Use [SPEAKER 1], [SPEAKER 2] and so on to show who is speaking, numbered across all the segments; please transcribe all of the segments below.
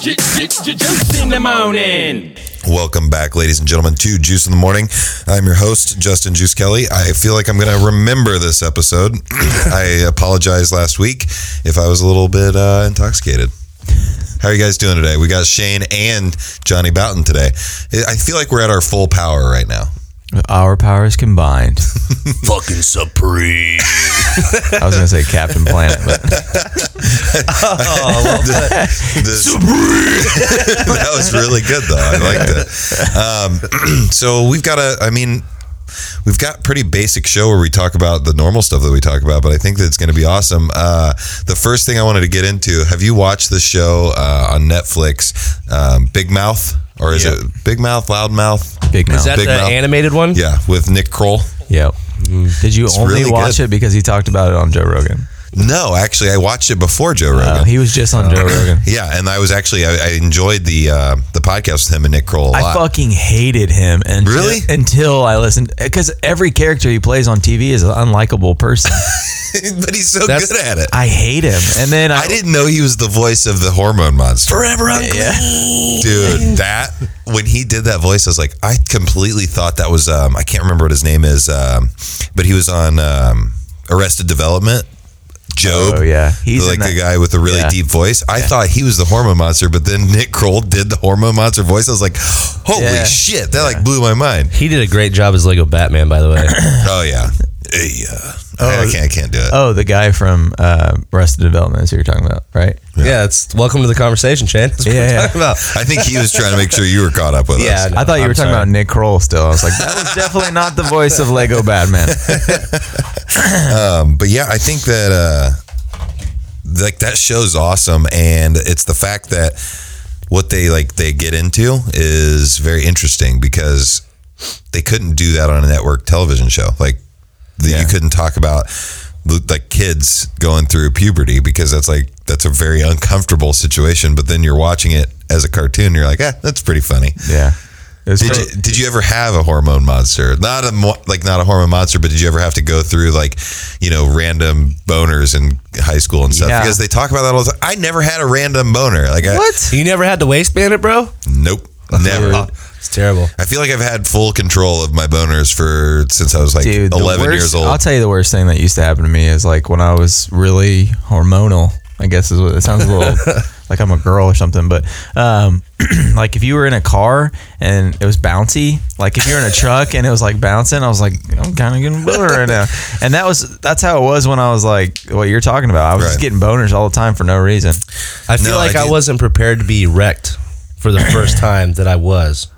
[SPEAKER 1] Juice in the morning.
[SPEAKER 2] Welcome back, ladies and gentlemen, to Juice in the Morning. I'm your host, Justin Juice Kelly. I feel like I'm going to remember this episode. I apologize last week if I was a little bit uh, intoxicated. How are you guys doing today? We got Shane and Johnny Boughton today. I I feel like we're at our full power right now.
[SPEAKER 3] Our powers combined.
[SPEAKER 4] Fucking supreme.
[SPEAKER 3] I was gonna say Captain Planet, but
[SPEAKER 2] This- that was really good, though. I liked it. Um, so we've got a, I mean, we've got pretty basic show where we talk about the normal stuff that we talk about, but I think that it's going to be awesome. Uh, the first thing I wanted to get into: Have you watched the show uh, on Netflix, um, Big Mouth, or is
[SPEAKER 4] Yep.
[SPEAKER 2] it Big Mouth, Loud Mouth?
[SPEAKER 3] Big Mouth.
[SPEAKER 4] Is that
[SPEAKER 2] Big
[SPEAKER 4] the
[SPEAKER 2] mouth.
[SPEAKER 4] animated one?
[SPEAKER 2] Yeah, with Nick Kroll.
[SPEAKER 3] yep. Did you only
[SPEAKER 2] really
[SPEAKER 3] watch
[SPEAKER 2] good.
[SPEAKER 3] it because he talked about it on Joe Rogan?
[SPEAKER 2] No, actually, I watched it before Joe Rogan.
[SPEAKER 3] Uh, he was just on Joe Rogan.
[SPEAKER 2] yeah, and I was actually I, I enjoyed the uh, the podcast with him and Nick Kroll a lot.
[SPEAKER 3] I fucking hated him, and
[SPEAKER 2] Really?
[SPEAKER 3] until I listened, because every character he plays on TV is an unlikable person.
[SPEAKER 2] but he's so
[SPEAKER 4] That's-
[SPEAKER 2] good at it.
[SPEAKER 3] I hate him, and then I,
[SPEAKER 2] I didn't know he was the voice of the hormone monster. Forever unclean. Dude, that when he did that voice, I was like, I completely thought that was um I can't remember what his name is, um, but he was on um Arrested Development. Job.
[SPEAKER 3] Oh, yeah. He's
[SPEAKER 2] He's like
[SPEAKER 3] in
[SPEAKER 2] the
[SPEAKER 3] that-
[SPEAKER 2] guy with a really
[SPEAKER 3] yeah.
[SPEAKER 2] deep voice. I thought he was the hormone monster, but then Nick Kroll did the hormone monster voice. I was like, holy
[SPEAKER 3] Yeah.
[SPEAKER 2] shit, that like blew my mind.
[SPEAKER 4] He did a great job as Lego Batman, by the way.
[SPEAKER 2] Oh yeah. Yeah. I, I can't I can't do it.
[SPEAKER 3] oh, the guy from uh, Arrested Development is who you're talking about, right?
[SPEAKER 4] yeah, it's welcome to the conversation, Shane. That's what
[SPEAKER 3] Yeah,
[SPEAKER 4] we're
[SPEAKER 3] yeah.
[SPEAKER 4] talking about.
[SPEAKER 2] I think he was trying to make sure you were caught up with us.
[SPEAKER 4] Yeah,
[SPEAKER 3] I thought you
[SPEAKER 4] I'm
[SPEAKER 3] were talking
[SPEAKER 4] sorry.
[SPEAKER 3] about Nick Kroll. Still, I was like, that was definitely not the voice of Lego Batman.
[SPEAKER 2] but yeah, I think that uh, like that show's awesome, and it's the fact that what they like they get into is very interesting because they couldn't do that on a network television show. Like that you couldn't talk about like kids going through puberty because that's like that's a very uncomfortable situation. But then you're watching it as a cartoon, and you're like, eh, that's pretty funny.
[SPEAKER 3] Yeah. It was
[SPEAKER 2] Did
[SPEAKER 3] pretty-
[SPEAKER 2] you, did you ever have a hormone monster? Not a mo- like not a hormone monster, but did you ever have to go through like you know random boners in high school and stuff?
[SPEAKER 3] Yeah.
[SPEAKER 2] Because they talk about that all the time. I never had a random boner. Like I,
[SPEAKER 4] You never had to waistband it, bro?
[SPEAKER 2] Nope, never.
[SPEAKER 4] It's terrible.
[SPEAKER 2] I feel like I've had full control of my boners for since I was like
[SPEAKER 3] Dude, the
[SPEAKER 2] eleven
[SPEAKER 3] worst-
[SPEAKER 2] years old.
[SPEAKER 3] I'll tell you the worst thing that used to happen to me is like when I was really hormonal. I guess is what it sounds a little like I'm a girl or something, but um, like if you were in a car and it was bouncy, like if you're in a truck and it was like bouncing, I was like, I'm kind of getting a boner right now, and that was that's how it was when I was like what you're talking about. I was just
[SPEAKER 2] Right.
[SPEAKER 3] getting boners all the time for no reason.
[SPEAKER 4] I feel
[SPEAKER 2] No,
[SPEAKER 4] like
[SPEAKER 2] I
[SPEAKER 4] I,
[SPEAKER 2] did-
[SPEAKER 4] wasn't prepared to be wrecked for the first time that I was.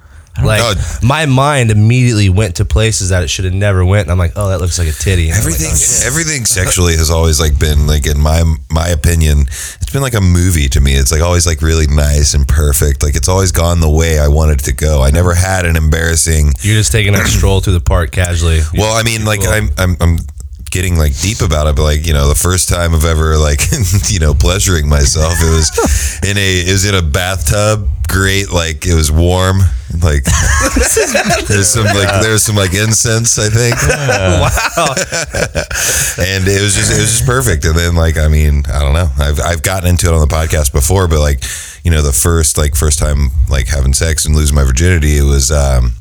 [SPEAKER 4] Like
[SPEAKER 2] know.
[SPEAKER 4] my mind immediately went to places that it should have never went. And I'm like, oh, that looks like a titty. And I'm like,
[SPEAKER 2] Everything,
[SPEAKER 4] oh, shit.
[SPEAKER 2] everything sexually has always like been like in my my opinion, it's been like a movie to me. It's like always like really nice and perfect. Like it's always gone the way I wanted it to go. I never had an embarrassing
[SPEAKER 4] You're just taking a stroll through the park casually.
[SPEAKER 2] Well, I mean, like I'm, I'm, I'm getting like deep about it, but like you know, the first time of ever like you know pleasuring myself, it was in a it was in a bathtub. Great, like it was warm. Like there's some like there's some like incense, I think.
[SPEAKER 4] wow.
[SPEAKER 2] and it was just it was just perfect. And then like I mean I don't know I've I've gotten into it on the podcast before, but like you know the first like first time like having sex and losing my virginity, it was um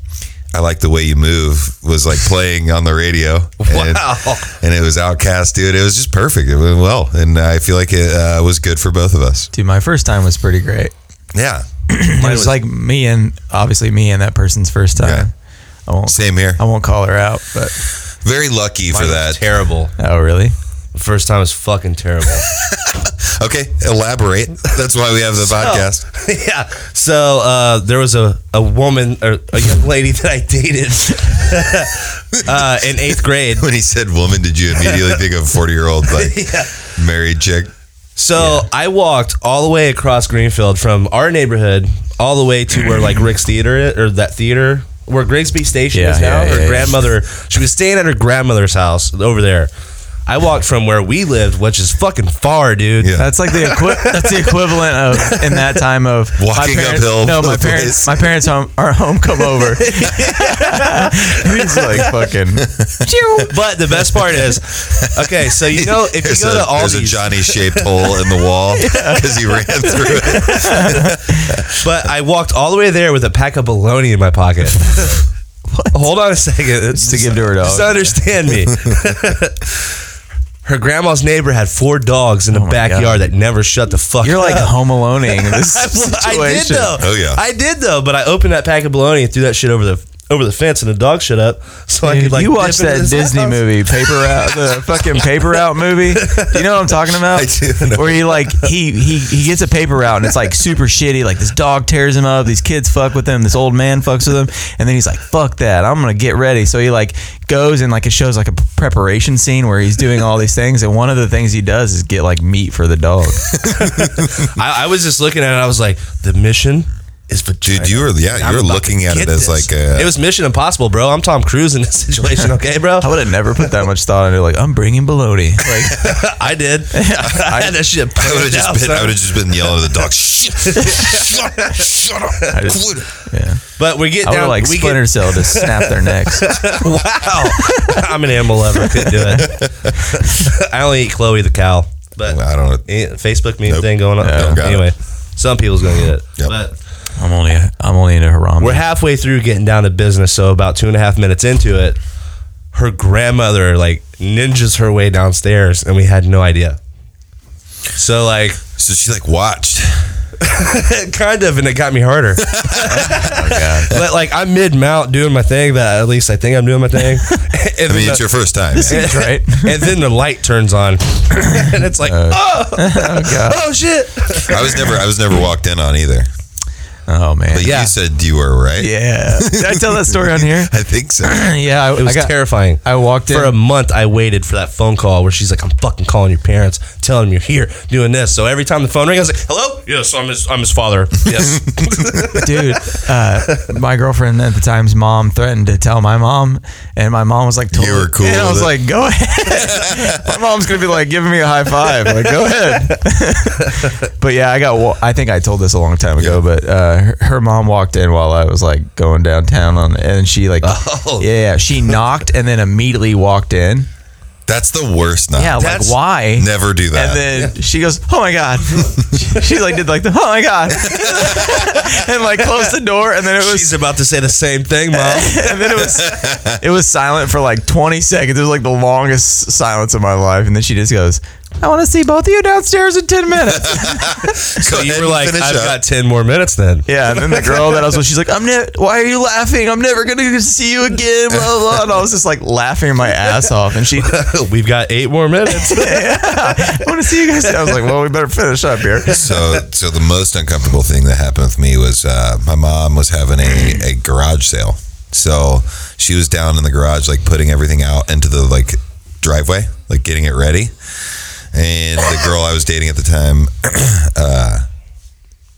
[SPEAKER 2] I like the way you move was like playing on the radio. And,
[SPEAKER 4] Wow.
[SPEAKER 2] and it was Outcast, dude. It was just perfect. It went well, and I feel like it uh, was good for both of us.
[SPEAKER 3] Dude, my first time was pretty great.
[SPEAKER 2] Yeah,
[SPEAKER 3] it was, like me and obviously me and that person's first time.
[SPEAKER 2] Yeah.
[SPEAKER 3] I won't
[SPEAKER 2] same here.
[SPEAKER 3] I won't call her out, but
[SPEAKER 2] Very lucky for
[SPEAKER 4] Mine was
[SPEAKER 2] that.
[SPEAKER 4] Terrible.
[SPEAKER 3] oh really?
[SPEAKER 4] The first time was fucking terrible.
[SPEAKER 2] Okay, elaborate. That's why we have the podcast.
[SPEAKER 3] Oh.
[SPEAKER 4] yeah. So uh, there was a, a woman or a young lady that I dated uh, in eighth grade.
[SPEAKER 2] When he said "woman," did you immediately think of forty-year-old like married chick?
[SPEAKER 4] So I walked all the way across Greenfield from our neighborhood all the way to where like Rick's theater is, or that theater where Grigsby Station
[SPEAKER 3] Yeah,
[SPEAKER 4] is now.
[SPEAKER 3] yeah,
[SPEAKER 4] her
[SPEAKER 3] yeah, yeah.
[SPEAKER 4] grandmother, she was staying at her grandmother's house over there. I walked from where we lived, which is fucking far, dude.
[SPEAKER 2] Yeah.
[SPEAKER 3] That's like the equi- that's the equivalent of in that time of my
[SPEAKER 2] Walking
[SPEAKER 3] parents-
[SPEAKER 2] uphill
[SPEAKER 3] No,
[SPEAKER 2] to
[SPEAKER 3] my
[SPEAKER 2] the
[SPEAKER 3] parents,
[SPEAKER 2] place.
[SPEAKER 3] my parents home, are home. Come over. He's like fucking.
[SPEAKER 4] But the best part is, okay, so you know if you
[SPEAKER 2] there's
[SPEAKER 4] go
[SPEAKER 2] a,
[SPEAKER 4] to all
[SPEAKER 2] there's a
[SPEAKER 4] these,
[SPEAKER 2] Johnny shaped hole in the wall because he ran through it.
[SPEAKER 4] but I walked all the way there with a pack of bologna in my pocket. Hold on a second.
[SPEAKER 3] to give to her dog.
[SPEAKER 4] Just understand me. her grandma's neighbor had four dogs in the
[SPEAKER 3] Oh my
[SPEAKER 4] backyard that never shut the fuck
[SPEAKER 3] You're
[SPEAKER 4] up.
[SPEAKER 3] like home aloneing in this
[SPEAKER 4] I
[SPEAKER 3] situation.
[SPEAKER 4] did though.
[SPEAKER 2] Oh, yeah.
[SPEAKER 4] I did though. But I opened that pack of bologna and threw that shit over the over the fence, and the dog shut up. So I
[SPEAKER 3] Dude,
[SPEAKER 4] could like
[SPEAKER 3] you
[SPEAKER 4] dip
[SPEAKER 3] watched
[SPEAKER 4] into
[SPEAKER 3] that
[SPEAKER 4] this
[SPEAKER 3] Disney
[SPEAKER 4] house.
[SPEAKER 3] movie, Paper Out, the fucking Paper Out movie. You know what I'm talking about?
[SPEAKER 2] I do know.
[SPEAKER 3] Where he like he he he gets a paper out and it's like super shitty. Like this dog tears him up. These kids fuck with him. This old man fucks with him. And then he's like, "Fuck that! I'm gonna get ready." So he like goes and like it shows like a preparation scene where he's doing all these things. And one of the things he does is get like meat for the dog.
[SPEAKER 4] I, I was just looking at it. I was like, the mission is for
[SPEAKER 2] Dude, you were yeah, you were looking at it as like a
[SPEAKER 3] uh,
[SPEAKER 4] it was Mission Impossible, bro. I'm Tom Cruise in this situation, okay, bro?
[SPEAKER 3] I would have never put that much thought into like I'm bringing bologna. Like
[SPEAKER 4] I did. I had that shit.
[SPEAKER 2] I would have just
[SPEAKER 4] planned out,
[SPEAKER 2] been I
[SPEAKER 4] son.
[SPEAKER 2] would have just been yelling at the dog. Shut, shut up! Shut up!
[SPEAKER 3] just-
[SPEAKER 2] Quit it."
[SPEAKER 3] yeah,
[SPEAKER 4] But we get
[SPEAKER 3] I would
[SPEAKER 4] down.
[SPEAKER 3] have like
[SPEAKER 4] we
[SPEAKER 3] Splinter Cell to snap their necks.
[SPEAKER 4] get, wow, I'm an animal lover. I couldn't do it. I only eat Chloe the cow. But
[SPEAKER 2] I don't.
[SPEAKER 4] Eh, Facebook meme
[SPEAKER 2] Nope.
[SPEAKER 4] thing going on.
[SPEAKER 2] Don't got it.
[SPEAKER 4] Anyway, some people's gonna get it.
[SPEAKER 2] Yep.
[SPEAKER 4] But
[SPEAKER 3] I'm only I'm only into Haram.
[SPEAKER 4] we're halfway through getting down to business, so about two and a half minutes into it, her grandmother like ninjas her way downstairs, and we had no idea. So like,
[SPEAKER 2] So she like watched.
[SPEAKER 4] kind of, and it got me harder. But like, I'm mid mount doing my thing. That at least I think I'm doing my thing. and
[SPEAKER 2] I mean,
[SPEAKER 4] then
[SPEAKER 2] it's your first time. man.
[SPEAKER 4] the-
[SPEAKER 3] right.
[SPEAKER 4] and then the light turns on, and it's like, oh, oh shit.
[SPEAKER 2] I was never I was never walked in on either.
[SPEAKER 3] Oh man,
[SPEAKER 2] But
[SPEAKER 4] Yeah.
[SPEAKER 2] you said you were right.
[SPEAKER 3] yeah. Did I tell that story on here?
[SPEAKER 2] I think so.
[SPEAKER 3] yeah, I,
[SPEAKER 4] It was
[SPEAKER 3] I got-
[SPEAKER 4] terrifying.
[SPEAKER 3] I walked in.
[SPEAKER 4] for a month. I waited for that phone call where she's like, "I'm fucking calling your parents, telling them you're here, doing this." So every time the phone rang, I was like, "Hello, yes, I'm his, I'm his father." Yes,
[SPEAKER 3] dude, uh, my girlfriend at the time's mom threatened to tell my mom, and my mom was like, totally,
[SPEAKER 2] were cool
[SPEAKER 3] And I
[SPEAKER 2] with
[SPEAKER 3] was
[SPEAKER 2] it.
[SPEAKER 3] like, "Go ahead." my mom's gonna be like giving me a high five, like, "Go ahead." but yeah, I got. wa- I think I told this a long time ago,
[SPEAKER 2] Yeah.
[SPEAKER 3] but uh, her, her mom walked in while I was like going downtown on, and she like,
[SPEAKER 2] Oh.
[SPEAKER 3] yeah, she knocked and then immediately walked in.
[SPEAKER 2] That's the worst night.
[SPEAKER 3] Yeah, like
[SPEAKER 4] That's-
[SPEAKER 3] why?
[SPEAKER 2] Never do that.
[SPEAKER 3] And then she goes, "Oh my god!" she, she, like did like the "Oh my god," and like closed the door, and then it was,
[SPEAKER 4] she's about to say the same thing, mom.
[SPEAKER 3] and then it was, it was silent for like 20 seconds. It was like the longest silence of my life, and then she just goes, "I want to see both of you downstairs in 10 minutes."
[SPEAKER 4] So you
[SPEAKER 2] ahead
[SPEAKER 4] were
[SPEAKER 2] and
[SPEAKER 4] like,
[SPEAKER 2] finish
[SPEAKER 4] "I've
[SPEAKER 2] up."
[SPEAKER 4] got ten more minutes then."
[SPEAKER 3] yeah, and then the girl that I was with, she's like, "I'm ne- why are you laughing? I'm never gonna see you again." Blah blah. blah. And I was just like laughing my ass off, and she,
[SPEAKER 4] We've got eight more minutes.
[SPEAKER 3] I want to see you guys. I was like, "Well, we better finish up here."
[SPEAKER 2] so so the most uncomfortable thing that happened with me was uh, my mom was having a, a garage sale so she was down in the garage like putting everything out into the like driveway like getting it ready and the girl i was dating at the time uh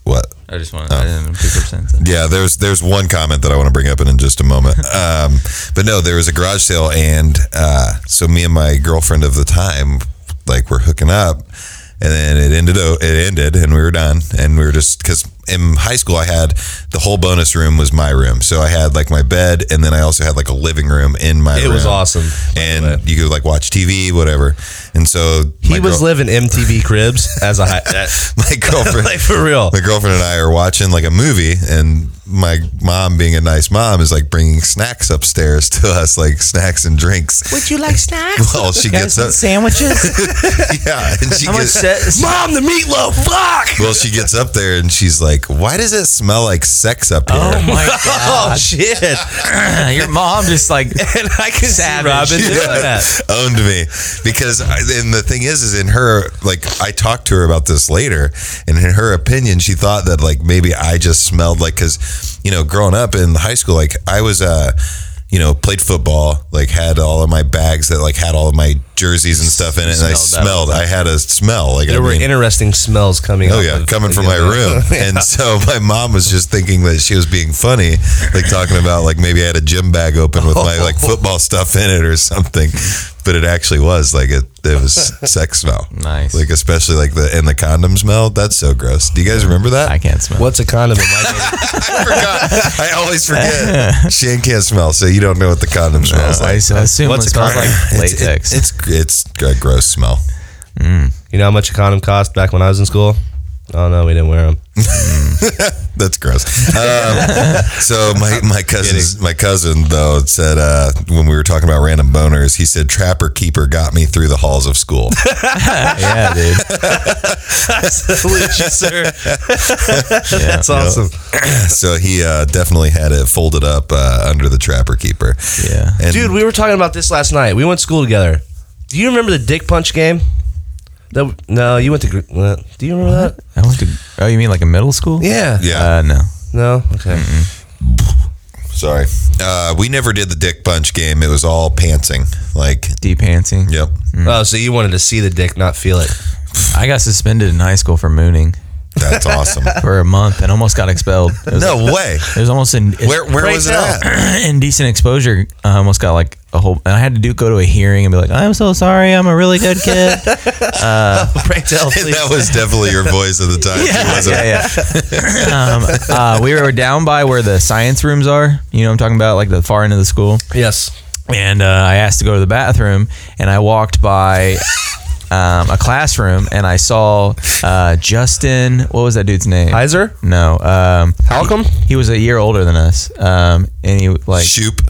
[SPEAKER 2] what Oh.
[SPEAKER 3] I just want, I didn't pick up sense.
[SPEAKER 2] yeah, there's there's one comment that I want to bring up in, in just a moment. Um, but no, there was a garage sale, and uh, so me and my girlfriend of the time, like, were hooking up, and then it ended. o- It ended, and we were done, and we were just because in high school I had the whole bonus room was my room, so I had like my bed, and then I also had like a living room in my.
[SPEAKER 4] It
[SPEAKER 2] room.
[SPEAKER 4] was awesome, by the way.
[SPEAKER 2] and you could like watch TV, whatever. And so
[SPEAKER 4] He
[SPEAKER 2] my
[SPEAKER 4] was
[SPEAKER 2] girl-
[SPEAKER 4] living MTV Cribs as a high, that,
[SPEAKER 2] my girlfriend
[SPEAKER 4] like for real.
[SPEAKER 2] my girlfriend and I are watching like a movie, and my mom, being a nice mom, is like bringing snacks upstairs to us, like snacks and drinks.
[SPEAKER 3] Would you like snacks?
[SPEAKER 2] Well, she gets up,
[SPEAKER 3] sandwiches.
[SPEAKER 2] yeah, and she
[SPEAKER 3] How much
[SPEAKER 2] gets.
[SPEAKER 3] set?
[SPEAKER 4] Mom, the meatloaf. Fuck.
[SPEAKER 2] Well, she gets up there and she's like, "Why does it smell like sex up here?"
[SPEAKER 3] Oh my
[SPEAKER 4] Oh
[SPEAKER 3] god!
[SPEAKER 4] shit! And
[SPEAKER 3] Your mom just like
[SPEAKER 4] I can see
[SPEAKER 3] Savage.
[SPEAKER 4] Robin doing
[SPEAKER 2] Yeah.
[SPEAKER 4] that.
[SPEAKER 2] owned me because I, and the thing is is in her like I talked to her about this later and in her opinion she thought that like maybe I just smelled like cuz you know growing up in high school like I was uh you know played football like had all of my bags that like had all of my jerseys and stuff in it and I
[SPEAKER 3] Smelled that
[SPEAKER 2] smelled I had a smell like I
[SPEAKER 4] There were
[SPEAKER 2] mean-
[SPEAKER 4] interesting smells coming.
[SPEAKER 2] Oh
[SPEAKER 4] off
[SPEAKER 2] yeah,
[SPEAKER 4] of-
[SPEAKER 2] coming from my room. And so my mom was just thinking that she was being funny,
[SPEAKER 3] Oh.
[SPEAKER 2] like talking about like maybe I had a gym bag open with my like football stuff in it or something. But but it actually was like it. It was sex smell.
[SPEAKER 3] Nice.
[SPEAKER 2] Like especially like the and the condom smell. That's so gross. Do you guys remember that?
[SPEAKER 3] I can't smell.
[SPEAKER 4] What's a condom? in my name?
[SPEAKER 2] I forgot. I always forget. Shane can't smell, so you don't know what the condom smells
[SPEAKER 3] I,
[SPEAKER 2] like.
[SPEAKER 3] s- I assume
[SPEAKER 4] What's
[SPEAKER 3] it
[SPEAKER 4] a
[SPEAKER 3] smells
[SPEAKER 4] car?
[SPEAKER 3] like
[SPEAKER 2] It's- it-
[SPEAKER 3] latex.
[SPEAKER 2] It's it's, a gross smell.
[SPEAKER 4] You know how much a condom cost back when I was in school? Oh no, we didn't wear them.
[SPEAKER 2] That's gross. Um, so my my cousin my cousin though said uh, when we were talking about random boners, he said trapper keeper got me through the halls of school.
[SPEAKER 3] yeah, dude.
[SPEAKER 4] That's awesome.
[SPEAKER 2] so he uh, definitely had it folded up uh, under the trapper keeper.
[SPEAKER 3] Yeah.
[SPEAKER 2] And
[SPEAKER 4] Dude, we were talking about this last night. We went to school together. Do you remember the dick punch game? That, no, you went to. gr- uh, Do you remember that?
[SPEAKER 3] I went to. Oh, you mean like a middle school?
[SPEAKER 4] Yeah.
[SPEAKER 2] yeah,
[SPEAKER 3] Uh, no.
[SPEAKER 4] No. Okay.
[SPEAKER 2] sorry, uh, we never did the dick punch game. It was all pantsing. Like,
[SPEAKER 3] Deep pantsing.
[SPEAKER 2] yep,
[SPEAKER 4] Oh, so you wanted to see the dick, not feel it.
[SPEAKER 3] I got suspended in high school for mooning
[SPEAKER 2] that's awesome.
[SPEAKER 3] for a month and almost got expelled. It was,
[SPEAKER 2] no way.
[SPEAKER 3] it was almost in.
[SPEAKER 2] Where where
[SPEAKER 4] Right
[SPEAKER 2] was it
[SPEAKER 4] now.
[SPEAKER 2] at?
[SPEAKER 3] indecent exposure I almost got like a whole and i had to do go to a hearing and be like i'm so sorry i'm a really good kid
[SPEAKER 4] Pray tell, please.
[SPEAKER 2] that was definitely your voice at the time. too, wasn't it?
[SPEAKER 3] yeah, yeah. um, uh, we were down by where the science rooms are you know what i'm talking about like the far end of the school
[SPEAKER 4] yes.
[SPEAKER 3] and uh, i asked to go to the bathroom and i walked by um, a classroom and i saw uh, justin what was that dude's name
[SPEAKER 4] Heiser?
[SPEAKER 3] no um,
[SPEAKER 4] Halcom?
[SPEAKER 3] he was a year older than us um, and he like
[SPEAKER 2] Shoop.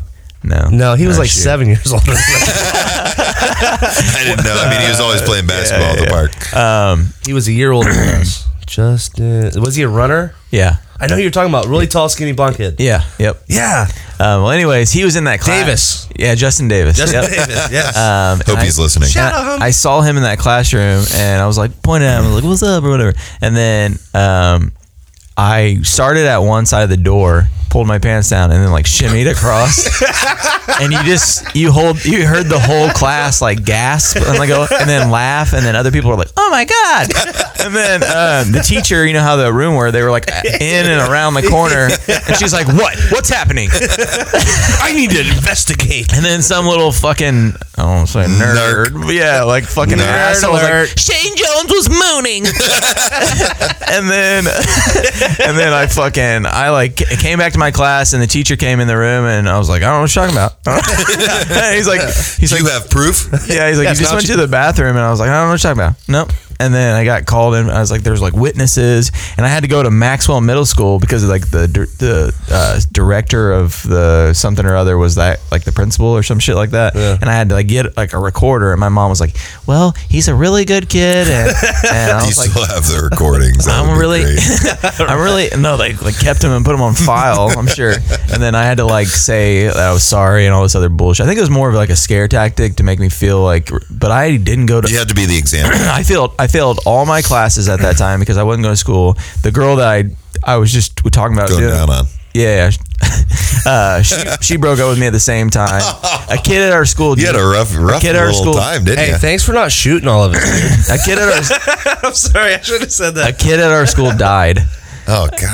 [SPEAKER 3] no
[SPEAKER 4] No, he was like
[SPEAKER 3] shoot.
[SPEAKER 4] seven years older. than us.
[SPEAKER 2] I didn't know. I mean, he was always playing basketball at the park.
[SPEAKER 3] Uh,
[SPEAKER 4] he was a year older than us. Justin. Was he a runner?
[SPEAKER 3] yeah
[SPEAKER 4] I know who you're talking about. Really tall, skinny, blonde kid.
[SPEAKER 3] yeah yep
[SPEAKER 4] Yeah.
[SPEAKER 3] Um, well, anyways, he was in that class.
[SPEAKER 4] Davis.
[SPEAKER 3] Yeah, Justin Davis.
[SPEAKER 4] Justin
[SPEAKER 3] Yep.
[SPEAKER 4] Davis. Yes.
[SPEAKER 3] Um,
[SPEAKER 2] Hope
[SPEAKER 3] and
[SPEAKER 2] he's
[SPEAKER 3] I,
[SPEAKER 2] listening.
[SPEAKER 4] Shout out,
[SPEAKER 3] and
[SPEAKER 4] homie.
[SPEAKER 3] I saw him in that classroom, and I was like pointing at him, I was like, "What's up?" or whatever. And then um, I started at one side of the door, pulled my pants down, and then like shimmied across. and you just you hold you heard the whole class like gasp and like go and then laugh, and then other people were like, "Oh my god!" And then um, the teacher, you know how the room were, they were like uh, in and around the corner, and she's like, "What? What's happening?"
[SPEAKER 4] I need to investigate.
[SPEAKER 3] And then some little fucking, I don't want to say nerd. Yeah, like fucking
[SPEAKER 2] Nerd
[SPEAKER 3] asshole. was
[SPEAKER 4] alert.
[SPEAKER 3] Like, Shane Jones was mooning. and then, and then I fucking, I like ca- came back to my class and the teacher came in the room and I was like, I don't know what you're talking about. And he's like, he's
[SPEAKER 2] Do
[SPEAKER 3] like,
[SPEAKER 2] you have proof?
[SPEAKER 3] yeah, he's like,
[SPEAKER 4] Yeah,
[SPEAKER 3] you just
[SPEAKER 4] Fauci.
[SPEAKER 3] went to the bathroom, and I was like, I don't know what you're talking about. Nope. And then I got called in. I was like, there's like witnesses, and I had to go to Maxwell Middle School because like the dir- the uh, director of the something or other was that like the principal or some shit like that. And I had to like get like a recorder, and my mom was like, well, he's a really good kid, and, and I
[SPEAKER 2] You
[SPEAKER 3] was like.
[SPEAKER 2] still have the recordings. That would
[SPEAKER 3] I'm
[SPEAKER 2] be
[SPEAKER 3] really,
[SPEAKER 2] great.
[SPEAKER 3] I'm really no. They like kept him and put him on file. I'm sure. And then I had to like say that I was sorry and all this other bullshit. I think it was more of like a scare tactic to make me feel like. But I didn't go to.
[SPEAKER 2] You had to be the example.
[SPEAKER 3] I failed. I failed all my classes at that time because I wasn't going to school. The girl that I I was just talking about
[SPEAKER 2] Going
[SPEAKER 3] doing-
[SPEAKER 2] down on.
[SPEAKER 3] Yeah. Uh, she, she broke up with me at the same time. A kid at our school.
[SPEAKER 2] You had a rough, rough
[SPEAKER 3] kid at our
[SPEAKER 2] little
[SPEAKER 3] school-
[SPEAKER 2] time, didn't
[SPEAKER 4] Hey,
[SPEAKER 2] you?
[SPEAKER 4] thanks for not shooting all of it. dude.
[SPEAKER 3] a kid at our
[SPEAKER 4] I'm sorry. I should have said
[SPEAKER 3] a
[SPEAKER 4] that.
[SPEAKER 3] kid at our school died.
[SPEAKER 2] oh
[SPEAKER 3] Uh,
[SPEAKER 2] God,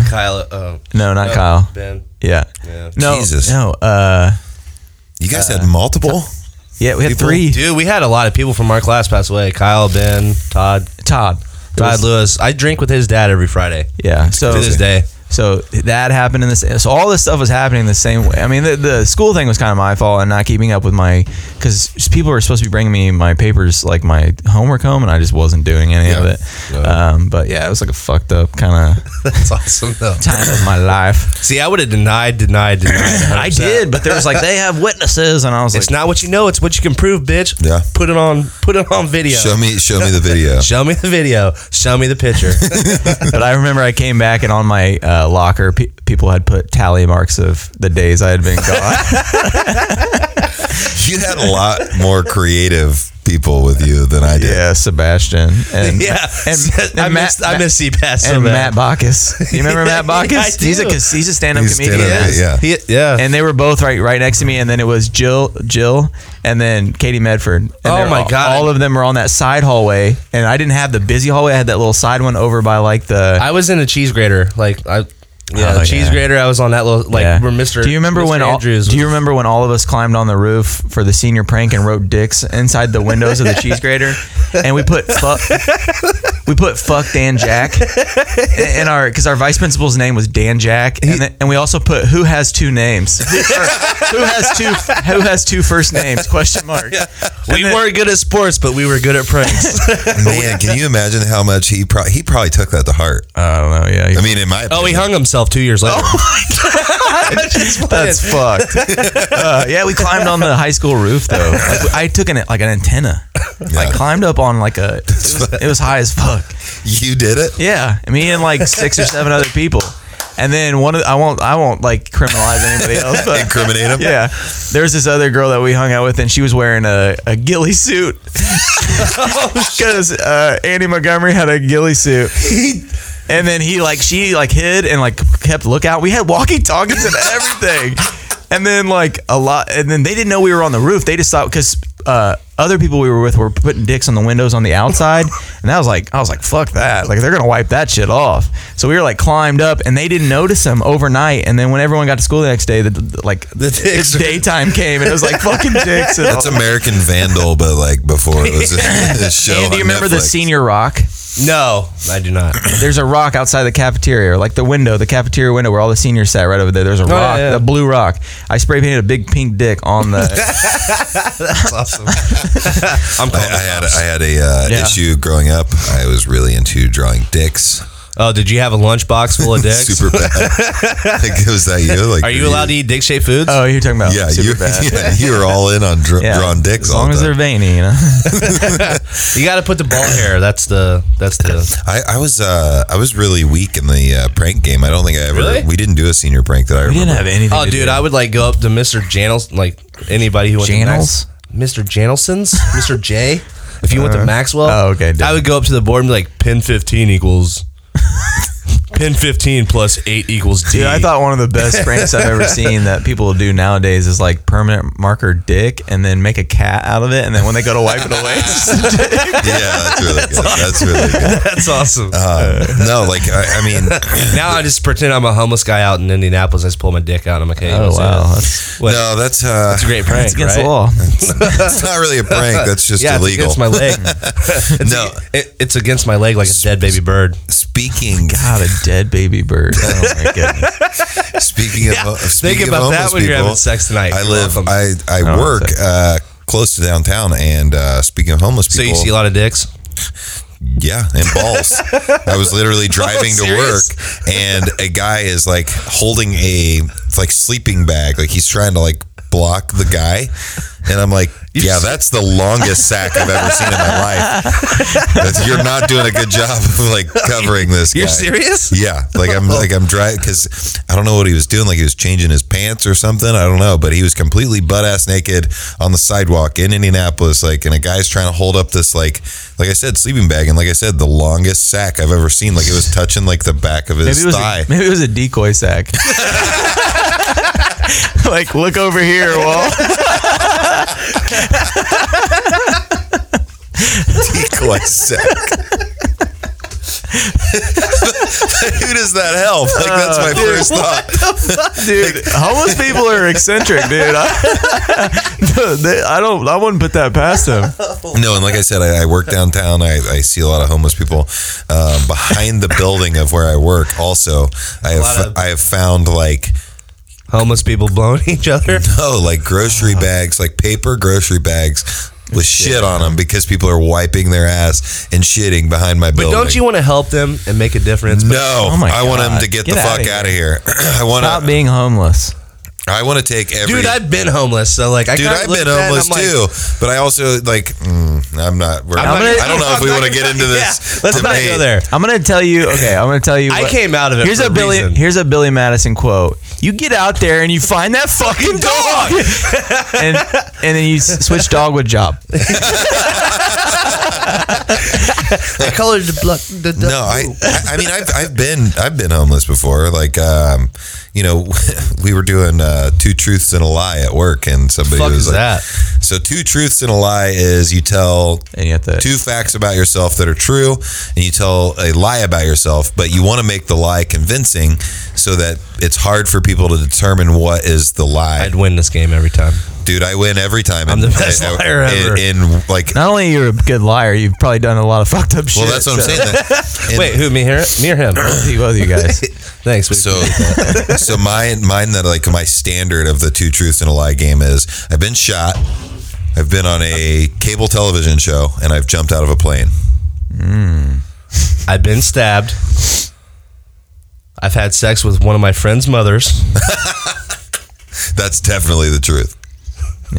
[SPEAKER 4] Oh, Kyle. Oh,
[SPEAKER 3] No, not
[SPEAKER 4] no,
[SPEAKER 3] Kyle.
[SPEAKER 4] Ben.
[SPEAKER 3] Yeah.
[SPEAKER 4] Yeah.
[SPEAKER 3] No.
[SPEAKER 2] Jesus.
[SPEAKER 3] No. Uh,
[SPEAKER 2] you guys had multiple.
[SPEAKER 3] yeah, we had
[SPEAKER 2] People-
[SPEAKER 3] three.
[SPEAKER 4] Dude, we had a lot of people from our class pass away. Kyle, Ben, Todd,
[SPEAKER 3] Todd.
[SPEAKER 4] Todd
[SPEAKER 3] Was-
[SPEAKER 4] Lewis. I drink with his dad every Friday
[SPEAKER 3] Yeah. So
[SPEAKER 4] to this day.
[SPEAKER 3] So that happened in this. So all this stuff was happening the same way. I mean, the, the school thing was kind of my fault and not keeping up with my because people were supposed to be bringing me my papers, like my homework home, and I just wasn't doing any of
[SPEAKER 2] Yeah.
[SPEAKER 3] it. Um, but yeah, it was like a fucked up kind of
[SPEAKER 4] That's awesome, though.
[SPEAKER 3] time of my life.
[SPEAKER 4] See, I would have denied, denied, denied.
[SPEAKER 3] I
[SPEAKER 4] 100%.
[SPEAKER 3] did, but there was like they have witnesses, and I was
[SPEAKER 4] It's
[SPEAKER 3] like,
[SPEAKER 4] not what you know; it's what you can prove, bitch.
[SPEAKER 2] Yeah.
[SPEAKER 4] Put it on. Put it on video.
[SPEAKER 2] Show me, show me the video.
[SPEAKER 4] Show me the video. Show me the picture.
[SPEAKER 3] but I remember I came back and on my uh, locker, pe- people had put tally marks of the days I had been gone.
[SPEAKER 2] You had a lot more creative people with you than I did.
[SPEAKER 3] yeah, Sebastian and
[SPEAKER 4] yeah.
[SPEAKER 3] and, and
[SPEAKER 4] I
[SPEAKER 3] Matt-
[SPEAKER 4] missed. I missed CPAS. So
[SPEAKER 3] and
[SPEAKER 4] bad.
[SPEAKER 3] Matt Baucus. You remember Matt
[SPEAKER 4] Yeah, I
[SPEAKER 3] Baucus? he's a
[SPEAKER 4] do.
[SPEAKER 3] he's a stand up
[SPEAKER 2] He's
[SPEAKER 3] comedian.
[SPEAKER 2] stand-up,
[SPEAKER 3] Yes.
[SPEAKER 2] yeah.
[SPEAKER 4] He- yeah.
[SPEAKER 3] And they were both right right next to me, and then it was Jill, Jill, and then Katie Medford. And
[SPEAKER 4] Oh
[SPEAKER 3] they're
[SPEAKER 4] my
[SPEAKER 3] all,
[SPEAKER 4] God.
[SPEAKER 3] All of them were on that side hallway, and I didn't have the busy hallway. I had that little side one over by like the.
[SPEAKER 4] I was in a cheese grater. Like I, Yeah,
[SPEAKER 3] Oh,
[SPEAKER 4] the cheese
[SPEAKER 3] yeah.
[SPEAKER 4] grater. I was on that little like
[SPEAKER 3] Yeah.
[SPEAKER 4] where Mr.
[SPEAKER 3] Do you remember
[SPEAKER 4] Mr.
[SPEAKER 3] when all,
[SPEAKER 4] Andrews
[SPEAKER 3] Do you
[SPEAKER 4] was-
[SPEAKER 3] remember when all of us climbed on the roof for the senior prank and wrote dicks inside the windows of the cheese grater, and we put fuck, we put fuck Dan Jack, and our because our vice principal's name was Dan Jack, and, then, and we also put who has two names, Or, who has two who has two first names question mark.
[SPEAKER 4] we weren't good at sports, but we were good at pranks.
[SPEAKER 2] Man, can you imagine how much he probably he probably took that to heart?
[SPEAKER 3] I don't know. Yeah,
[SPEAKER 2] I mean, in my
[SPEAKER 4] oh, he
[SPEAKER 2] opinion.
[SPEAKER 4] hung himself two years later.
[SPEAKER 3] Oh. that's fucked. Uh, yeah, we climbed on the high school roof though. Like, I took an like an antenna. I climbed up on like a. It was, it was high as fuck.
[SPEAKER 2] you did it.
[SPEAKER 3] Yeah, me and like six or seven other people, and then one of I won't I won't like criminalize anybody else. But
[SPEAKER 2] Incriminate him.
[SPEAKER 3] yeah, there was this other girl that we hung out with, and she was wearing a, a ghillie suit because uh, Andy Montgomery had a ghillie suit. And then he like she like hid and like kept lookout. We had walkie talkies and everything. And then like a lot, and then they didn't know we were on the roof. They just thought because uh, other people we were with were putting dicks on the windows on the outside, and I was like, I was like, fuck that! Like they're gonna wipe that shit off. So we were like climbed up, and they didn't notice them overnight. And then when everyone got to school the next day, the, the- like the
[SPEAKER 4] dicks were-
[SPEAKER 3] daytime came, and it was like fucking dicks. And
[SPEAKER 2] That's
[SPEAKER 3] all.
[SPEAKER 2] American Vandal, but like before it was a show.
[SPEAKER 3] And do you
[SPEAKER 2] on
[SPEAKER 3] remember the
[SPEAKER 2] Netflix.
[SPEAKER 3] senior rock?
[SPEAKER 4] no, I do not.
[SPEAKER 3] There's a rock outside the cafeteria, or like the window, the cafeteria window where all the seniors sat right over there. There's a
[SPEAKER 4] yeah,
[SPEAKER 3] rock,
[SPEAKER 4] yeah.
[SPEAKER 3] the blue rock. I spray painted a big pink dick on the.
[SPEAKER 4] That's awesome. I'm
[SPEAKER 2] I,
[SPEAKER 4] calling.
[SPEAKER 2] I had I had a uh,
[SPEAKER 3] Yeah.
[SPEAKER 2] issue growing up. I was really into drawing dicks.
[SPEAKER 4] oh, did you have a lunchbox full of dicks?
[SPEAKER 2] Super bad. like, was that you? Like,
[SPEAKER 4] Are you allowed to eat dick shaped foods?
[SPEAKER 3] oh, you're talking about
[SPEAKER 2] Yeah, you,
[SPEAKER 3] super bad.
[SPEAKER 2] yeah, you were all in on dr-
[SPEAKER 3] Yeah.
[SPEAKER 2] drawing dicks.
[SPEAKER 3] As long
[SPEAKER 2] all
[SPEAKER 3] as
[SPEAKER 2] the
[SPEAKER 3] they're
[SPEAKER 2] time.
[SPEAKER 3] veiny, you know.
[SPEAKER 4] You got to put the ball hair. That's the that's the
[SPEAKER 2] I, I was uh, I was really weak in the uh, prank game. I don't think I ever.
[SPEAKER 4] Really?
[SPEAKER 2] We didn't do a senior prank that I remember.
[SPEAKER 3] anything.
[SPEAKER 4] Oh, dude, I would like go up to Mr. Janels, like anybody who went
[SPEAKER 3] Janels?
[SPEAKER 4] to Max, Mr. Janelsons, Mr. J. If you went to
[SPEAKER 3] Uh,
[SPEAKER 4] Maxwell,
[SPEAKER 3] oh, okay,
[SPEAKER 4] I would go up to the board and be like, pin fifteen equals pin fifteen plus eight equals D.
[SPEAKER 3] Dude, I thought one of the best pranks I've ever seen that people do nowadays is like permanent marker dick and then make a cat out of it, and then when they go to wipe it away, it's just a dick.
[SPEAKER 2] Yeah, that's really good. That's really good.
[SPEAKER 4] that's awesome.
[SPEAKER 2] Uh, no, like I, I mean,
[SPEAKER 4] now I just pretend I'm a homeless guy out in Indianapolis. I just pull my dick out. I'm like, hey, you wanna see that?
[SPEAKER 3] that's,
[SPEAKER 4] What-
[SPEAKER 2] no, that's uh,
[SPEAKER 4] It's a great prank.
[SPEAKER 3] it's Oh, against
[SPEAKER 4] right?
[SPEAKER 3] the law.
[SPEAKER 2] it's not really a prank. That's just
[SPEAKER 4] Yeah,
[SPEAKER 2] illegal.
[SPEAKER 4] it's against my leg. it's
[SPEAKER 2] No.
[SPEAKER 4] it, it's against my leg like a dead baby bird.
[SPEAKER 2] Speaking
[SPEAKER 3] God, a dead baby bird. Oh my goodness.
[SPEAKER 2] Speaking of, of speaking
[SPEAKER 4] about
[SPEAKER 2] of
[SPEAKER 4] that
[SPEAKER 2] homeless
[SPEAKER 4] when you're
[SPEAKER 2] people,
[SPEAKER 4] having sex tonight.
[SPEAKER 2] I
[SPEAKER 4] You're
[SPEAKER 2] live.
[SPEAKER 4] welcome.
[SPEAKER 2] I I
[SPEAKER 3] Oh,
[SPEAKER 2] work
[SPEAKER 3] sex.
[SPEAKER 2] uh, close to downtown, and uh, speaking of homeless
[SPEAKER 4] So you
[SPEAKER 2] people,
[SPEAKER 4] see a lot of dicks.
[SPEAKER 2] yeah, and balls. I was literally driving to work,
[SPEAKER 4] Serious?
[SPEAKER 2] and a guy is like holding a like sleeping bag, like he's trying to like block the guy, and I'm like. Yeah, that's the longest sack I've ever seen in my life. That's- You're not doing a good job of like covering this.
[SPEAKER 4] You're
[SPEAKER 2] guy.
[SPEAKER 4] serious?
[SPEAKER 2] Yeah, like I'm like I'm dry because I don't know what he was doing. Like he was changing his pants or something. I don't know, but he was completely butt ass naked on the sidewalk in Indianapolis. Like, and a guy's trying to hold up this like, like I said, sleeping bag, and like I said, the longest sack I've ever seen. Like it was touching like the back of
[SPEAKER 3] Maybe
[SPEAKER 2] his
[SPEAKER 3] it was
[SPEAKER 2] thigh.
[SPEAKER 3] a, maybe it was a decoy sack. like, look over here, Wall.
[SPEAKER 2] decoy sack. But Who does that help? Like that's
[SPEAKER 3] Uh,
[SPEAKER 2] my first thought.
[SPEAKER 3] dude. homeless people are eccentric, dude. I, they, I don't. I wouldn't put that past them.
[SPEAKER 2] No, and like I said, I, I work downtown. I, I see a lot of homeless people um, behind the building of where I work. Also, I have
[SPEAKER 4] lot of-
[SPEAKER 2] I have found like
[SPEAKER 4] Homeless people blowing each other.
[SPEAKER 2] oh, like grocery
[SPEAKER 4] Uh-huh.
[SPEAKER 2] bags, like paper grocery bags with shit on them because people are wiping their ass and shitting behind my
[SPEAKER 4] But
[SPEAKER 2] building.
[SPEAKER 4] don't you want to help them and make a difference?
[SPEAKER 2] No,
[SPEAKER 3] Oh my
[SPEAKER 2] I want them to
[SPEAKER 3] God.
[SPEAKER 2] get,
[SPEAKER 3] Get
[SPEAKER 2] the
[SPEAKER 3] outta
[SPEAKER 2] fuck
[SPEAKER 3] here.
[SPEAKER 2] out of here. I want
[SPEAKER 3] Stop
[SPEAKER 2] to.
[SPEAKER 3] being homeless.
[SPEAKER 2] I want to take every.
[SPEAKER 4] dude, I've been homeless, so like, I
[SPEAKER 2] Dude,
[SPEAKER 4] kinda
[SPEAKER 2] I've
[SPEAKER 4] look
[SPEAKER 2] been
[SPEAKER 4] at that and
[SPEAKER 2] homeless
[SPEAKER 4] I'm like,
[SPEAKER 2] too, but I also like. mm, I'm not. We're,
[SPEAKER 4] I'm
[SPEAKER 3] not-
[SPEAKER 2] I don't know if we
[SPEAKER 4] I'm
[SPEAKER 2] want to
[SPEAKER 4] not-
[SPEAKER 2] get into this.
[SPEAKER 4] yeah, let's not go
[SPEAKER 2] debate.
[SPEAKER 4] there.
[SPEAKER 3] I'm gonna tell you. Okay, I'm gonna tell you.
[SPEAKER 4] I came out of it
[SPEAKER 3] Here's
[SPEAKER 4] for
[SPEAKER 3] a
[SPEAKER 4] a
[SPEAKER 3] Billy.
[SPEAKER 4] reason.
[SPEAKER 3] Here's a Billy Madison quote. You get out there and you find that fucking dog, and and then you s- switch dog with job.
[SPEAKER 4] I colored the blood. The, the,
[SPEAKER 2] No, I, I I mean I've I've been I've been homeless before. Like um, you know, we were doing uh, two truths and a lie at work, and somebody
[SPEAKER 4] Fuck
[SPEAKER 2] was
[SPEAKER 4] is
[SPEAKER 2] like,
[SPEAKER 4] that?
[SPEAKER 2] So two truths and a lie is you tell
[SPEAKER 3] and you have to
[SPEAKER 2] two facts about yourself that are true and you tell a lie about yourself but you want to make the lie convincing so that it's hard for people to determine what is the lie
[SPEAKER 4] I'd win this game every time.
[SPEAKER 2] dude i win every time
[SPEAKER 4] I'm
[SPEAKER 2] in-
[SPEAKER 4] the best
[SPEAKER 2] in-
[SPEAKER 4] liar ever.
[SPEAKER 2] in, in, like
[SPEAKER 3] Not only are you a good liar, you've probably done a lot of fucked up shit.
[SPEAKER 2] well that's what i'm
[SPEAKER 3] so-
[SPEAKER 2] saying that, in-
[SPEAKER 4] Wait, who? Me here? Me or him?
[SPEAKER 3] Both of you guys.
[SPEAKER 4] Thanks. we-
[SPEAKER 2] So, so my mine that like my standard of the two truths and a lie game is I've been shot, I've been on a cable television show, and I've jumped out of a plane.
[SPEAKER 4] I've been stabbed. I've had sex with one of my friend's mothers.
[SPEAKER 2] That's definitely the truth.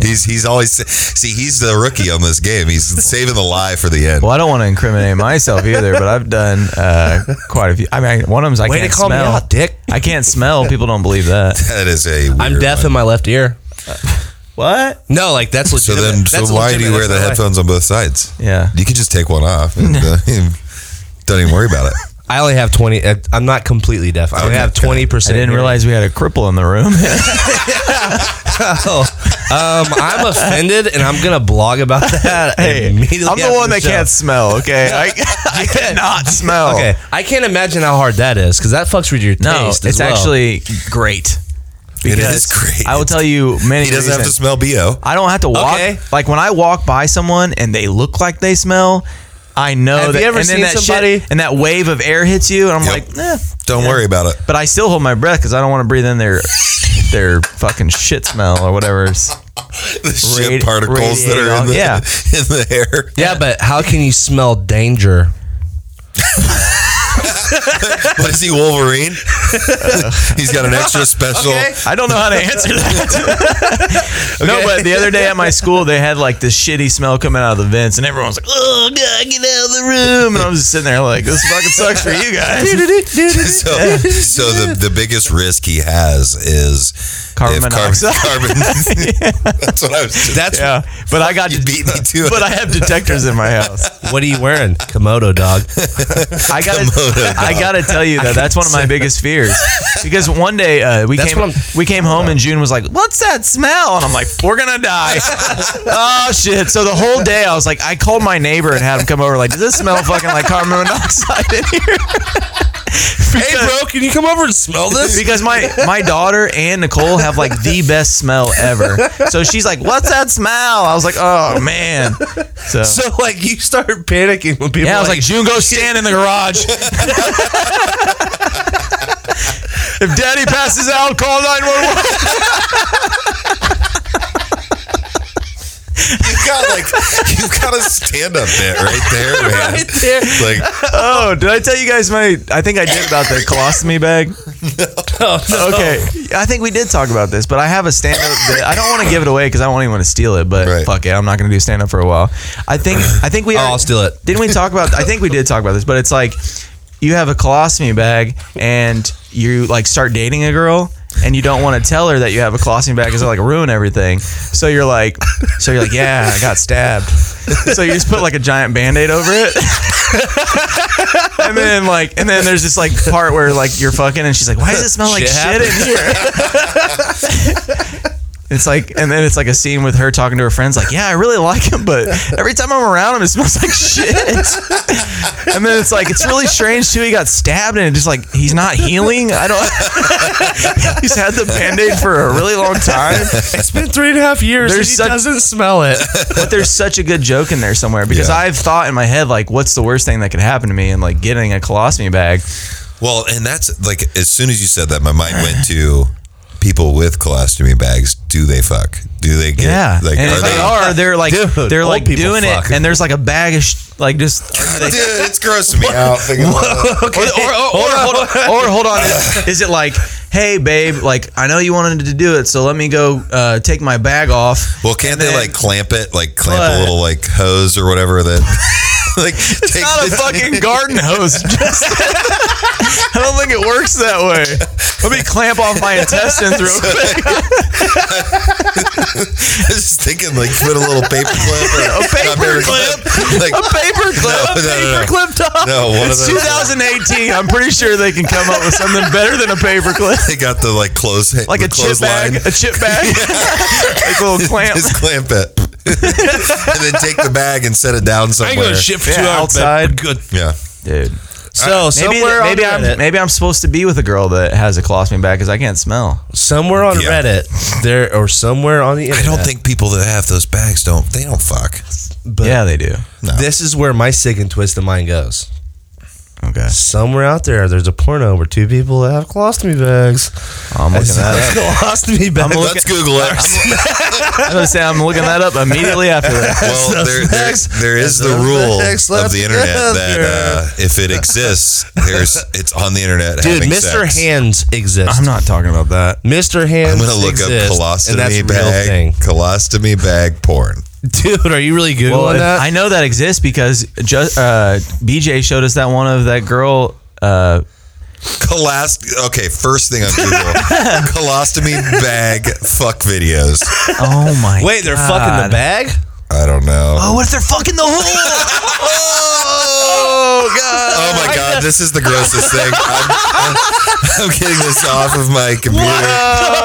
[SPEAKER 2] He's he's always see he's the rookie on this game. He's saving the lie for the end.
[SPEAKER 3] Well, I don't want to incriminate myself either, but I've done uh, quite a few. I mean, one of them's I
[SPEAKER 4] Way to
[SPEAKER 3] can't
[SPEAKER 4] call me
[SPEAKER 3] smell.
[SPEAKER 4] out, dick.
[SPEAKER 3] I can't smell. People don't believe that.
[SPEAKER 2] That is a. Weird
[SPEAKER 4] I'm deaf
[SPEAKER 2] one.
[SPEAKER 4] in my left ear.
[SPEAKER 3] What?
[SPEAKER 4] No, like that's
[SPEAKER 2] So
[SPEAKER 4] legitimate.
[SPEAKER 2] then,
[SPEAKER 4] That's
[SPEAKER 2] so why do you
[SPEAKER 4] legitimate.
[SPEAKER 2] wear the
[SPEAKER 4] That's not right.
[SPEAKER 2] headphones on both sides?
[SPEAKER 3] Yeah.
[SPEAKER 2] You could just take one off. And, uh, don't even worry about it.
[SPEAKER 4] I only have 20. uh, I'm not completely deaf. I only
[SPEAKER 2] Okay.
[SPEAKER 4] have 20%.
[SPEAKER 3] I didn't
[SPEAKER 4] hearing.
[SPEAKER 3] realize we had a cripple in the room.
[SPEAKER 4] Oh, um, I'm offended and I'm going to blog about that.
[SPEAKER 3] hey, I'm
[SPEAKER 4] immediately
[SPEAKER 3] the
[SPEAKER 4] after
[SPEAKER 3] one that
[SPEAKER 4] show.
[SPEAKER 3] can't smell. Okay, I, I cannot smell.
[SPEAKER 4] Okay. I can't imagine how hard that is because that fucks with your
[SPEAKER 3] No,
[SPEAKER 4] taste. as
[SPEAKER 3] it's
[SPEAKER 4] well.
[SPEAKER 3] actually great.
[SPEAKER 2] It is
[SPEAKER 3] Because
[SPEAKER 2] great.
[SPEAKER 3] I will tell you many.
[SPEAKER 2] he doesn't have to
[SPEAKER 3] reasons.
[SPEAKER 2] smell bo.
[SPEAKER 3] I don't have to walk.
[SPEAKER 4] Okay.
[SPEAKER 3] Like when I walk by someone and they look like they smell, I know
[SPEAKER 4] Have
[SPEAKER 3] that.
[SPEAKER 4] you ever
[SPEAKER 3] and then
[SPEAKER 4] seen
[SPEAKER 3] that shit-
[SPEAKER 4] somebody-
[SPEAKER 3] and that wave of air hits you, and I'm
[SPEAKER 2] Yep.
[SPEAKER 3] like, eh.
[SPEAKER 2] Don't worry about it.
[SPEAKER 3] but I still hold my breath because I don't want to breathe in their their fucking shit smell or whatever's.
[SPEAKER 2] the shit
[SPEAKER 3] Radi-
[SPEAKER 2] particles that are in the,
[SPEAKER 3] radiating off-
[SPEAKER 2] in the air.
[SPEAKER 4] Yeah, but how can you smell danger?
[SPEAKER 2] What is he, Wolverine? He's got an extra special.
[SPEAKER 4] Okay.
[SPEAKER 3] I don't know how to answer that. No,
[SPEAKER 4] Okay.
[SPEAKER 3] but the other day at my school, they had like this shitty smell coming out of the vents, and everyone's like, "Oh god, get out of the room!" And I was just sitting there like, "This fucking sucks for you guys."
[SPEAKER 2] So, so the, the biggest risk he has is
[SPEAKER 3] Carbon
[SPEAKER 2] if
[SPEAKER 3] monoxide.
[SPEAKER 2] Carbon, that's what I was. That's
[SPEAKER 3] Yeah, but I got
[SPEAKER 2] You beat me to it.
[SPEAKER 3] But I have detectors in my house.
[SPEAKER 4] What are you wearing? Komodo dog. Oh,
[SPEAKER 3] I gotta,
[SPEAKER 2] Komodo
[SPEAKER 3] I gotta tell you though, that's one of my biggest fears. Because one day uh, we
[SPEAKER 4] That's what
[SPEAKER 3] came,
[SPEAKER 4] I'm-
[SPEAKER 3] we came home and June was like, "What's that smell?" And I'm like, "We're gonna die." oh shit! So the whole day I was like, I called my neighbor and had him come over. Like, does this smell fucking like carbon monoxide in here?
[SPEAKER 4] hey, bro, can you come over and smell this?
[SPEAKER 3] because my my daughter and Nicole have like the best smell ever. So she's like, "What's that smell?" I was like, "Oh man." So.
[SPEAKER 4] So, like, you start panicking when people.
[SPEAKER 3] yeah, I
[SPEAKER 4] are
[SPEAKER 3] was like, June, go stand in the garage. if daddy passes out, call 911.
[SPEAKER 2] you've got like you've got a stand up bit right there, man.
[SPEAKER 4] Right there.
[SPEAKER 2] Like
[SPEAKER 3] Oh, did I tell you guys my. I think I did about the colostomy bag. Okay. I think we did talk about this, but I have a stand up. I don't want to give it away because I don't want anyone to steal it, but
[SPEAKER 2] Right.
[SPEAKER 3] fuck it. I'm not going to do stand up for a while. I think, I think we.
[SPEAKER 4] Oh,
[SPEAKER 3] are-
[SPEAKER 4] I'll steal it.
[SPEAKER 3] Didn't we talk about? I think we did talk about this, but it's like you have a colostomy bag and you like start dating a girl and you don't want to tell her that you have a colostomy bag because it'll like ruin everything. So you're like, so you're like, yeah, I got stabbed. So you just put like a giant band aid over it. and then like, and then there's this like part where like you're fucking and she's like, why does it smell like
[SPEAKER 4] Shit
[SPEAKER 3] shit in here? It's like, and then it's like a scene with her talking to her friends, like, "Yeah, I really like him, but every time I'm around him, it smells like shit." and then it's like, it's really strange too. He got stabbed, and it just like he's not healing. I don't. he's had the band aid for a really long time,
[SPEAKER 4] it's been three and a half years.
[SPEAKER 3] There's
[SPEAKER 4] and
[SPEAKER 3] such-
[SPEAKER 4] doesn't smell it.
[SPEAKER 3] but there's such a good joke in there somewhere because
[SPEAKER 2] Yeah.
[SPEAKER 3] I've thought in my head like, "What's the worst thing that could happen to me?" And like getting a colostomy bag.
[SPEAKER 2] well, and that's like as soon as you said that, my mind went to people with colostomy bags. Do they fuck? Do they get
[SPEAKER 3] Yeah,
[SPEAKER 2] like
[SPEAKER 3] and
[SPEAKER 2] are
[SPEAKER 3] if
[SPEAKER 2] they?
[SPEAKER 3] they are, they're like
[SPEAKER 4] Dude,
[SPEAKER 3] they're
[SPEAKER 4] old
[SPEAKER 3] like
[SPEAKER 4] people
[SPEAKER 3] doing
[SPEAKER 4] fuck.
[SPEAKER 3] it, and there's like a bag of sh- like just
[SPEAKER 2] Dude, it's grossing me out. thinking about that.
[SPEAKER 3] Or, or, or, hold on. Or hold on. Is, is it like, hey, babe, like, I know you wanted to do it, so let me go uh, take my bag off.
[SPEAKER 2] Well, can't they
[SPEAKER 3] then-
[SPEAKER 2] like clamp it, like clamp
[SPEAKER 3] What?
[SPEAKER 2] a little like hose or whatever that, like
[SPEAKER 3] It's not a fucking garden hose. Just- I don't think it works that way. Let me clamp off my intestines real quick.
[SPEAKER 2] I was just thinking like put a little paper clip, or,
[SPEAKER 3] A paper
[SPEAKER 2] not
[SPEAKER 3] clip.
[SPEAKER 2] like
[SPEAKER 3] A paper clip.
[SPEAKER 2] No,
[SPEAKER 3] a
[SPEAKER 2] no, no,
[SPEAKER 3] paper
[SPEAKER 2] no.
[SPEAKER 3] clip top.
[SPEAKER 2] No, one of
[SPEAKER 3] it's
[SPEAKER 2] those-
[SPEAKER 3] 2018. I'm pretty sure they can come up with something better than a paper clip.
[SPEAKER 2] they got the like clothes,
[SPEAKER 3] Like
[SPEAKER 2] the
[SPEAKER 3] a chip
[SPEAKER 2] clothesline.
[SPEAKER 3] bag. A chip bag. like a little clamp.
[SPEAKER 2] Just clamp it. and then take the bag and set it down
[SPEAKER 4] I
[SPEAKER 2] somewhere.
[SPEAKER 4] ain't gonna shit for two
[SPEAKER 3] Yeah,
[SPEAKER 4] hours.
[SPEAKER 3] outside.
[SPEAKER 4] But good.
[SPEAKER 2] yeah.
[SPEAKER 3] dude.
[SPEAKER 4] So
[SPEAKER 3] Maybe,
[SPEAKER 4] somewhere on
[SPEAKER 3] maybe I'm
[SPEAKER 4] Reddit,
[SPEAKER 3] maybe I'm supposed to be with a girl that has a colostomy bag because I can't smell.
[SPEAKER 4] somewhere on
[SPEAKER 2] Yeah.
[SPEAKER 4] Reddit there or somewhere on the
[SPEAKER 2] I
[SPEAKER 4] internet.
[SPEAKER 2] don't think people that have those bags don't they don't fuck.
[SPEAKER 4] But
[SPEAKER 3] yeah, they do.
[SPEAKER 2] No.
[SPEAKER 4] This is where my sick and twisted mind goes.
[SPEAKER 3] Okay,
[SPEAKER 4] Somewhere out there, there's a porno where two people have colostomy bags.
[SPEAKER 3] I'm looking that up.
[SPEAKER 4] colostomy bags.
[SPEAKER 3] looking-
[SPEAKER 2] Let's Google it.
[SPEAKER 3] I was gonna say I'm looking that up immediately after that.
[SPEAKER 2] well, there, there,
[SPEAKER 4] Sex.
[SPEAKER 2] there is the
[SPEAKER 4] That's
[SPEAKER 2] rule
[SPEAKER 4] sex.
[SPEAKER 2] of
[SPEAKER 4] Let's
[SPEAKER 2] the internet
[SPEAKER 4] go
[SPEAKER 2] that uh, if it exists, there's it's on the internet.
[SPEAKER 4] Dude,
[SPEAKER 2] having
[SPEAKER 4] Mr.
[SPEAKER 2] sex.
[SPEAKER 4] Hands exists.
[SPEAKER 3] I'm not talking about that.
[SPEAKER 4] Mr. Hands.
[SPEAKER 2] I'm gonna look up
[SPEAKER 4] exists, and that's
[SPEAKER 2] colostomy
[SPEAKER 4] a real
[SPEAKER 2] bag,
[SPEAKER 4] thing.
[SPEAKER 2] colostomy bag porn.
[SPEAKER 4] Dude, are you really googling
[SPEAKER 3] Well, if-
[SPEAKER 4] that?
[SPEAKER 3] I know that exists because just uh, BJ showed us that one of that girl. Uh,
[SPEAKER 2] Colast. Okay, first thing on Google, colostomy bag fuck videos.
[SPEAKER 3] oh my!
[SPEAKER 4] Wait, they're fucking the bag?
[SPEAKER 2] I don't know.
[SPEAKER 3] Oh, what if they're fucking the hole?
[SPEAKER 2] Oh god! Oh my god! This is the grossest thing. I'm, I'm, I'm getting this off of my computer.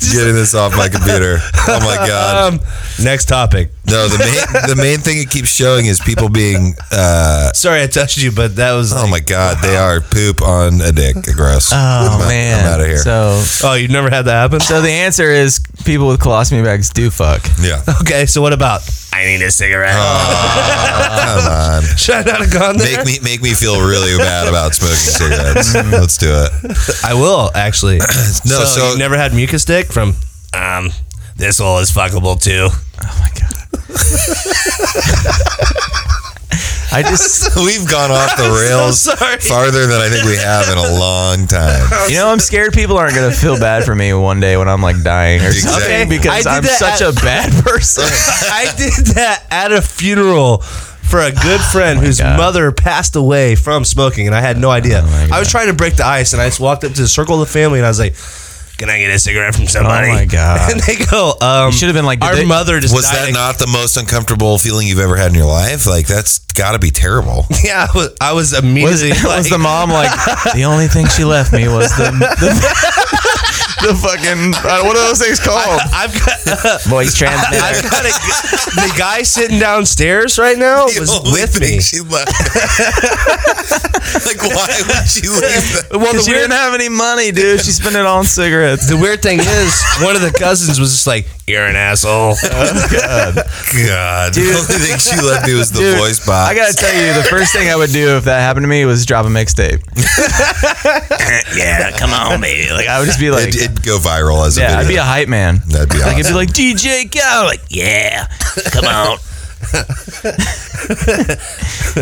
[SPEAKER 2] Getting this off my computer. Oh my god!
[SPEAKER 4] Um, next topic.
[SPEAKER 2] No, the main the main thing it keeps showing is people being. Uh,
[SPEAKER 4] Sorry, I touched you, but that was.
[SPEAKER 2] oh my god! They are poop on a dick. Gross.
[SPEAKER 3] Oh
[SPEAKER 2] I'm out-
[SPEAKER 3] man!
[SPEAKER 2] I'm out of here.
[SPEAKER 3] So,
[SPEAKER 4] Oh, you've never had that happen?
[SPEAKER 3] so the answer is people with colostomy bags do fuck.
[SPEAKER 2] yeah.
[SPEAKER 4] Okay, so what about? I need a cigarette.
[SPEAKER 2] Come on.
[SPEAKER 4] Should I not have gone there?
[SPEAKER 2] Make me make me feel really bad about smoking cigarettes. Let's do it.
[SPEAKER 4] I will actually.
[SPEAKER 2] No, so-
[SPEAKER 4] you never had mucus dick from. Um, this hole is fuckable too.
[SPEAKER 3] Oh my god! I just,
[SPEAKER 2] We've gone off the rails
[SPEAKER 4] sorry.
[SPEAKER 2] farther than I think we have in a long time.
[SPEAKER 3] you know, I'm scared people aren't gonna feel bad for me one day when I'm like dying or something
[SPEAKER 2] Exactly.
[SPEAKER 4] I
[SPEAKER 3] because
[SPEAKER 4] did
[SPEAKER 3] I'm
[SPEAKER 4] that
[SPEAKER 3] such
[SPEAKER 4] at-
[SPEAKER 3] a bad person.
[SPEAKER 4] I did that at a funeral for a good friend whose
[SPEAKER 3] Oh God. Oh
[SPEAKER 4] mother passed away from smoking, and I had no idea. I was trying to break the ice, and I just walked up to the circle of the family, and I was like. Can I get a cigarette from somebody?
[SPEAKER 3] Oh my God.
[SPEAKER 4] And they go, um,
[SPEAKER 3] You should have been like, did
[SPEAKER 4] our
[SPEAKER 3] they-
[SPEAKER 4] mother just
[SPEAKER 2] was
[SPEAKER 4] died.
[SPEAKER 2] that not the most uncomfortable feeling you've ever had in your life? Like that's got to be terrible.
[SPEAKER 4] Yeah, I was, I was
[SPEAKER 3] Was,
[SPEAKER 4] immediately like,
[SPEAKER 3] was the mom like the only thing she left me was the the, the fucking uh, what are those things called?
[SPEAKER 4] I've got,
[SPEAKER 3] Voice
[SPEAKER 4] I've
[SPEAKER 3] transmitter.
[SPEAKER 4] got a, the guy sitting downstairs right now was
[SPEAKER 2] only
[SPEAKER 4] with
[SPEAKER 2] thing
[SPEAKER 4] me.
[SPEAKER 2] She left. like why would she leave? That?
[SPEAKER 4] Well, the
[SPEAKER 3] She
[SPEAKER 4] weird,
[SPEAKER 3] didn't have any money, dude. She spent it all on cigarettes.
[SPEAKER 4] the weird thing is, one of the cousins was just like, "You're an asshole."
[SPEAKER 2] God, the only thing she left me was the
[SPEAKER 3] Dude,
[SPEAKER 2] voice box.
[SPEAKER 3] I gotta tell you, the first thing I would do if that happened to me was drop a mixtape.
[SPEAKER 1] Yeah, come on, baby. Like,
[SPEAKER 3] I would just be like,
[SPEAKER 2] it, would go viral as a
[SPEAKER 3] yeah,
[SPEAKER 2] video.
[SPEAKER 3] I'd be a hype man.
[SPEAKER 2] That'd be
[SPEAKER 3] Like, it'd be
[SPEAKER 2] awesome.
[SPEAKER 3] like DJ Khaled. Like,
[SPEAKER 1] yeah, come on.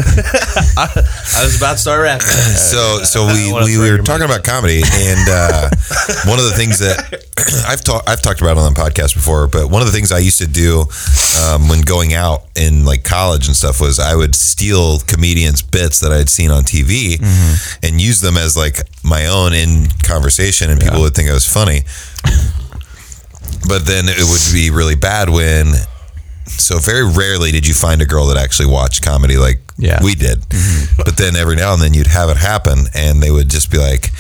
[SPEAKER 4] I was about to start rapping.
[SPEAKER 2] so so we,
[SPEAKER 4] wanna
[SPEAKER 2] we
[SPEAKER 4] throw
[SPEAKER 2] were
[SPEAKER 4] your
[SPEAKER 2] talking about comedy and uh, one of the things that I've talked I've talked about on the podcast before but one of the things I used to do um, when going out in like college and stuff was I would steal comedians bits that I'd seen on TV and use them as like my own in conversation and people would think I was funny but then it would be really bad when so very rarely did you find a girl that actually watched comedy like
[SPEAKER 3] Yeah.
[SPEAKER 2] we did but then every now and then you'd have it happen and they would just be like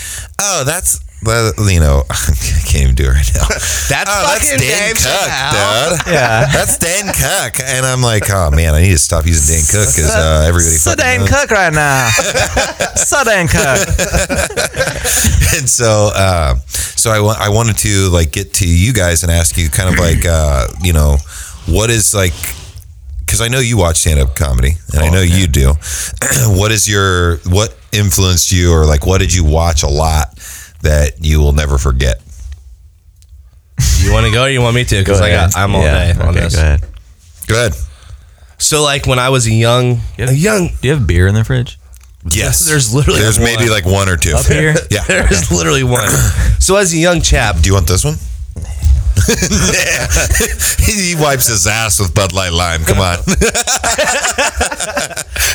[SPEAKER 2] oh that's well, you know, I can't even do it right now. That's oh, that's
[SPEAKER 4] fucking
[SPEAKER 2] Dan
[SPEAKER 4] Dave
[SPEAKER 2] Cook, dude.
[SPEAKER 3] Yeah.
[SPEAKER 2] that's Dan Cook, and I'm like, oh man, I need to stop using Dan Cook because uh, everybody.
[SPEAKER 3] so
[SPEAKER 2] fucking
[SPEAKER 3] damn
[SPEAKER 2] knows.
[SPEAKER 3] cook right now. so damn cook.
[SPEAKER 2] and so uh, so I, wa- I wanted to like get to you guys and ask you kind of like uh, you know what is like because I know you watch stand up comedy and I know you do. what is your what influenced you or like what did you watch a lot that you will never forget?
[SPEAKER 4] You want to go? or You want me to? Because I got, I'm all
[SPEAKER 3] Yeah,
[SPEAKER 4] day on
[SPEAKER 3] okay,
[SPEAKER 4] this.
[SPEAKER 3] Go ahead.
[SPEAKER 2] Good.
[SPEAKER 4] So, like when I was a young,
[SPEAKER 3] Yeah.
[SPEAKER 4] a young,
[SPEAKER 3] Do you have beer in the fridge?
[SPEAKER 2] Yes.
[SPEAKER 4] There's literally
[SPEAKER 2] there's
[SPEAKER 4] one.
[SPEAKER 2] maybe like one or two
[SPEAKER 3] Up here?
[SPEAKER 2] Yeah.
[SPEAKER 4] there is literally one. So as a young chap,
[SPEAKER 2] Do you want this one? he wipes his ass with Bud Light Lime. Come on.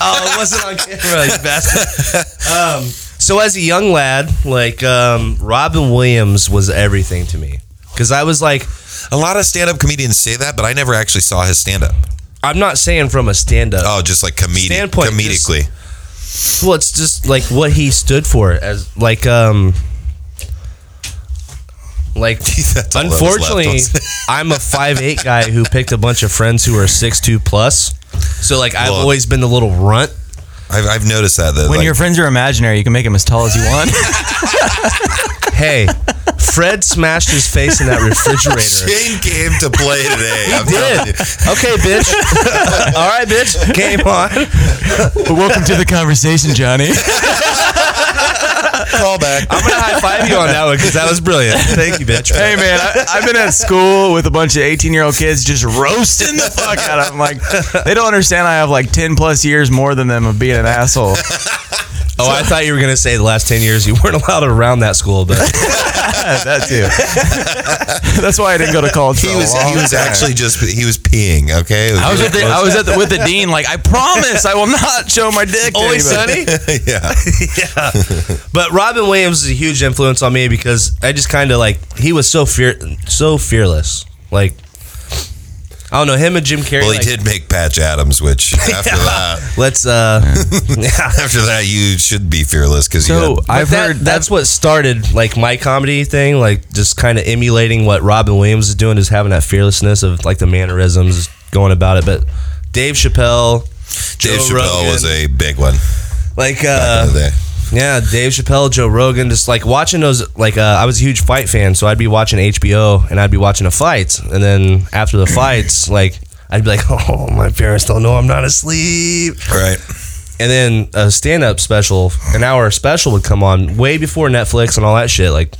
[SPEAKER 4] oh, it wasn't on camera, you bastard. Um, so as a young lad, like um, Robin Williams was everything to me because I was like,
[SPEAKER 2] a lot of stand up comedians say that, but I never actually saw his stand up.
[SPEAKER 4] I'm not saying from a stand-up.
[SPEAKER 2] Oh, just like comedic,
[SPEAKER 4] Standpoint,
[SPEAKER 2] comedically.
[SPEAKER 4] Well, it's just like what he stood for as like um Like,
[SPEAKER 2] That's all that was left on
[SPEAKER 4] unfortunately,
[SPEAKER 2] stage.
[SPEAKER 4] I'm a 5'8 guy who picked a bunch of friends who are 6'2 plus. So, like, I've
[SPEAKER 2] Look.
[SPEAKER 4] always been the little runt.
[SPEAKER 2] I've, I've noticed that though.
[SPEAKER 3] When
[SPEAKER 2] like,
[SPEAKER 3] your friends are imaginary, you can make them as tall as you want.
[SPEAKER 4] Hey, Fred smashed his face in that refrigerator.
[SPEAKER 2] Shane came to play today. I'm telling you.
[SPEAKER 4] Did. Okay, bitch. All right, bitch. Game on.
[SPEAKER 3] but welcome to the conversation, Johnny.
[SPEAKER 2] Call back.
[SPEAKER 4] I'm gonna high five you on that one because that was brilliant. Thank you, bitch.
[SPEAKER 3] hey man, I, I've been at school with a bunch of 18 year old kids just roasting the fuck out of them. Like they don't understand I have like 10 plus years more than them of being an asshole.
[SPEAKER 4] Oh, I thought you were gonna say the last ten years you weren't allowed around that school, but
[SPEAKER 3] that too. That's why I didn't go to college.
[SPEAKER 2] He was he was actually just he was peeing. Okay. It
[SPEAKER 3] I was with the, I was at the, with the dean. Like I promise, I will not show my dick. to
[SPEAKER 4] only
[SPEAKER 3] anybody.
[SPEAKER 4] Sunny.
[SPEAKER 2] yeah.
[SPEAKER 4] yeah. But Robin Williams is a huge influence on me because I just kind of like he was so fear so fearless. Like I don't know him and Jim Carrey.
[SPEAKER 2] Well, he
[SPEAKER 4] like,
[SPEAKER 2] did make Patch Adams, which after that,
[SPEAKER 4] Let's uh, yeah.
[SPEAKER 2] after that, you should be fearless because
[SPEAKER 3] So
[SPEAKER 2] you.
[SPEAKER 3] I've
[SPEAKER 4] But that-
[SPEAKER 3] heard that's
[SPEAKER 4] that's what started like my comedy thing, like just kind of emulating what Robin Williams is doing, is having that fearlessness of like the mannerisms going about it. But Dave Chappelle,
[SPEAKER 2] Dave
[SPEAKER 4] Joe
[SPEAKER 2] Chappelle
[SPEAKER 4] Rogan,
[SPEAKER 2] was a big one.
[SPEAKER 4] like
[SPEAKER 2] back in
[SPEAKER 4] uh,
[SPEAKER 2] the day.
[SPEAKER 4] yeah, Dave Chappelle, Joe Rogan, just like watching those. Like uh, I was a huge fight fan, so I'd be watching HBO and I'd be watching the fights, and then after the fights, like I'd be like, oh, my parents don't know I'm not asleep
[SPEAKER 2] All right.
[SPEAKER 4] and then a stand-up special, an hour special would come on way before Netflix and all that shit. Like,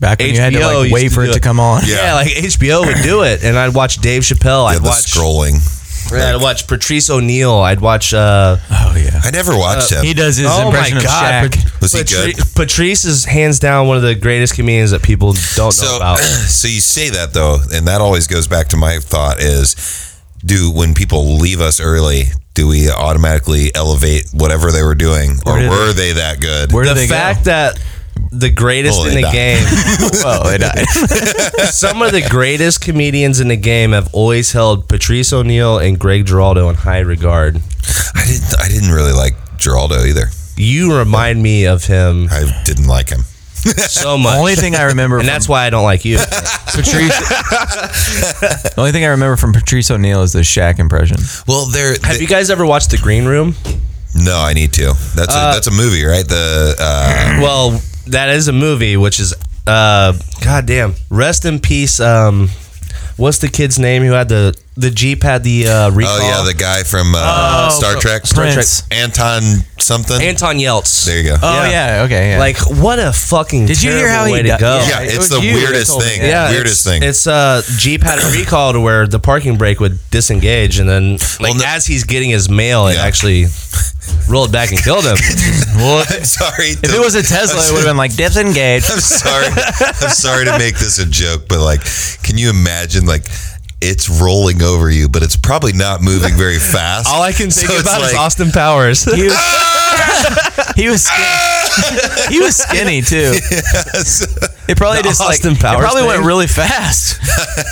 [SPEAKER 3] back when you had to
[SPEAKER 4] HBO
[SPEAKER 3] like
[SPEAKER 4] used
[SPEAKER 3] wait
[SPEAKER 4] to
[SPEAKER 3] for
[SPEAKER 4] do
[SPEAKER 3] it to
[SPEAKER 4] it.
[SPEAKER 3] come on.
[SPEAKER 2] Yeah.
[SPEAKER 4] yeah, like HBO would do it, and I'd watch Dave Chappelle.
[SPEAKER 2] Yeah,
[SPEAKER 4] I'd
[SPEAKER 2] the
[SPEAKER 4] watch,
[SPEAKER 2] scrolling.
[SPEAKER 4] yeah, I'd watch Patrice O'Neill. I'd watch. Uh,
[SPEAKER 3] Oh yeah.
[SPEAKER 2] I never watched him.
[SPEAKER 3] He does his
[SPEAKER 4] oh my
[SPEAKER 3] impression
[SPEAKER 4] god,
[SPEAKER 3] of Shaq.
[SPEAKER 2] Was he good?
[SPEAKER 4] Patrice is hands down one of the greatest comedians that people don't know
[SPEAKER 2] so uh,
[SPEAKER 4] about.
[SPEAKER 2] so you say that though and that always goes back to my thought is do when people leave us early do we automatically elevate whatever they were doing or
[SPEAKER 3] did
[SPEAKER 2] were they that good
[SPEAKER 3] Where do
[SPEAKER 4] The
[SPEAKER 3] they
[SPEAKER 4] fact that the greatest
[SPEAKER 2] Oh,
[SPEAKER 4] in
[SPEAKER 2] they
[SPEAKER 4] the
[SPEAKER 2] died. Oh,
[SPEAKER 4] game,
[SPEAKER 3] go? Well, they died.
[SPEAKER 4] some of the greatest comedians in the game, have always held Patrice O'Neill and Greg Giraldo in high regard.
[SPEAKER 2] i didn't i didn't really like geraldo either
[SPEAKER 4] You remind me of him
[SPEAKER 2] i didn't like him
[SPEAKER 4] so
[SPEAKER 3] The
[SPEAKER 4] much.
[SPEAKER 3] only thing I remember
[SPEAKER 4] and
[SPEAKER 3] from
[SPEAKER 4] that's why I don't like you.
[SPEAKER 3] Patrice. the only thing I remember from Patrice O'Neill is the Shaq impression.
[SPEAKER 2] well there
[SPEAKER 4] Have you guys ever watched The Green Room?
[SPEAKER 2] no i need to that's a that's a movie right the uh
[SPEAKER 4] Well, that is a movie, which is uh, goddamn. Rest in peace. Um, what's the kid's name who had the the Jeep had the uh, recall?
[SPEAKER 2] oh yeah the guy from uh, star trek star
[SPEAKER 3] Prince.
[SPEAKER 2] anton something
[SPEAKER 4] Anton Yelts.
[SPEAKER 2] there you go
[SPEAKER 3] Oh yeah. Okay. Yeah.
[SPEAKER 4] Like what a fucking
[SPEAKER 3] Did you hear
[SPEAKER 4] terrible
[SPEAKER 3] how he
[SPEAKER 4] way to
[SPEAKER 3] di-
[SPEAKER 4] go.
[SPEAKER 2] yeah,
[SPEAKER 3] it
[SPEAKER 2] it's
[SPEAKER 3] was
[SPEAKER 2] the
[SPEAKER 3] you that
[SPEAKER 2] weirdest
[SPEAKER 3] told me
[SPEAKER 2] thing.
[SPEAKER 3] that.
[SPEAKER 4] Yeah,
[SPEAKER 2] weirdest
[SPEAKER 4] it's,
[SPEAKER 2] thing.
[SPEAKER 4] It's uh, Jeep had a recall to where the parking brake would disengage, and then like
[SPEAKER 2] no-
[SPEAKER 4] as he's getting his mail, it
[SPEAKER 2] Yeah.
[SPEAKER 4] actually rolled back and killed him.
[SPEAKER 2] I'm sorry.
[SPEAKER 3] if it was a Tesla, it would have been like disengage.
[SPEAKER 2] I'm sorry. I'm sorry to make this a joke, but like, can you imagine like it's rolling over you, but it's probably not moving very fast.
[SPEAKER 4] All I can
[SPEAKER 2] So
[SPEAKER 4] think
[SPEAKER 2] it's
[SPEAKER 4] about is
[SPEAKER 2] like-
[SPEAKER 4] Austin Powers.
[SPEAKER 3] He was, he was skinny. he was skinny too. It probably
[SPEAKER 4] The
[SPEAKER 3] just
[SPEAKER 4] Austin
[SPEAKER 3] like
[SPEAKER 4] Powers
[SPEAKER 3] it probably went
[SPEAKER 4] thing?
[SPEAKER 3] really fast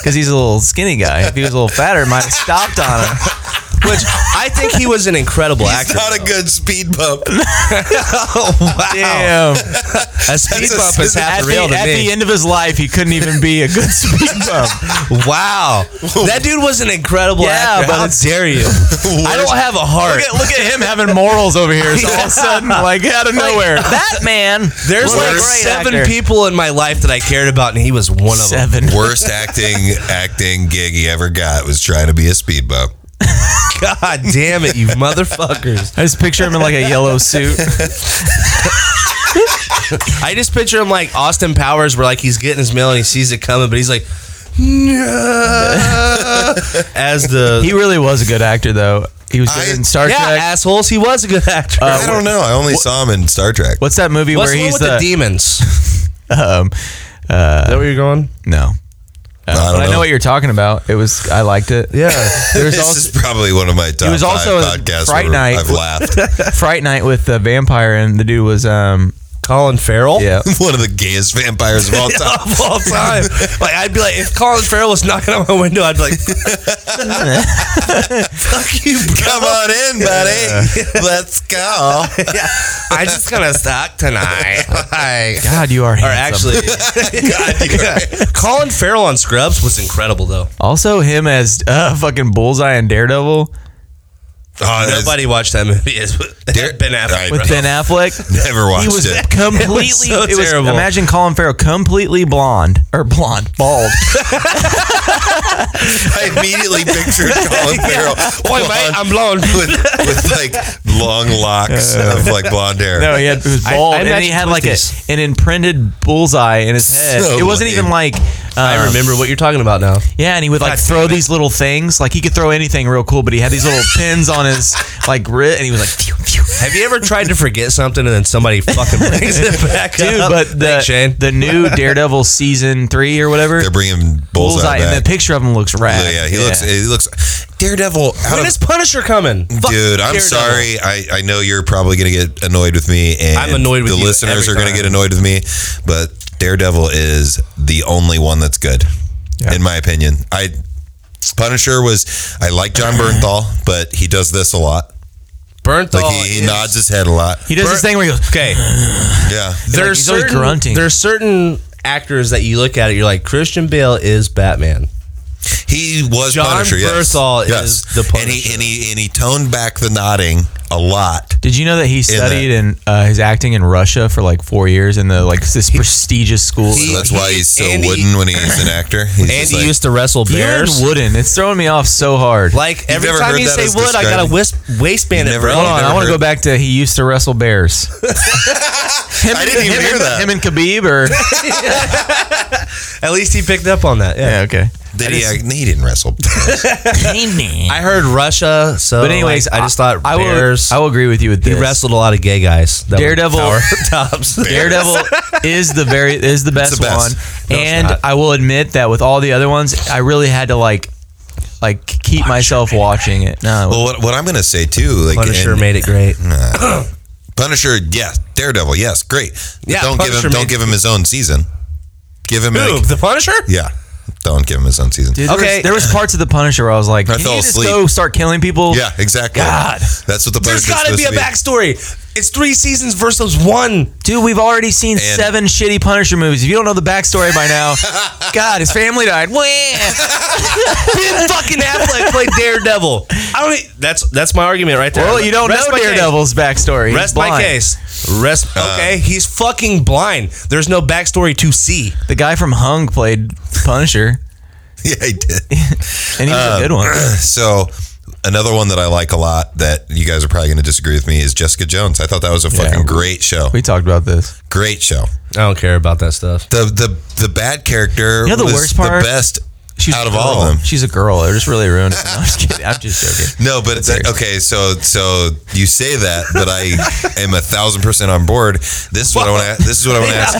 [SPEAKER 3] because he's a little skinny guy. If he was a little fatter, it might have stopped on him.
[SPEAKER 4] Which I think he was an incredible
[SPEAKER 2] It's
[SPEAKER 4] actor.
[SPEAKER 2] not a good speed bump.
[SPEAKER 3] Damn!
[SPEAKER 4] A
[SPEAKER 2] That's
[SPEAKER 4] speed
[SPEAKER 2] a-
[SPEAKER 4] bump is
[SPEAKER 3] At,
[SPEAKER 4] half the
[SPEAKER 3] the,
[SPEAKER 4] real to
[SPEAKER 3] at the
[SPEAKER 4] me.
[SPEAKER 3] end of his life, he couldn't even be a good speed bump.
[SPEAKER 4] Wow, that dude was an incredible
[SPEAKER 3] Yeah,
[SPEAKER 4] actor.
[SPEAKER 3] but
[SPEAKER 4] How
[SPEAKER 3] it's-
[SPEAKER 4] dare you? I don't have a heart.
[SPEAKER 3] Look at, look at him having morals over here. It's all of a sudden like out of nowhere. that man.
[SPEAKER 4] There's like seven people in my life that I cared about, and he was one of them.
[SPEAKER 3] Seven.
[SPEAKER 2] Worst acting acting gig he ever got was trying to be a speed bump.
[SPEAKER 4] God damn it, you motherfuckers!
[SPEAKER 3] I just picture him in like a yellow suit.
[SPEAKER 4] I just picture him like Austin Powers, where like he's getting his mail and he sees it coming, but he's like, "No," as the
[SPEAKER 3] He really was a good actor, though. He was good
[SPEAKER 2] I-
[SPEAKER 3] in Star
[SPEAKER 4] yeah
[SPEAKER 3] Trek.
[SPEAKER 4] assholes. He was a good actor.
[SPEAKER 2] I don't know. I only saw him in Star Trek.
[SPEAKER 3] What's that movie
[SPEAKER 4] What's
[SPEAKER 3] where
[SPEAKER 4] the one
[SPEAKER 3] he's
[SPEAKER 4] with the,
[SPEAKER 3] the,
[SPEAKER 4] demons? Is
[SPEAKER 3] um,
[SPEAKER 4] that where you're going?
[SPEAKER 3] no? Uh,
[SPEAKER 2] I don't
[SPEAKER 3] but I
[SPEAKER 2] know.
[SPEAKER 3] know what you're talking about. It was I liked it.
[SPEAKER 4] Yeah.
[SPEAKER 3] There's
[SPEAKER 2] This
[SPEAKER 3] also
[SPEAKER 2] is probably one of my top
[SPEAKER 3] was
[SPEAKER 2] five
[SPEAKER 3] also in
[SPEAKER 2] podcasts
[SPEAKER 3] Fright
[SPEAKER 2] where
[SPEAKER 3] Night.
[SPEAKER 2] I've laughed.
[SPEAKER 3] Fright Night with the vampire, and the dude was um
[SPEAKER 4] Colin Farrell.
[SPEAKER 3] Yeah. Oh
[SPEAKER 2] One of the gayest vampires of all time.
[SPEAKER 4] Of all time, like I'd be like, if Colin Farrell was knocking on my window, I'd be like, "Fuck you, bro!
[SPEAKER 2] Come on in, buddy. Let's go. Oh,
[SPEAKER 4] Yeah, I just gonna suck tonight." Like,
[SPEAKER 3] God, you are
[SPEAKER 4] or
[SPEAKER 3] handsome.
[SPEAKER 4] actually, Yeah. Colin Farrell on Scrubs was incredible, though.
[SPEAKER 3] also him as uh, fucking Bullseye and Daredevil
[SPEAKER 2] Oh, that's-
[SPEAKER 4] Nobody watched that movie. It's
[SPEAKER 2] Dare-
[SPEAKER 4] Ben Affleck.
[SPEAKER 2] I
[SPEAKER 3] with
[SPEAKER 2] Right.
[SPEAKER 3] Ben Affleck.
[SPEAKER 2] Never
[SPEAKER 3] He
[SPEAKER 2] watched
[SPEAKER 3] was
[SPEAKER 2] it.
[SPEAKER 3] completely
[SPEAKER 4] so
[SPEAKER 3] it was-
[SPEAKER 4] terrible.
[SPEAKER 3] imagine Colin Farrell completely blonde or blonde, bald.
[SPEAKER 2] I immediately pictured Colin Farrell.
[SPEAKER 4] Boy, mate,
[SPEAKER 2] blonde
[SPEAKER 4] I'm blown.
[SPEAKER 2] with, with like long locks of like blonde hair.
[SPEAKER 3] No, Oh, he had it was
[SPEAKER 4] I- I
[SPEAKER 3] bald, and he
[SPEAKER 4] imagine
[SPEAKER 3] had like a,
[SPEAKER 4] twisties.
[SPEAKER 3] an imprinted bullseye in his head.
[SPEAKER 2] So
[SPEAKER 3] it wasn't
[SPEAKER 2] lame.
[SPEAKER 3] even like
[SPEAKER 4] I
[SPEAKER 3] um,
[SPEAKER 4] remember what you're talking about now.
[SPEAKER 3] Yeah, and he would like
[SPEAKER 4] God
[SPEAKER 3] throw
[SPEAKER 4] damn it.
[SPEAKER 3] these little things. Like he could throw anything real cool, but he had these little pins on his like wrist, and he was like, phew, phew.
[SPEAKER 4] Have you ever tried to forget something and then somebody fucking brings it back
[SPEAKER 3] dude.
[SPEAKER 4] up?
[SPEAKER 3] But the
[SPEAKER 4] Thanks, Shane.
[SPEAKER 3] the new Daredevil season three or whatever,
[SPEAKER 2] They're bringing bullseye,
[SPEAKER 3] bullseye,
[SPEAKER 2] back.
[SPEAKER 3] and the picture of him looks rad.
[SPEAKER 2] yeah, he looks. He looks. Daredevil. Out
[SPEAKER 4] when
[SPEAKER 2] of,
[SPEAKER 4] is Punisher coming? Fuck
[SPEAKER 2] dude, I'm
[SPEAKER 4] Daredevil.
[SPEAKER 2] sorry. I, I know you're probably gonna get annoyed with me, and
[SPEAKER 4] I'm annoyed with
[SPEAKER 2] the
[SPEAKER 4] you
[SPEAKER 2] listeners
[SPEAKER 4] every
[SPEAKER 2] are gonna
[SPEAKER 4] time.
[SPEAKER 2] get annoyed with me. But Daredevil is the only one that's good, in my opinion. I Punisher was. I like John Bernthal, but he does this a lot.
[SPEAKER 4] Burnt
[SPEAKER 2] Like he, he nods his head a lot.
[SPEAKER 3] He does this thing where he goes,
[SPEAKER 4] Okay,
[SPEAKER 2] Yeah.
[SPEAKER 4] there's
[SPEAKER 3] he's always
[SPEAKER 4] certain
[SPEAKER 3] grunting.
[SPEAKER 4] there's certain actors that you look at it, you're like Christian Bale is Batman.
[SPEAKER 2] He was
[SPEAKER 4] John
[SPEAKER 2] Punisher. Yes.
[SPEAKER 4] Berthal
[SPEAKER 2] yes.
[SPEAKER 4] is the
[SPEAKER 2] And
[SPEAKER 4] Punisher.
[SPEAKER 2] he, and he and he toned back the nodding a lot.
[SPEAKER 3] Did you know that he studied in uh, his acting in Russia for like four years in the like this prestigious school?
[SPEAKER 2] So
[SPEAKER 3] He,
[SPEAKER 2] that's why he's so
[SPEAKER 4] and he-
[SPEAKER 2] wooden when he's an actor. He's
[SPEAKER 4] And
[SPEAKER 2] just
[SPEAKER 4] he
[SPEAKER 2] like-
[SPEAKER 4] used to wrestle
[SPEAKER 3] learned
[SPEAKER 4] bears.
[SPEAKER 3] wooden. It's throwing me off so hard.
[SPEAKER 4] Like every
[SPEAKER 2] never
[SPEAKER 4] time
[SPEAKER 2] heard
[SPEAKER 4] you
[SPEAKER 2] that
[SPEAKER 4] say
[SPEAKER 2] as
[SPEAKER 4] wood, I got a
[SPEAKER 2] described.
[SPEAKER 4] wisp, waistband it,
[SPEAKER 2] never-
[SPEAKER 4] bro.
[SPEAKER 2] Hold
[SPEAKER 3] Hold on, I want to
[SPEAKER 2] heard-
[SPEAKER 3] go back to he used to wrestle bears. Him-
[SPEAKER 2] I didn't even
[SPEAKER 3] him
[SPEAKER 2] hear
[SPEAKER 3] and-
[SPEAKER 2] that.
[SPEAKER 3] Him and Khabib, or
[SPEAKER 4] At least he picked up on that. Yeah.
[SPEAKER 3] yeah, okay.
[SPEAKER 2] Did he, act- he didn't wrestle.
[SPEAKER 3] I,
[SPEAKER 4] I heard Russia, so
[SPEAKER 3] but anyways,
[SPEAKER 4] like, I just thought
[SPEAKER 3] I
[SPEAKER 4] bears.
[SPEAKER 3] Will, I will agree with you with
[SPEAKER 4] he
[SPEAKER 3] this.
[SPEAKER 4] wrestled a lot of gay guys. That were
[SPEAKER 3] Daredevil-
[SPEAKER 4] power tops.
[SPEAKER 3] Daredevil is the very is the best,
[SPEAKER 2] the best.
[SPEAKER 3] one,
[SPEAKER 4] No, it's
[SPEAKER 3] and
[SPEAKER 4] not.
[SPEAKER 3] I will admit that with all the other ones, I really had to like like keep myself watching it. No,
[SPEAKER 2] well, what, what I'm going to say too, like
[SPEAKER 4] Punisher
[SPEAKER 2] and-
[SPEAKER 4] made it great.
[SPEAKER 2] Punisher, yes, Daredevil, yes, great. But
[SPEAKER 4] Yeah,
[SPEAKER 2] don't give
[SPEAKER 4] Punisher
[SPEAKER 2] him don't
[SPEAKER 4] made-
[SPEAKER 2] give him his own season. Give him
[SPEAKER 4] Who?
[SPEAKER 2] like,
[SPEAKER 4] The Punisher?
[SPEAKER 2] yeah. Don't give him his own season.
[SPEAKER 3] Dude, there
[SPEAKER 4] Okay.
[SPEAKER 3] was, there was parts of the Punisher where I was like,
[SPEAKER 2] I
[SPEAKER 3] "Can
[SPEAKER 2] fell
[SPEAKER 3] you just
[SPEAKER 2] asleep.
[SPEAKER 3] go start killing people?"
[SPEAKER 2] Yeah, exactly.
[SPEAKER 4] God.
[SPEAKER 2] that's what the
[SPEAKER 4] There's
[SPEAKER 2] Punisher's
[SPEAKER 4] got to
[SPEAKER 2] supposed
[SPEAKER 4] be a
[SPEAKER 2] to be.
[SPEAKER 4] backstory. It's three seasons versus one.
[SPEAKER 3] dude, we've already seen seven shitty Punisher movies. If you don't know the backstory by now, God, his family died. Wah.
[SPEAKER 4] Ben fucking Affleck played Daredevil. I don't. e- That's that's my argument right there.
[SPEAKER 3] Well, you don't
[SPEAKER 4] Rest
[SPEAKER 3] know
[SPEAKER 4] my case.
[SPEAKER 3] Daredevil's backstory. He's
[SPEAKER 4] Rest my
[SPEAKER 3] blind.
[SPEAKER 4] case. Rest. Okay, he's fucking blind. There's no backstory to see.
[SPEAKER 3] The guy from Hung played Punisher,
[SPEAKER 2] Yeah, he did.
[SPEAKER 3] and he was
[SPEAKER 4] Uh,
[SPEAKER 3] a good one.
[SPEAKER 2] So another one that I like a lot that you guys are probably going to disagree with me is Jessica Jones. I thought that was a fucking great show.
[SPEAKER 3] We talked about this.
[SPEAKER 2] Great show.
[SPEAKER 4] I don't care about that stuff.
[SPEAKER 2] The the the bad character
[SPEAKER 3] You know the
[SPEAKER 2] was
[SPEAKER 3] worst part?
[SPEAKER 2] the best
[SPEAKER 3] She's
[SPEAKER 2] out
[SPEAKER 3] a
[SPEAKER 2] of all
[SPEAKER 3] girl.
[SPEAKER 2] of them.
[SPEAKER 3] She's a girl. I just really ruined it. No, I'm just kidding. I'm just joking.
[SPEAKER 2] No, but it's okay. So so you say that, but I am a thousand percent on board. This is what I want to. This is what I want to ask.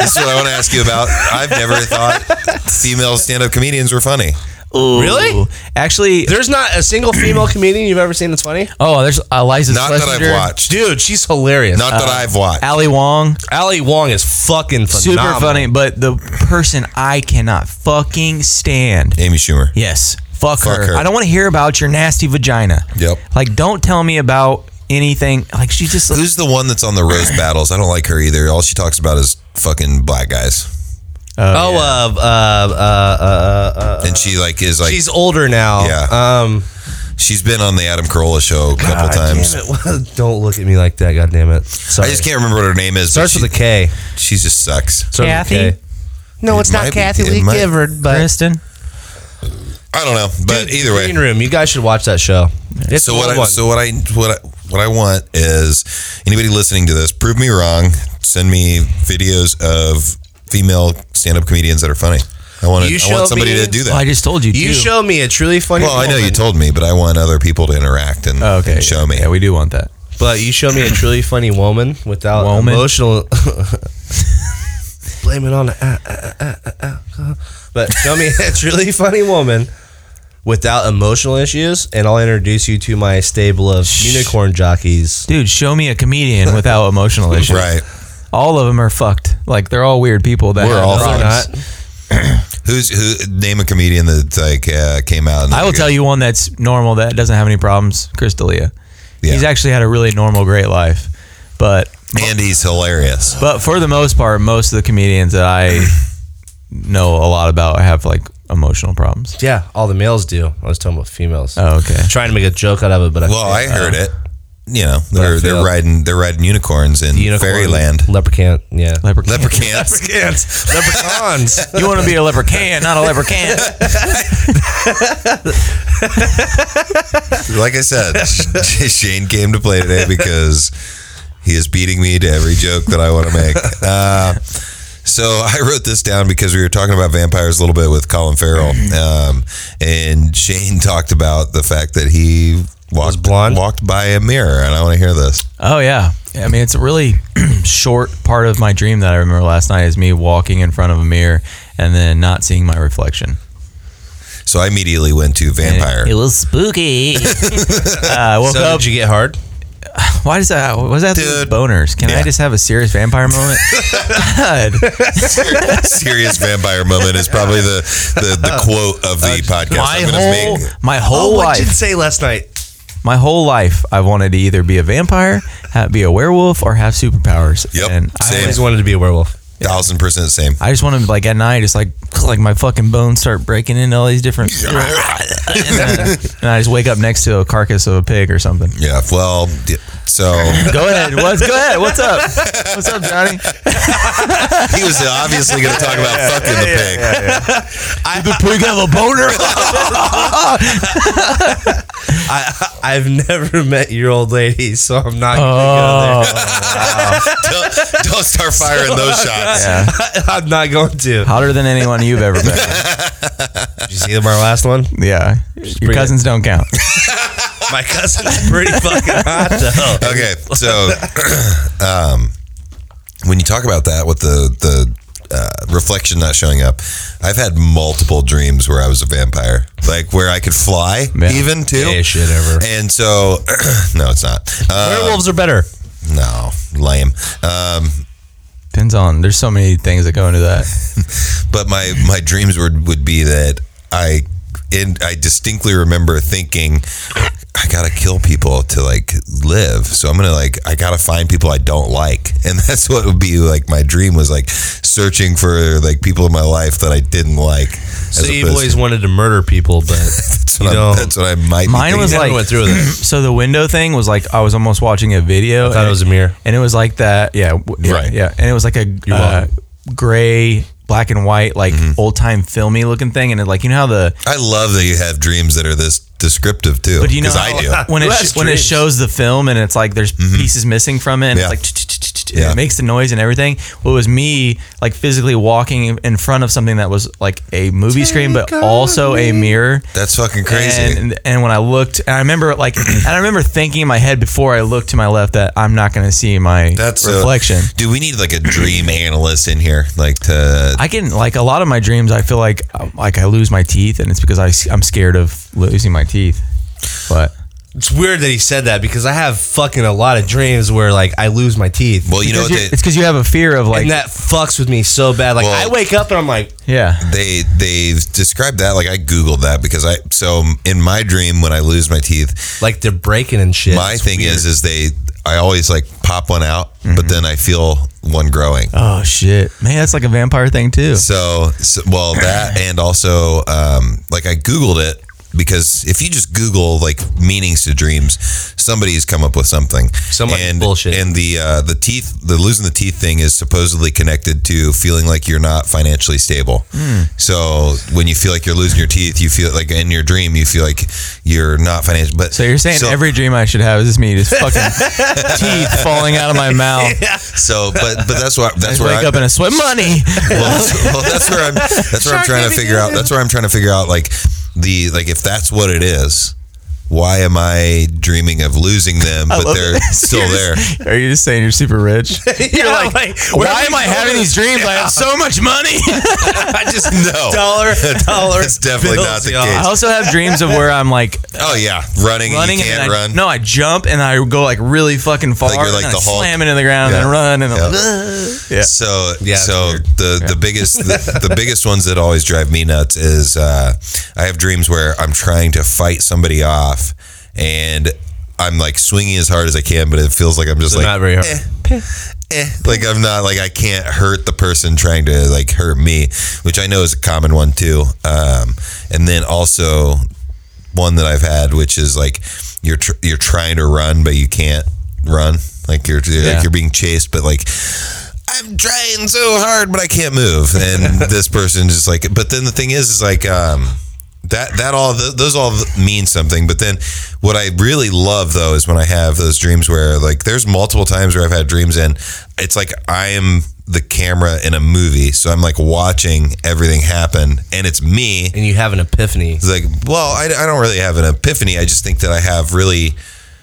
[SPEAKER 2] This is what I want to ask you about. I've never thought female stand-up comedians were funny.
[SPEAKER 4] Really?
[SPEAKER 3] Actually,
[SPEAKER 4] There's not a single female comedian you've ever seen that's funny.
[SPEAKER 3] oh, there's Eliza
[SPEAKER 2] Not that I've
[SPEAKER 3] Schlesinger, Uh,
[SPEAKER 2] watched.
[SPEAKER 4] Dude, she's hilarious.
[SPEAKER 2] Not that I've watched.
[SPEAKER 3] Ali Wong,
[SPEAKER 4] Ali Wong is fucking
[SPEAKER 3] super
[SPEAKER 4] phenomenal.
[SPEAKER 3] funny. But the person I cannot fucking stand.
[SPEAKER 2] Amy Schumer.
[SPEAKER 3] Yes, fuck,
[SPEAKER 2] Fuck
[SPEAKER 3] her.
[SPEAKER 2] her.
[SPEAKER 3] I don't want to hear about your nasty vagina.
[SPEAKER 2] Yep.
[SPEAKER 3] Like, don't tell me about anything. Like, she just.
[SPEAKER 2] Who's the one that's on the roast battles? I don't like her either. All she talks about is fucking black guys,
[SPEAKER 4] Oh, uh, uh, uh, uh, uh, uh,
[SPEAKER 2] and she like is like
[SPEAKER 4] she's older now.
[SPEAKER 2] Yeah.
[SPEAKER 4] Um,
[SPEAKER 2] she's been on the Adam Carolla show a couple times.
[SPEAKER 4] Ah, damn it. Don't look at me like that. God damn it. Sorry.
[SPEAKER 2] I just can't remember what her name is. but
[SPEAKER 4] Starts
[SPEAKER 2] she,
[SPEAKER 4] with a K.
[SPEAKER 2] She just sucks.
[SPEAKER 4] Starts
[SPEAKER 3] Kathy?
[SPEAKER 4] With a K. No,
[SPEAKER 2] It
[SPEAKER 4] it's not
[SPEAKER 2] might be-
[SPEAKER 4] Kathy
[SPEAKER 2] it
[SPEAKER 4] Lee
[SPEAKER 2] might-
[SPEAKER 4] Gifford, but
[SPEAKER 3] Kristen?
[SPEAKER 2] I don't know, but either way,
[SPEAKER 4] Green Room. You guys should watch that show. It's
[SPEAKER 2] So what?
[SPEAKER 4] the
[SPEAKER 2] I,
[SPEAKER 4] one.
[SPEAKER 2] so what I what I, what I want is anybody listening to this, prove me wrong. Send me videos of female stand-up comedians that are funny. I want to,
[SPEAKER 4] You
[SPEAKER 2] I want
[SPEAKER 4] show
[SPEAKER 2] somebody
[SPEAKER 4] me-
[SPEAKER 2] to do
[SPEAKER 3] Oh, I
[SPEAKER 2] that.
[SPEAKER 3] just told you.
[SPEAKER 4] you
[SPEAKER 3] too.
[SPEAKER 4] show me a truly funny.
[SPEAKER 2] well, I know you
[SPEAKER 4] woman,
[SPEAKER 2] told me, but I want other people to interact and,
[SPEAKER 3] Oh, okay.
[SPEAKER 2] and show me.
[SPEAKER 3] Yeah, we do want that.
[SPEAKER 4] but you show me a truly funny woman without
[SPEAKER 3] Woman?
[SPEAKER 4] emotional. Blame it on the uh, uh, uh, uh, alcohol. But show me a truly funny woman without emotional issues, and I'll introduce you to my stable of unicorn jockeys.
[SPEAKER 3] Dude, show me a comedian without emotional issues.
[SPEAKER 2] right.
[SPEAKER 3] all of them are fucked. Like they're all weird people. That
[SPEAKER 2] We're
[SPEAKER 3] have
[SPEAKER 2] all
[SPEAKER 3] problems.
[SPEAKER 2] fucked. Who's who? Name a comedian that like uh, came out. And
[SPEAKER 3] I will tell you one that's normal that doesn't have any problems. Chris D'Elia.
[SPEAKER 2] Yeah.
[SPEAKER 3] He's actually had a really normal, great life, but
[SPEAKER 2] and he's hilarious.
[SPEAKER 3] but for the most part, most of the comedians that I know a lot about have like emotional problems.
[SPEAKER 4] Yeah, all the males do. I was talking about females.
[SPEAKER 3] Oh, okay.
[SPEAKER 4] Trying to make a joke out of it, but I
[SPEAKER 2] Well, I heard it. You know,
[SPEAKER 4] I
[SPEAKER 2] they're they're
[SPEAKER 4] feel-
[SPEAKER 2] riding they're riding unicorns in
[SPEAKER 4] Unicorn,
[SPEAKER 2] fairyland.
[SPEAKER 4] leprechaun. Yeah,
[SPEAKER 3] Leprechaun.
[SPEAKER 2] Leprechauns.
[SPEAKER 4] leprechauns.
[SPEAKER 3] you want to be a leprechaun, not a leprechaun.
[SPEAKER 2] like I said, Shane came to play today because he is beating me to every joke that I want to make. Uh, so I wrote this down because we were talking about vampires a little bit with Colin Farrell, um, and Shane talked about the fact that he walked
[SPEAKER 4] blonde?
[SPEAKER 2] walked by a mirror, and I want to hear this.
[SPEAKER 3] Oh yeah. I mean, it's a really short part of my dream that I remember last night is me walking in front of a mirror and then not seeing my reflection.
[SPEAKER 2] So I immediately went to vampire.
[SPEAKER 3] was spooky. uh, I woke
[SPEAKER 4] So
[SPEAKER 3] up.
[SPEAKER 4] did you get hard?
[SPEAKER 3] Why does that? What does that have to do
[SPEAKER 2] Dude.
[SPEAKER 3] with boners? Can I
[SPEAKER 2] Yeah.
[SPEAKER 3] just have a serious vampire moment? God.
[SPEAKER 2] serious vampire moment is probably the the, the quote of the podcast.
[SPEAKER 3] My
[SPEAKER 2] I'm
[SPEAKER 3] whole,
[SPEAKER 2] gonna make Oh,
[SPEAKER 3] my whole
[SPEAKER 4] what Oh, did you
[SPEAKER 3] life,
[SPEAKER 4] say last night?
[SPEAKER 3] my whole life, I wanted to either be a vampire, ha be a werewolf, or have superpowers.
[SPEAKER 2] Yep,
[SPEAKER 3] And
[SPEAKER 2] same.
[SPEAKER 3] I,
[SPEAKER 4] I
[SPEAKER 3] was-
[SPEAKER 4] always wanted to be a werewolf.
[SPEAKER 2] thousand percent same.
[SPEAKER 3] I just want to like at night, it's like like my fucking bones start breaking into all these different, and, uh, and I just wake up next to a carcass of a pig or something.
[SPEAKER 2] Yeah. Well, d- so
[SPEAKER 3] Go ahead, what's go ahead, what's up, what's up, Johnny?
[SPEAKER 2] he was obviously going to talk about fucking the pig.
[SPEAKER 3] I the pig have a boner.
[SPEAKER 4] I, I've never met your old lady, so I'm not going to go
[SPEAKER 3] Oh,
[SPEAKER 2] Don't, don't start firing those shots.
[SPEAKER 3] yeah.
[SPEAKER 4] there. I'm not going to.
[SPEAKER 3] hotter than anyone you've ever been.
[SPEAKER 4] Did you see my last one?
[SPEAKER 3] Yeah, your
[SPEAKER 4] pretty-
[SPEAKER 3] cousins don't count.
[SPEAKER 4] My cousin's pretty fucking hot, though.
[SPEAKER 2] Okay. So, um, when you talk about that with the the uh, reflection not showing up, I've had multiple dreams where I was a vampire, like where I could fly,
[SPEAKER 3] Yeah.
[SPEAKER 2] even too.
[SPEAKER 4] Yeah, shit ever.
[SPEAKER 2] And so, no, it's not. Uh,
[SPEAKER 4] Werewolves are better.
[SPEAKER 2] no, lame. Um,
[SPEAKER 3] Depends on. There's so many things that go into that.
[SPEAKER 2] but my my dreams would would be that I and I distinctly remember thinking I gotta kill people to like live. So I'm gonna like I gotta find people I don't like, and that's what would be like my dream was like searching for like people in my life that I didn't like.
[SPEAKER 4] So
[SPEAKER 2] as
[SPEAKER 4] you've
[SPEAKER 2] opposed
[SPEAKER 4] always
[SPEAKER 2] to-
[SPEAKER 4] wanted to murder people, but
[SPEAKER 2] that's
[SPEAKER 4] you
[SPEAKER 2] what,
[SPEAKER 4] know,
[SPEAKER 2] I, that's what I might.
[SPEAKER 3] Mine
[SPEAKER 2] be
[SPEAKER 3] was
[SPEAKER 2] thinking.
[SPEAKER 3] like
[SPEAKER 4] went through with it.
[SPEAKER 3] So the window thing was like I was almost watching a video. I
[SPEAKER 4] thought it was a mirror.
[SPEAKER 3] and it was like that. Yeah, w- yeah
[SPEAKER 2] Right.
[SPEAKER 3] Yeah, and it was like a uh,
[SPEAKER 4] welcome.
[SPEAKER 3] gray, black and white, like old time filmy looking thing. And it, like you know how the
[SPEAKER 2] I love that you have dreams that are this descriptive too.
[SPEAKER 3] but you know
[SPEAKER 2] 'cause
[SPEAKER 3] how- Mm-hmm.
[SPEAKER 2] I do.
[SPEAKER 3] when it
[SPEAKER 4] Who
[SPEAKER 3] sh-
[SPEAKER 4] has
[SPEAKER 3] when it
[SPEAKER 4] dreams?
[SPEAKER 3] shows the film and it's like there's pieces missing from it and
[SPEAKER 2] Yeah.
[SPEAKER 3] it's like ch-ch-ch-ch-ch, and
[SPEAKER 2] Yeah.
[SPEAKER 3] it makes the noise and everything. Well, it was me like physically walking in front of something that was like a movie screen, but also a mirror.
[SPEAKER 2] That's fucking crazy.
[SPEAKER 3] And, and when I looked, and I remember like, and I remember thinking in my head before I looked to my left that I'm not going to see my
[SPEAKER 2] that's a-
[SPEAKER 3] reflection.
[SPEAKER 2] do we need like a dream analyst in here, like to
[SPEAKER 3] I can like a lot of my dreams. I feel like um, like I lose my teeth, and it's because I am scared of losing my teeth. But
[SPEAKER 4] It's weird that he said that because I have fucking a lot of dreams where like I lose my teeth.
[SPEAKER 2] well, you know what they,
[SPEAKER 3] it's because you have a fear of like
[SPEAKER 4] and that fucks with me so bad. Like
[SPEAKER 2] Well-
[SPEAKER 4] I wake up and I'm like,
[SPEAKER 3] yeah.
[SPEAKER 2] they they described that like I googled that because I so in my dream when I lose my teeth,
[SPEAKER 4] like they're breaking and shit.
[SPEAKER 2] my
[SPEAKER 4] It's
[SPEAKER 2] thing
[SPEAKER 4] weird.
[SPEAKER 2] is is they I always like pop one out,
[SPEAKER 3] Mm-hmm.
[SPEAKER 2] but then I feel one growing.
[SPEAKER 3] Oh shit, man, that's like a vampire thing too.
[SPEAKER 2] So, so well that and also um, like I googled it because if you just Google like meanings to dreams, somebody's come up with something.
[SPEAKER 4] Somebody
[SPEAKER 2] and,
[SPEAKER 4] bullshit.
[SPEAKER 2] And the uh, the teeth, the losing the teeth thing is supposedly connected to feeling like you're not financially stable.
[SPEAKER 3] Hmm.
[SPEAKER 2] So when you feel like you're losing your teeth, you feel like in your dream you feel like you're not financial. But
[SPEAKER 3] So you're saying
[SPEAKER 2] so-
[SPEAKER 3] every dream I should have is just me just fucking teeth falling out of my mouth.
[SPEAKER 2] So, but but that's why that's
[SPEAKER 3] Just
[SPEAKER 2] where
[SPEAKER 3] wake
[SPEAKER 2] I,
[SPEAKER 3] up in a sweat. Money.
[SPEAKER 2] well, that's- well, that's where I'm. That's where I'm trying to figure out. That's where I'm trying to figure out like the like if that's what it is, why am I dreaming of losing them, but they're still there?
[SPEAKER 3] Are you just saying you're super rich?
[SPEAKER 4] You're like,
[SPEAKER 3] Why am I having these dreams? I have so much money.
[SPEAKER 2] I just know.
[SPEAKER 4] dollar dollar?
[SPEAKER 2] That's definitely not
[SPEAKER 4] bills,
[SPEAKER 2] the
[SPEAKER 4] y'all.
[SPEAKER 2] case.
[SPEAKER 3] I also have dreams of where I'm like
[SPEAKER 2] Oh yeah, running,
[SPEAKER 3] running
[SPEAKER 2] running you
[SPEAKER 3] and
[SPEAKER 2] can't
[SPEAKER 3] then I,
[SPEAKER 2] run.
[SPEAKER 3] No, I jump and I go like really fucking far.
[SPEAKER 2] Like you're like
[SPEAKER 3] and
[SPEAKER 2] the
[SPEAKER 3] I
[SPEAKER 2] Hulk.
[SPEAKER 3] slam into the ground
[SPEAKER 2] Yeah.
[SPEAKER 3] and run and I'm
[SPEAKER 2] Yeah.
[SPEAKER 3] like, yeah.
[SPEAKER 2] So
[SPEAKER 4] Yeah, it's
[SPEAKER 2] so
[SPEAKER 4] weird.
[SPEAKER 2] the the biggest the, the biggest ones that always drive me nuts is uh, I have dreams where I'm trying to fight somebody off and I'm like swinging as hard as I can, but it feels like I'm just like
[SPEAKER 4] Not very hard.
[SPEAKER 2] eh. like I'm not like I can't hurt the person trying to like hurt me, which I know is a common one too. Um, and then also one that I've had, which is like you're tr- you're trying to run but you can't run, like you're you're-
[SPEAKER 3] Yeah.
[SPEAKER 2] like you're being chased, but like. I'm trying so hard, but I can't move. And this person just like, but then the thing is, is like, um, that that all th- those all mean something but then what i really love though is when i have those dreams where like there's multiple times where i've had dreams and it's like i am the camera in a movie so i'm like watching everything happen and it's me
[SPEAKER 4] And you have an epiphany.
[SPEAKER 2] it's like well I, I don't really have an epiphany i just think that i have really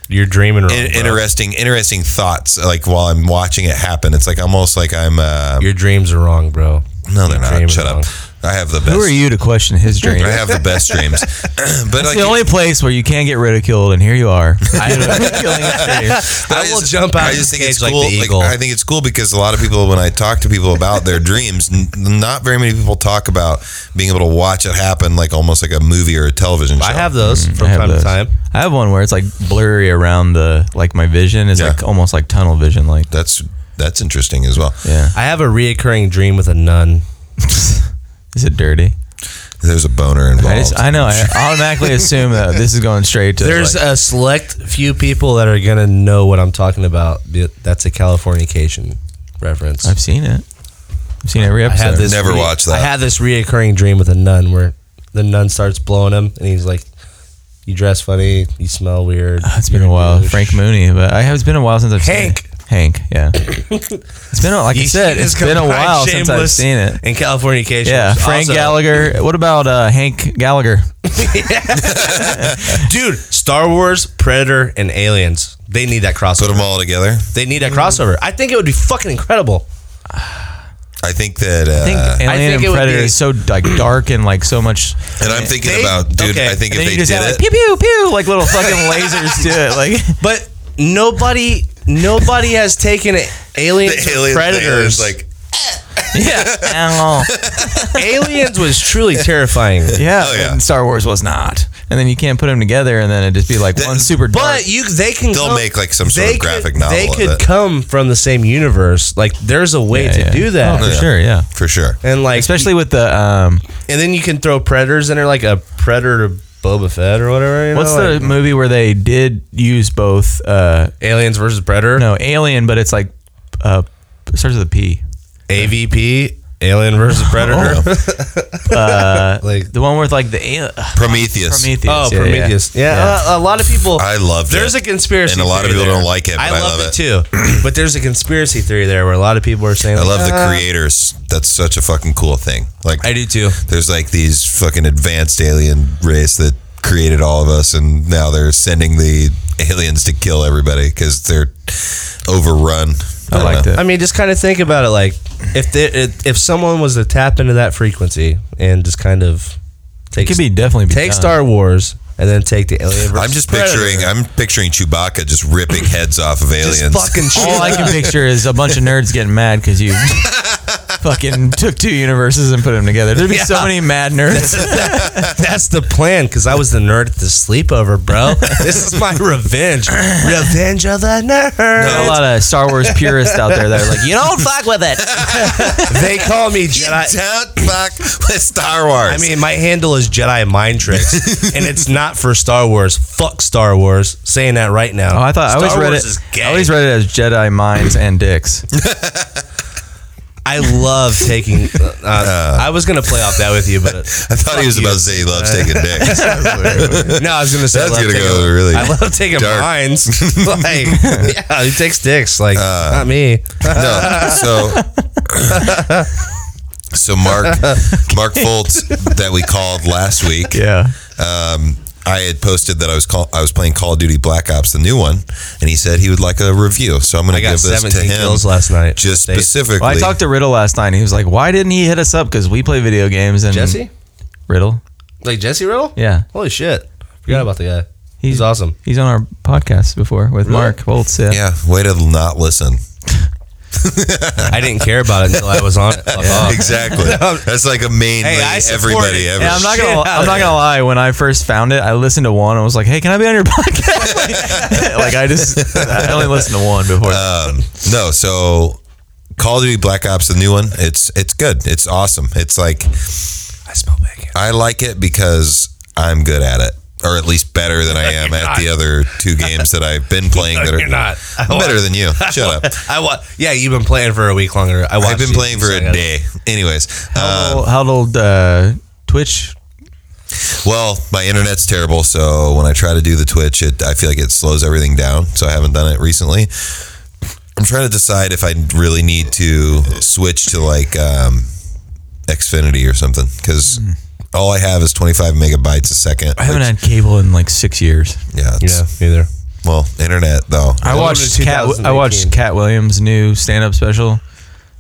[SPEAKER 4] You're dreaming wrong.
[SPEAKER 2] in-
[SPEAKER 4] bro.
[SPEAKER 2] interesting interesting thoughts like while i'm watching it happen it's like almost like i'm uh,
[SPEAKER 4] Your dreams are wrong, bro.
[SPEAKER 2] no they're not
[SPEAKER 4] dream is
[SPEAKER 2] shut up
[SPEAKER 4] wrong.
[SPEAKER 2] i have the best
[SPEAKER 3] Who are you to question his dream?
[SPEAKER 2] i have the best dreams but
[SPEAKER 3] It's
[SPEAKER 2] like
[SPEAKER 3] the only place where you can get ridiculed, and here you are. I am ridiculing his dream.
[SPEAKER 4] I, will jump out
[SPEAKER 2] I
[SPEAKER 4] of
[SPEAKER 2] just
[SPEAKER 4] this
[SPEAKER 2] think
[SPEAKER 4] cage
[SPEAKER 2] it's
[SPEAKER 4] like
[SPEAKER 2] cool.
[SPEAKER 4] the
[SPEAKER 2] Like,
[SPEAKER 4] eagle.
[SPEAKER 2] I think it's cool because a lot of people, when I talk to people about their dreams, n- not very many people talk about being able to watch it happen, like almost like a movie or a television show.
[SPEAKER 4] I have those from
[SPEAKER 3] Mm, I have
[SPEAKER 4] time
[SPEAKER 3] those.
[SPEAKER 4] to time.
[SPEAKER 3] I have one where it's like blurry around the like my vision is
[SPEAKER 2] Yeah.
[SPEAKER 3] like almost like tunnel vision, like
[SPEAKER 2] That's that's interesting as well.
[SPEAKER 3] yeah.
[SPEAKER 4] I have a reoccurring dream with a nun.
[SPEAKER 3] Is it dirty?
[SPEAKER 2] There's a boner involved.
[SPEAKER 3] I just I know I automatically assume that this is going straight to
[SPEAKER 4] There's
[SPEAKER 3] like,
[SPEAKER 4] a select few people that are gonna know what I'm talking about. That's a Californication reference.
[SPEAKER 3] I've seen it. I've seen every
[SPEAKER 4] I
[SPEAKER 3] episode.
[SPEAKER 4] had this
[SPEAKER 2] Never watched that.
[SPEAKER 4] I had this reoccurring dream with a nun where the nun starts blowing him, and he's like, "You dress funny, you smell weird."
[SPEAKER 3] It's been a while, Frank Mooney. But I have. It's been a while since I've
[SPEAKER 4] Hank.
[SPEAKER 3] seen it. Hank. Yeah. It's been a, like I said. It's been a while since I've seen it.
[SPEAKER 4] In Californication,
[SPEAKER 3] Yeah,
[SPEAKER 4] which is
[SPEAKER 3] Frank
[SPEAKER 4] also-
[SPEAKER 3] Gallagher. What about uh, Hank Gallagher?
[SPEAKER 4] dude. Star Wars, Predator, and Aliens. They need that crossover.
[SPEAKER 2] Put them all together.
[SPEAKER 4] They need that
[SPEAKER 3] Mm.
[SPEAKER 4] crossover. I think it would be fucking incredible.
[SPEAKER 2] I think that. Uh,
[SPEAKER 3] I think Alien
[SPEAKER 4] I think it
[SPEAKER 3] and
[SPEAKER 4] would
[SPEAKER 3] Predator
[SPEAKER 4] be-
[SPEAKER 3] is so like dark and like so much.
[SPEAKER 2] and I'm thinking
[SPEAKER 4] They-
[SPEAKER 2] about, dude.
[SPEAKER 4] okay.
[SPEAKER 2] I think
[SPEAKER 3] and
[SPEAKER 2] if
[SPEAKER 3] then
[SPEAKER 2] they
[SPEAKER 3] you just
[SPEAKER 2] did
[SPEAKER 3] have like,
[SPEAKER 2] it,
[SPEAKER 3] pew pew pew like little fucking lasers to it. Like
[SPEAKER 4] But nobody, nobody has taken
[SPEAKER 2] the
[SPEAKER 4] Aliens,
[SPEAKER 2] alien
[SPEAKER 4] and
[SPEAKER 2] predators
[SPEAKER 4] Predators.
[SPEAKER 2] like,
[SPEAKER 3] yeah,
[SPEAKER 4] Aliens was truly terrifying.
[SPEAKER 3] yeah.
[SPEAKER 2] Oh, yeah.
[SPEAKER 3] And Star Wars was not. And then you can't put them together, and then it just be like
[SPEAKER 2] That-
[SPEAKER 3] one super dark.
[SPEAKER 4] But you, they can.
[SPEAKER 2] They'll make, like, some sort
[SPEAKER 4] they
[SPEAKER 2] of graphic novel
[SPEAKER 4] They
[SPEAKER 2] of
[SPEAKER 4] could
[SPEAKER 2] it.
[SPEAKER 4] come from the same universe. Like, there's a way
[SPEAKER 3] Yeah,
[SPEAKER 4] to
[SPEAKER 3] yeah.
[SPEAKER 4] do that.
[SPEAKER 3] Oh, for
[SPEAKER 2] Yeah.
[SPEAKER 3] sure. Yeah.
[SPEAKER 2] for sure.
[SPEAKER 4] And like,
[SPEAKER 3] Especially with the um,
[SPEAKER 4] and then you can throw predators in there, like a predator to Boba Fett or whatever. You
[SPEAKER 3] what's
[SPEAKER 4] Oh, know?
[SPEAKER 3] the
[SPEAKER 4] like,
[SPEAKER 3] movie where they did use both uh,
[SPEAKER 4] aliens versus predator?
[SPEAKER 3] No, Alien, but it's like uh it starts with a P.
[SPEAKER 4] AVP, Alien versus predator.
[SPEAKER 3] Uh,
[SPEAKER 4] Like-
[SPEAKER 3] the one with like the al- ugh,
[SPEAKER 2] Prometheus.
[SPEAKER 3] Prometheus.
[SPEAKER 4] Oh,
[SPEAKER 3] yeah, yeah, yeah.
[SPEAKER 4] Prometheus. Yeah, A, a lot of people.
[SPEAKER 2] I loved
[SPEAKER 4] There's
[SPEAKER 2] it.
[SPEAKER 4] a conspiracy,
[SPEAKER 2] And a lot of
[SPEAKER 4] theory
[SPEAKER 2] people
[SPEAKER 4] there.
[SPEAKER 2] don't like it, but I love it.
[SPEAKER 4] too. but there's a conspiracy theory there where a lot of people are saying,
[SPEAKER 2] I love the
[SPEAKER 4] "Ah."
[SPEAKER 2] creators. That's such a fucking cool thing. Like
[SPEAKER 4] I do too.
[SPEAKER 2] there's like these fucking advanced alien race that created all of us and now they're sending the aliens to kill everybody because they're overrun
[SPEAKER 3] I
[SPEAKER 2] don't
[SPEAKER 3] liked
[SPEAKER 2] know.
[SPEAKER 3] it.
[SPEAKER 4] I mean, just kind of think about it. Like, if they, if if someone was to tap into that frequency and just kind of
[SPEAKER 3] It
[SPEAKER 4] take
[SPEAKER 3] could be definitely be
[SPEAKER 4] take
[SPEAKER 3] done.
[SPEAKER 4] Star Wars and then take the Alien. Versus
[SPEAKER 2] i'm just
[SPEAKER 4] Predator.
[SPEAKER 2] picturing i'm picturing chewbacca just ripping heads off of
[SPEAKER 4] Just
[SPEAKER 2] aliens
[SPEAKER 4] fucking shit.
[SPEAKER 3] All I can picture is a bunch of nerds getting mad because you fucking took two universes and put them together. There'd be so
[SPEAKER 4] Yeah.
[SPEAKER 3] many mad nerds.
[SPEAKER 4] That's the plan because I was the nerd at the sleepover, bro. this is my revenge. Revenge of the nerd.
[SPEAKER 3] There's a lot of Star Wars purists out there that are like, you don't fuck with it.
[SPEAKER 4] They call me
[SPEAKER 2] you
[SPEAKER 4] Jedi.
[SPEAKER 2] don't fuck with star wars
[SPEAKER 4] I mean, my handle is Jedi Mind Tricks, and it's not for Star Wars. Fuck Star Wars. Saying that right now.
[SPEAKER 3] Oh, I thought
[SPEAKER 4] Star
[SPEAKER 3] I always read
[SPEAKER 4] Wars
[SPEAKER 3] it.
[SPEAKER 4] is gay.
[SPEAKER 3] I always read it as Jedi minds and dicks.
[SPEAKER 4] I love taking. Uh, I was gonna play off that with you, but
[SPEAKER 2] i thought he was about to say he loves taking dicks
[SPEAKER 4] no, I was gonna say I
[SPEAKER 2] That's
[SPEAKER 4] love
[SPEAKER 2] gonna
[SPEAKER 4] taking-
[SPEAKER 2] go really
[SPEAKER 4] I love taking
[SPEAKER 2] dark.
[SPEAKER 4] mines. like, yeah, he takes dicks. Like,
[SPEAKER 2] Uh,
[SPEAKER 4] not me.
[SPEAKER 2] no so so mark mark foltz that we called last week
[SPEAKER 3] Yeah.
[SPEAKER 2] um, I had posted that I was call, I was playing Call of Duty Black Ops, the new one, and he said he would like a review. So I'm going
[SPEAKER 4] I
[SPEAKER 2] to
[SPEAKER 4] got
[SPEAKER 2] give this to
[SPEAKER 4] 17
[SPEAKER 2] him.
[SPEAKER 4] kills last night.
[SPEAKER 2] just
[SPEAKER 4] They-
[SPEAKER 2] specifically.
[SPEAKER 3] Well, I talked to Riddle last night. and He was like, "Why didn't he hit us up? Because we play video games." And
[SPEAKER 4] Jesse?
[SPEAKER 3] Riddle,
[SPEAKER 4] Like Jesse Riddle?
[SPEAKER 3] yeah,
[SPEAKER 4] Holy shit. Forgot about the guy. He's,
[SPEAKER 3] He's-
[SPEAKER 4] awesome.
[SPEAKER 3] he's on our podcast before with
[SPEAKER 4] Really?
[SPEAKER 3] Mark Boltz. Yeah.
[SPEAKER 2] yeah, way to not listen.
[SPEAKER 4] I didn't care about it until I was on it. Fuck off.
[SPEAKER 2] Exactly. That's like a main
[SPEAKER 4] Oh. Hey, I
[SPEAKER 2] lay
[SPEAKER 4] support
[SPEAKER 2] everybody
[SPEAKER 4] it.
[SPEAKER 2] ever.
[SPEAKER 3] Yeah, I'm not
[SPEAKER 4] Shit
[SPEAKER 3] gonna.
[SPEAKER 4] out
[SPEAKER 3] I'm not
[SPEAKER 4] of
[SPEAKER 3] gonna lie. When I first found it, I listened to one. and was like, "Hey, can I be on your podcast?" like, I just, I only listened to one before.
[SPEAKER 2] um, no, so Call of Duty Black Ops, the new one, it's it's good. It's awesome. It's like
[SPEAKER 4] I smell bacon.
[SPEAKER 2] I like it because I'm good at it, or at least better than I am at the other two games that I've been playing. that are
[SPEAKER 4] You're not. I
[SPEAKER 2] I'm
[SPEAKER 4] wa-
[SPEAKER 2] better than you. Shut up.
[SPEAKER 4] I wa- yeah, you've been playing for a week longer. I watched
[SPEAKER 2] I've been
[SPEAKER 4] you.
[SPEAKER 2] playing for
[SPEAKER 4] You
[SPEAKER 2] a
[SPEAKER 4] said-
[SPEAKER 2] day. Anyways, uh,
[SPEAKER 3] how, old, how old uh, Twitch?
[SPEAKER 2] well, my internet's terrible, so when I try to do the Twitch, it I feel like it slows everything down. So I haven't done it recently. I'm trying to decide if I really need to switch to like um, Xfinity or something because all I have is 25 megabytes a second.
[SPEAKER 3] Hmm. I haven't had cable in like six years.
[SPEAKER 2] yeah, it's,
[SPEAKER 4] Yeah, either.
[SPEAKER 2] Well, internet though.
[SPEAKER 3] I
[SPEAKER 4] That
[SPEAKER 3] watched
[SPEAKER 4] was in
[SPEAKER 3] Cat. I
[SPEAKER 4] 2018.
[SPEAKER 3] watched Cat Williams' new stand-up special.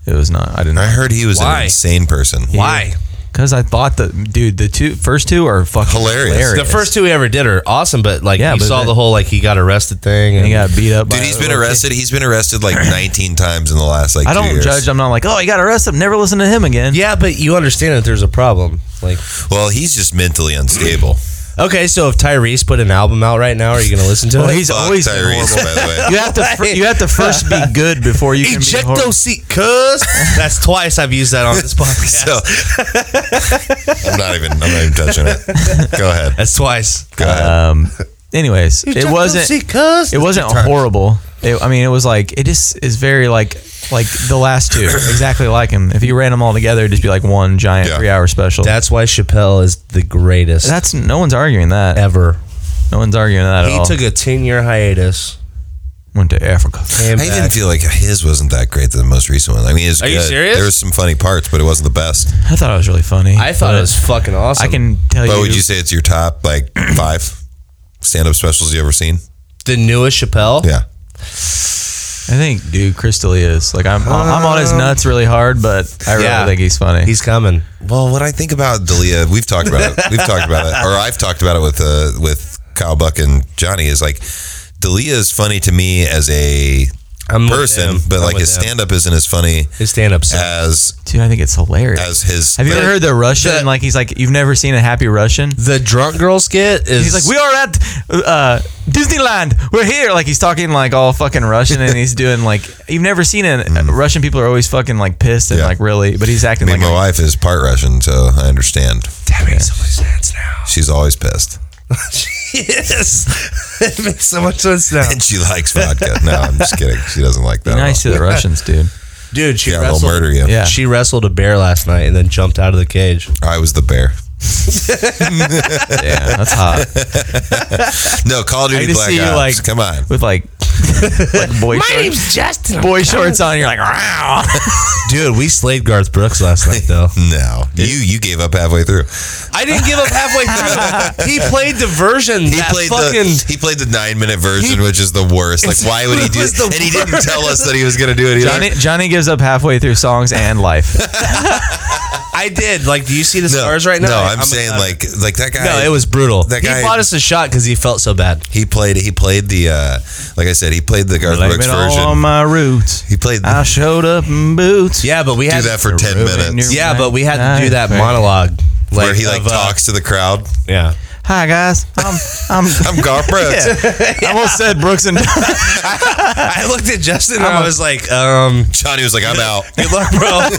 [SPEAKER 3] It was not. I didn't.
[SPEAKER 2] I heard he was
[SPEAKER 4] Why?
[SPEAKER 2] an insane person.
[SPEAKER 4] Why?
[SPEAKER 3] Because I thought the dude, the two first two are fucking
[SPEAKER 2] Hilarious.
[SPEAKER 3] hilarious.
[SPEAKER 2] The
[SPEAKER 4] The first two he ever did are awesome, but like
[SPEAKER 3] Yeah,
[SPEAKER 4] you
[SPEAKER 3] but
[SPEAKER 4] saw
[SPEAKER 3] that-
[SPEAKER 4] the whole like he got arrested thing. And
[SPEAKER 3] he got beat up.
[SPEAKER 2] Dude,
[SPEAKER 3] by
[SPEAKER 2] he's
[SPEAKER 3] a
[SPEAKER 2] been
[SPEAKER 3] little kid.
[SPEAKER 2] arrested. He's been arrested like 19 times in the last like
[SPEAKER 3] I
[SPEAKER 2] two
[SPEAKER 3] don't
[SPEAKER 2] years.
[SPEAKER 3] judge. I'm not like, oh, he got arrested. Never listen to him again.
[SPEAKER 4] yeah, but you understand that there's a problem. Like,
[SPEAKER 2] Well, he's just mentally unstable.
[SPEAKER 4] okay, so if Tyrese put an album out right now, are you going to listen to
[SPEAKER 3] Well,
[SPEAKER 4] it?
[SPEAKER 3] he's
[SPEAKER 2] Fuck
[SPEAKER 3] always been
[SPEAKER 2] Tyrese,
[SPEAKER 3] horrible.
[SPEAKER 2] by the way.
[SPEAKER 3] You have to. Fir- you have to first be good before you can be horrible.
[SPEAKER 4] Ejecto seat, cuz. That's twice I've used that on this podcast.
[SPEAKER 2] So I'm not even. I'm not even touching it. Go ahead.
[SPEAKER 4] That's twice.
[SPEAKER 2] Go ahead.
[SPEAKER 3] Um. Anyways, it
[SPEAKER 4] Ejecto
[SPEAKER 3] wasn't.
[SPEAKER 4] seat, cuz.
[SPEAKER 3] It wasn't horrible. It, I mean, it was like it just is very like like the last two exactly like him. If you ran them all together, it'd just be like one giant
[SPEAKER 2] Yeah.
[SPEAKER 3] three hour special.
[SPEAKER 4] That's why Chappelle is the greatest
[SPEAKER 3] That's no one's arguing that.
[SPEAKER 4] ever.
[SPEAKER 3] No one's arguing that at
[SPEAKER 4] He
[SPEAKER 3] all.
[SPEAKER 4] took a 10 year hiatus.
[SPEAKER 3] Went to Africa.
[SPEAKER 4] Came
[SPEAKER 2] I didn't
[SPEAKER 4] back.
[SPEAKER 2] feel like his wasn't that great. The most recent one. I mean, it was
[SPEAKER 4] Are you
[SPEAKER 2] good.
[SPEAKER 4] serious?
[SPEAKER 2] There was some funny parts, but it wasn't the best.
[SPEAKER 3] I thought it was really funny.
[SPEAKER 4] I thought
[SPEAKER 3] but
[SPEAKER 4] it was fucking awesome.
[SPEAKER 3] I can tell
[SPEAKER 2] But
[SPEAKER 3] you.
[SPEAKER 2] would you say it's your top like five stand-up specials you ever seen?
[SPEAKER 4] the newest Chappelle.
[SPEAKER 2] Yeah.
[SPEAKER 3] I think, dude, Crystal is like I'm. I'm on his nuts really hard, but I really
[SPEAKER 4] Um, Yeah.
[SPEAKER 3] think he's funny.
[SPEAKER 4] He's coming.
[SPEAKER 2] Well, what I think about Dalia, we've talked about it. We've talked about it, or I've talked about it with uh, with Kyle Buck and Johnny. Is like Dalia is funny to me as a
[SPEAKER 4] I'm with
[SPEAKER 2] person,
[SPEAKER 4] him.
[SPEAKER 2] but
[SPEAKER 4] I'm
[SPEAKER 2] like
[SPEAKER 4] with
[SPEAKER 2] his
[SPEAKER 4] him.
[SPEAKER 2] stand up isn't as funny
[SPEAKER 4] His stand up.
[SPEAKER 2] as
[SPEAKER 3] dude, I think it's hilarious.
[SPEAKER 2] as his.
[SPEAKER 3] Have you ever heard the Russian?
[SPEAKER 4] the-
[SPEAKER 3] like he's like, you've never seen a happy Russian.
[SPEAKER 4] The drunk girl skit is.
[SPEAKER 3] He's like, we are at uh, Disneyland. We're here. Like he's talking like all fucking Russian, and he's doing like you've never seen it.
[SPEAKER 4] Mm.
[SPEAKER 3] Russian people are always fucking like pissed and
[SPEAKER 2] Yeah.
[SPEAKER 3] like really, but he's
[SPEAKER 2] I
[SPEAKER 3] acting
[SPEAKER 2] mean,
[SPEAKER 3] like
[SPEAKER 2] my
[SPEAKER 3] a-
[SPEAKER 2] wife is part Russian, so I understand.
[SPEAKER 4] That makes so much sense now.
[SPEAKER 2] She's always pissed,
[SPEAKER 4] yes. it makes so much sense now.
[SPEAKER 2] and she likes vodka. No, I'm just kidding. She doesn't like that. at
[SPEAKER 3] be
[SPEAKER 2] all.
[SPEAKER 3] nice to the Russians, dude.
[SPEAKER 4] Dude, she
[SPEAKER 2] Yeah,
[SPEAKER 4] wrestled.
[SPEAKER 2] they'll murder you.
[SPEAKER 3] Yeah.
[SPEAKER 4] She wrestled a bear last night and then jumped out of the cage.
[SPEAKER 2] I was the bear.
[SPEAKER 3] Yeah, that's hot.
[SPEAKER 2] No, Call of Duty
[SPEAKER 3] just
[SPEAKER 2] Black
[SPEAKER 3] see you,
[SPEAKER 2] Ops.
[SPEAKER 3] like-
[SPEAKER 2] Come on.
[SPEAKER 3] With like, like boy shorts,
[SPEAKER 4] Justin.
[SPEAKER 3] boy shorts on, you're like, wow.
[SPEAKER 4] Dude, we slayed Garth Brooks last night though.
[SPEAKER 2] No, you you gave up halfway through.
[SPEAKER 4] I didn't give up halfway through. He played the version.
[SPEAKER 2] He played the he played the nine minute version, which is the worst. Like, why would he do?
[SPEAKER 4] was
[SPEAKER 2] And
[SPEAKER 4] the
[SPEAKER 2] he didn't tell us that he was going to do it either.
[SPEAKER 3] Johnny, Johnny gives up halfway through songs and life.
[SPEAKER 4] I did. Like, do you see the
[SPEAKER 2] no,
[SPEAKER 4] stars right now?
[SPEAKER 2] No, I'm, saying like like that guy.
[SPEAKER 4] No, it was brutal.
[SPEAKER 2] That guy-
[SPEAKER 4] he bought us a shot because he felt so bad.
[SPEAKER 2] He played. He played the. Uh, like I said, he played the Garth
[SPEAKER 3] Blame
[SPEAKER 2] Brooks
[SPEAKER 3] it all on
[SPEAKER 2] version.
[SPEAKER 3] my roots.
[SPEAKER 2] He played.
[SPEAKER 3] I
[SPEAKER 2] Do
[SPEAKER 3] showed up in boots.
[SPEAKER 4] Yeah, but we had
[SPEAKER 2] that for ten
[SPEAKER 3] ruin
[SPEAKER 2] minutes,
[SPEAKER 3] your-
[SPEAKER 4] Yeah, but we had to do that
[SPEAKER 3] Right.
[SPEAKER 4] monologue
[SPEAKER 2] where he like
[SPEAKER 4] of, uh,
[SPEAKER 2] talks to the crowd.
[SPEAKER 4] Yeah,
[SPEAKER 3] Hi guys, I'm I'm.
[SPEAKER 2] I'm Garth Brooks.
[SPEAKER 3] I almost said Brooks and
[SPEAKER 4] I looked at Justin and I was like, um,
[SPEAKER 2] Johnny was like, I'm out.
[SPEAKER 4] "Good luck, bro."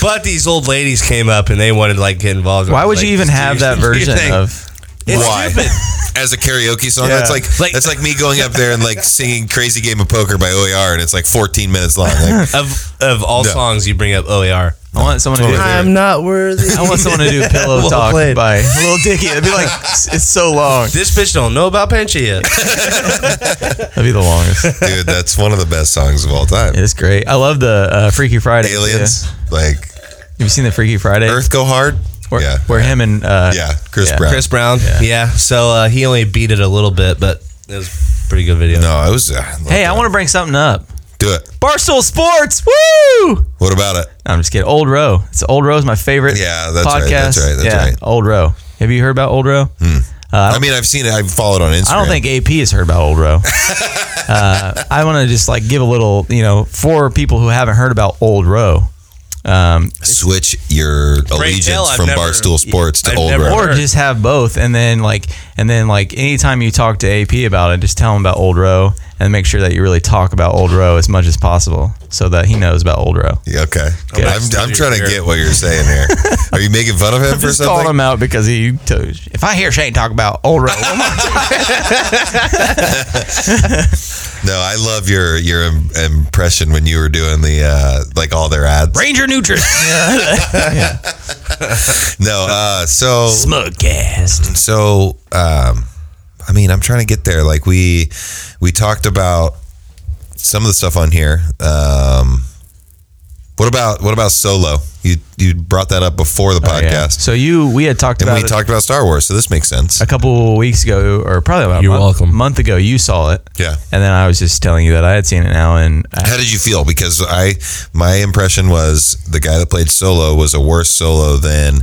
[SPEAKER 4] but these old ladies came up and they wanted to like get involved.
[SPEAKER 3] Why
[SPEAKER 4] I was
[SPEAKER 3] would
[SPEAKER 4] like,
[SPEAKER 3] you even
[SPEAKER 4] "Just do
[SPEAKER 3] have
[SPEAKER 4] your-
[SPEAKER 3] that
[SPEAKER 4] do your
[SPEAKER 3] version
[SPEAKER 4] thing."
[SPEAKER 3] of?
[SPEAKER 4] It's
[SPEAKER 2] Why?
[SPEAKER 4] stupid.
[SPEAKER 2] As a karaoke song,
[SPEAKER 4] Yeah.
[SPEAKER 2] that's like,
[SPEAKER 4] Like-
[SPEAKER 2] that's like me going up there and like singing "Crazy Game of Poker" by OER, and it's like 14 minutes long. Like,
[SPEAKER 4] of of all
[SPEAKER 2] No.
[SPEAKER 4] songs you bring up OAR?
[SPEAKER 3] I want someone to do.
[SPEAKER 2] Totally.
[SPEAKER 3] I
[SPEAKER 2] I'm
[SPEAKER 4] not worthy.
[SPEAKER 3] want someone to do pillow
[SPEAKER 4] Well
[SPEAKER 3] talk
[SPEAKER 4] played.
[SPEAKER 3] by Little Dicky. It'd be like it's so long.
[SPEAKER 4] This bitch don't know about Pancha yet.
[SPEAKER 3] That'd be the longest.
[SPEAKER 2] dude, that's one of the best songs of all time.
[SPEAKER 3] It's great. I love the uh, Freaky Friday.
[SPEAKER 2] Aliens, like
[SPEAKER 3] Have you seen the Freaky Friday?
[SPEAKER 2] Earth Go Hard.
[SPEAKER 3] Where,
[SPEAKER 2] Yeah.
[SPEAKER 3] where him and uh,
[SPEAKER 2] Yeah, Chris
[SPEAKER 3] Yeah.
[SPEAKER 2] Brown.
[SPEAKER 4] Chris Brown. Yeah.
[SPEAKER 3] Yeah.
[SPEAKER 4] so uh, he only beat it a little bit, but it was a pretty good video.
[SPEAKER 2] No, it was. Uh,
[SPEAKER 3] Hey, I want to bring something up.
[SPEAKER 2] to do it.
[SPEAKER 3] Barstool Sports. Woo! No,
[SPEAKER 2] What about it?
[SPEAKER 3] I'm just kidding. Old Row. It's Old Row's my favorite.
[SPEAKER 2] Yeah, that's
[SPEAKER 3] podcast.
[SPEAKER 2] right, that's right, that's
[SPEAKER 3] yeah,
[SPEAKER 2] right.
[SPEAKER 3] Old Row. Have you heard about Old Row?
[SPEAKER 2] I, mean, I've seen it. I've followed on Instagram.
[SPEAKER 3] I don't think AP has heard about Old Row. uh, I want to just like give a little, you know, for people who haven't heard about Old Row, um,
[SPEAKER 2] switch your
[SPEAKER 4] tell,
[SPEAKER 2] allegiance
[SPEAKER 4] I've
[SPEAKER 2] from
[SPEAKER 4] never-
[SPEAKER 2] Barstool Sports to
[SPEAKER 4] I've
[SPEAKER 2] Old
[SPEAKER 4] never-
[SPEAKER 2] Row.
[SPEAKER 3] or
[SPEAKER 4] Sure.
[SPEAKER 3] just have both, and then like, and then like, anytime you talk to AP about it, just tell him about Old Row, and make sure that you really talk about Old Row as much as possible, so that he knows about Old Row.
[SPEAKER 2] Yeah, okay, I'm, I'm
[SPEAKER 4] Study
[SPEAKER 2] trying to
[SPEAKER 4] here.
[SPEAKER 2] get what you're saying here. Are you making fun of him for
[SPEAKER 3] Just calling
[SPEAKER 2] something?
[SPEAKER 3] him out because he. To, if I hear Shane talk about Old Row, one more time-
[SPEAKER 2] No, I love your your im- impression when you were doing the uh, like all their ads.
[SPEAKER 3] Ranger Nutrition,
[SPEAKER 2] No, uh, so Mm,
[SPEAKER 3] Smugcast.
[SPEAKER 2] so um, I mean, I'm trying to get there. Like we we talked about some of the stuff on here. Um, what about what about solo? You you brought that up before the
[SPEAKER 3] Oh, yeah.
[SPEAKER 2] podcast,
[SPEAKER 3] So you, we had talked
[SPEAKER 2] and
[SPEAKER 3] about
[SPEAKER 2] we
[SPEAKER 3] it
[SPEAKER 2] talked about Star Wars, so this makes sense.
[SPEAKER 3] a couple weeks ago, or probably about
[SPEAKER 4] You're
[SPEAKER 3] a month,
[SPEAKER 4] welcome.
[SPEAKER 3] month ago. You saw it,
[SPEAKER 2] Yeah.
[SPEAKER 3] and then I was just telling you that I had seen it now, and I,
[SPEAKER 2] How did you feel? Because I, my impression was the guy that played Solo was a worse Solo than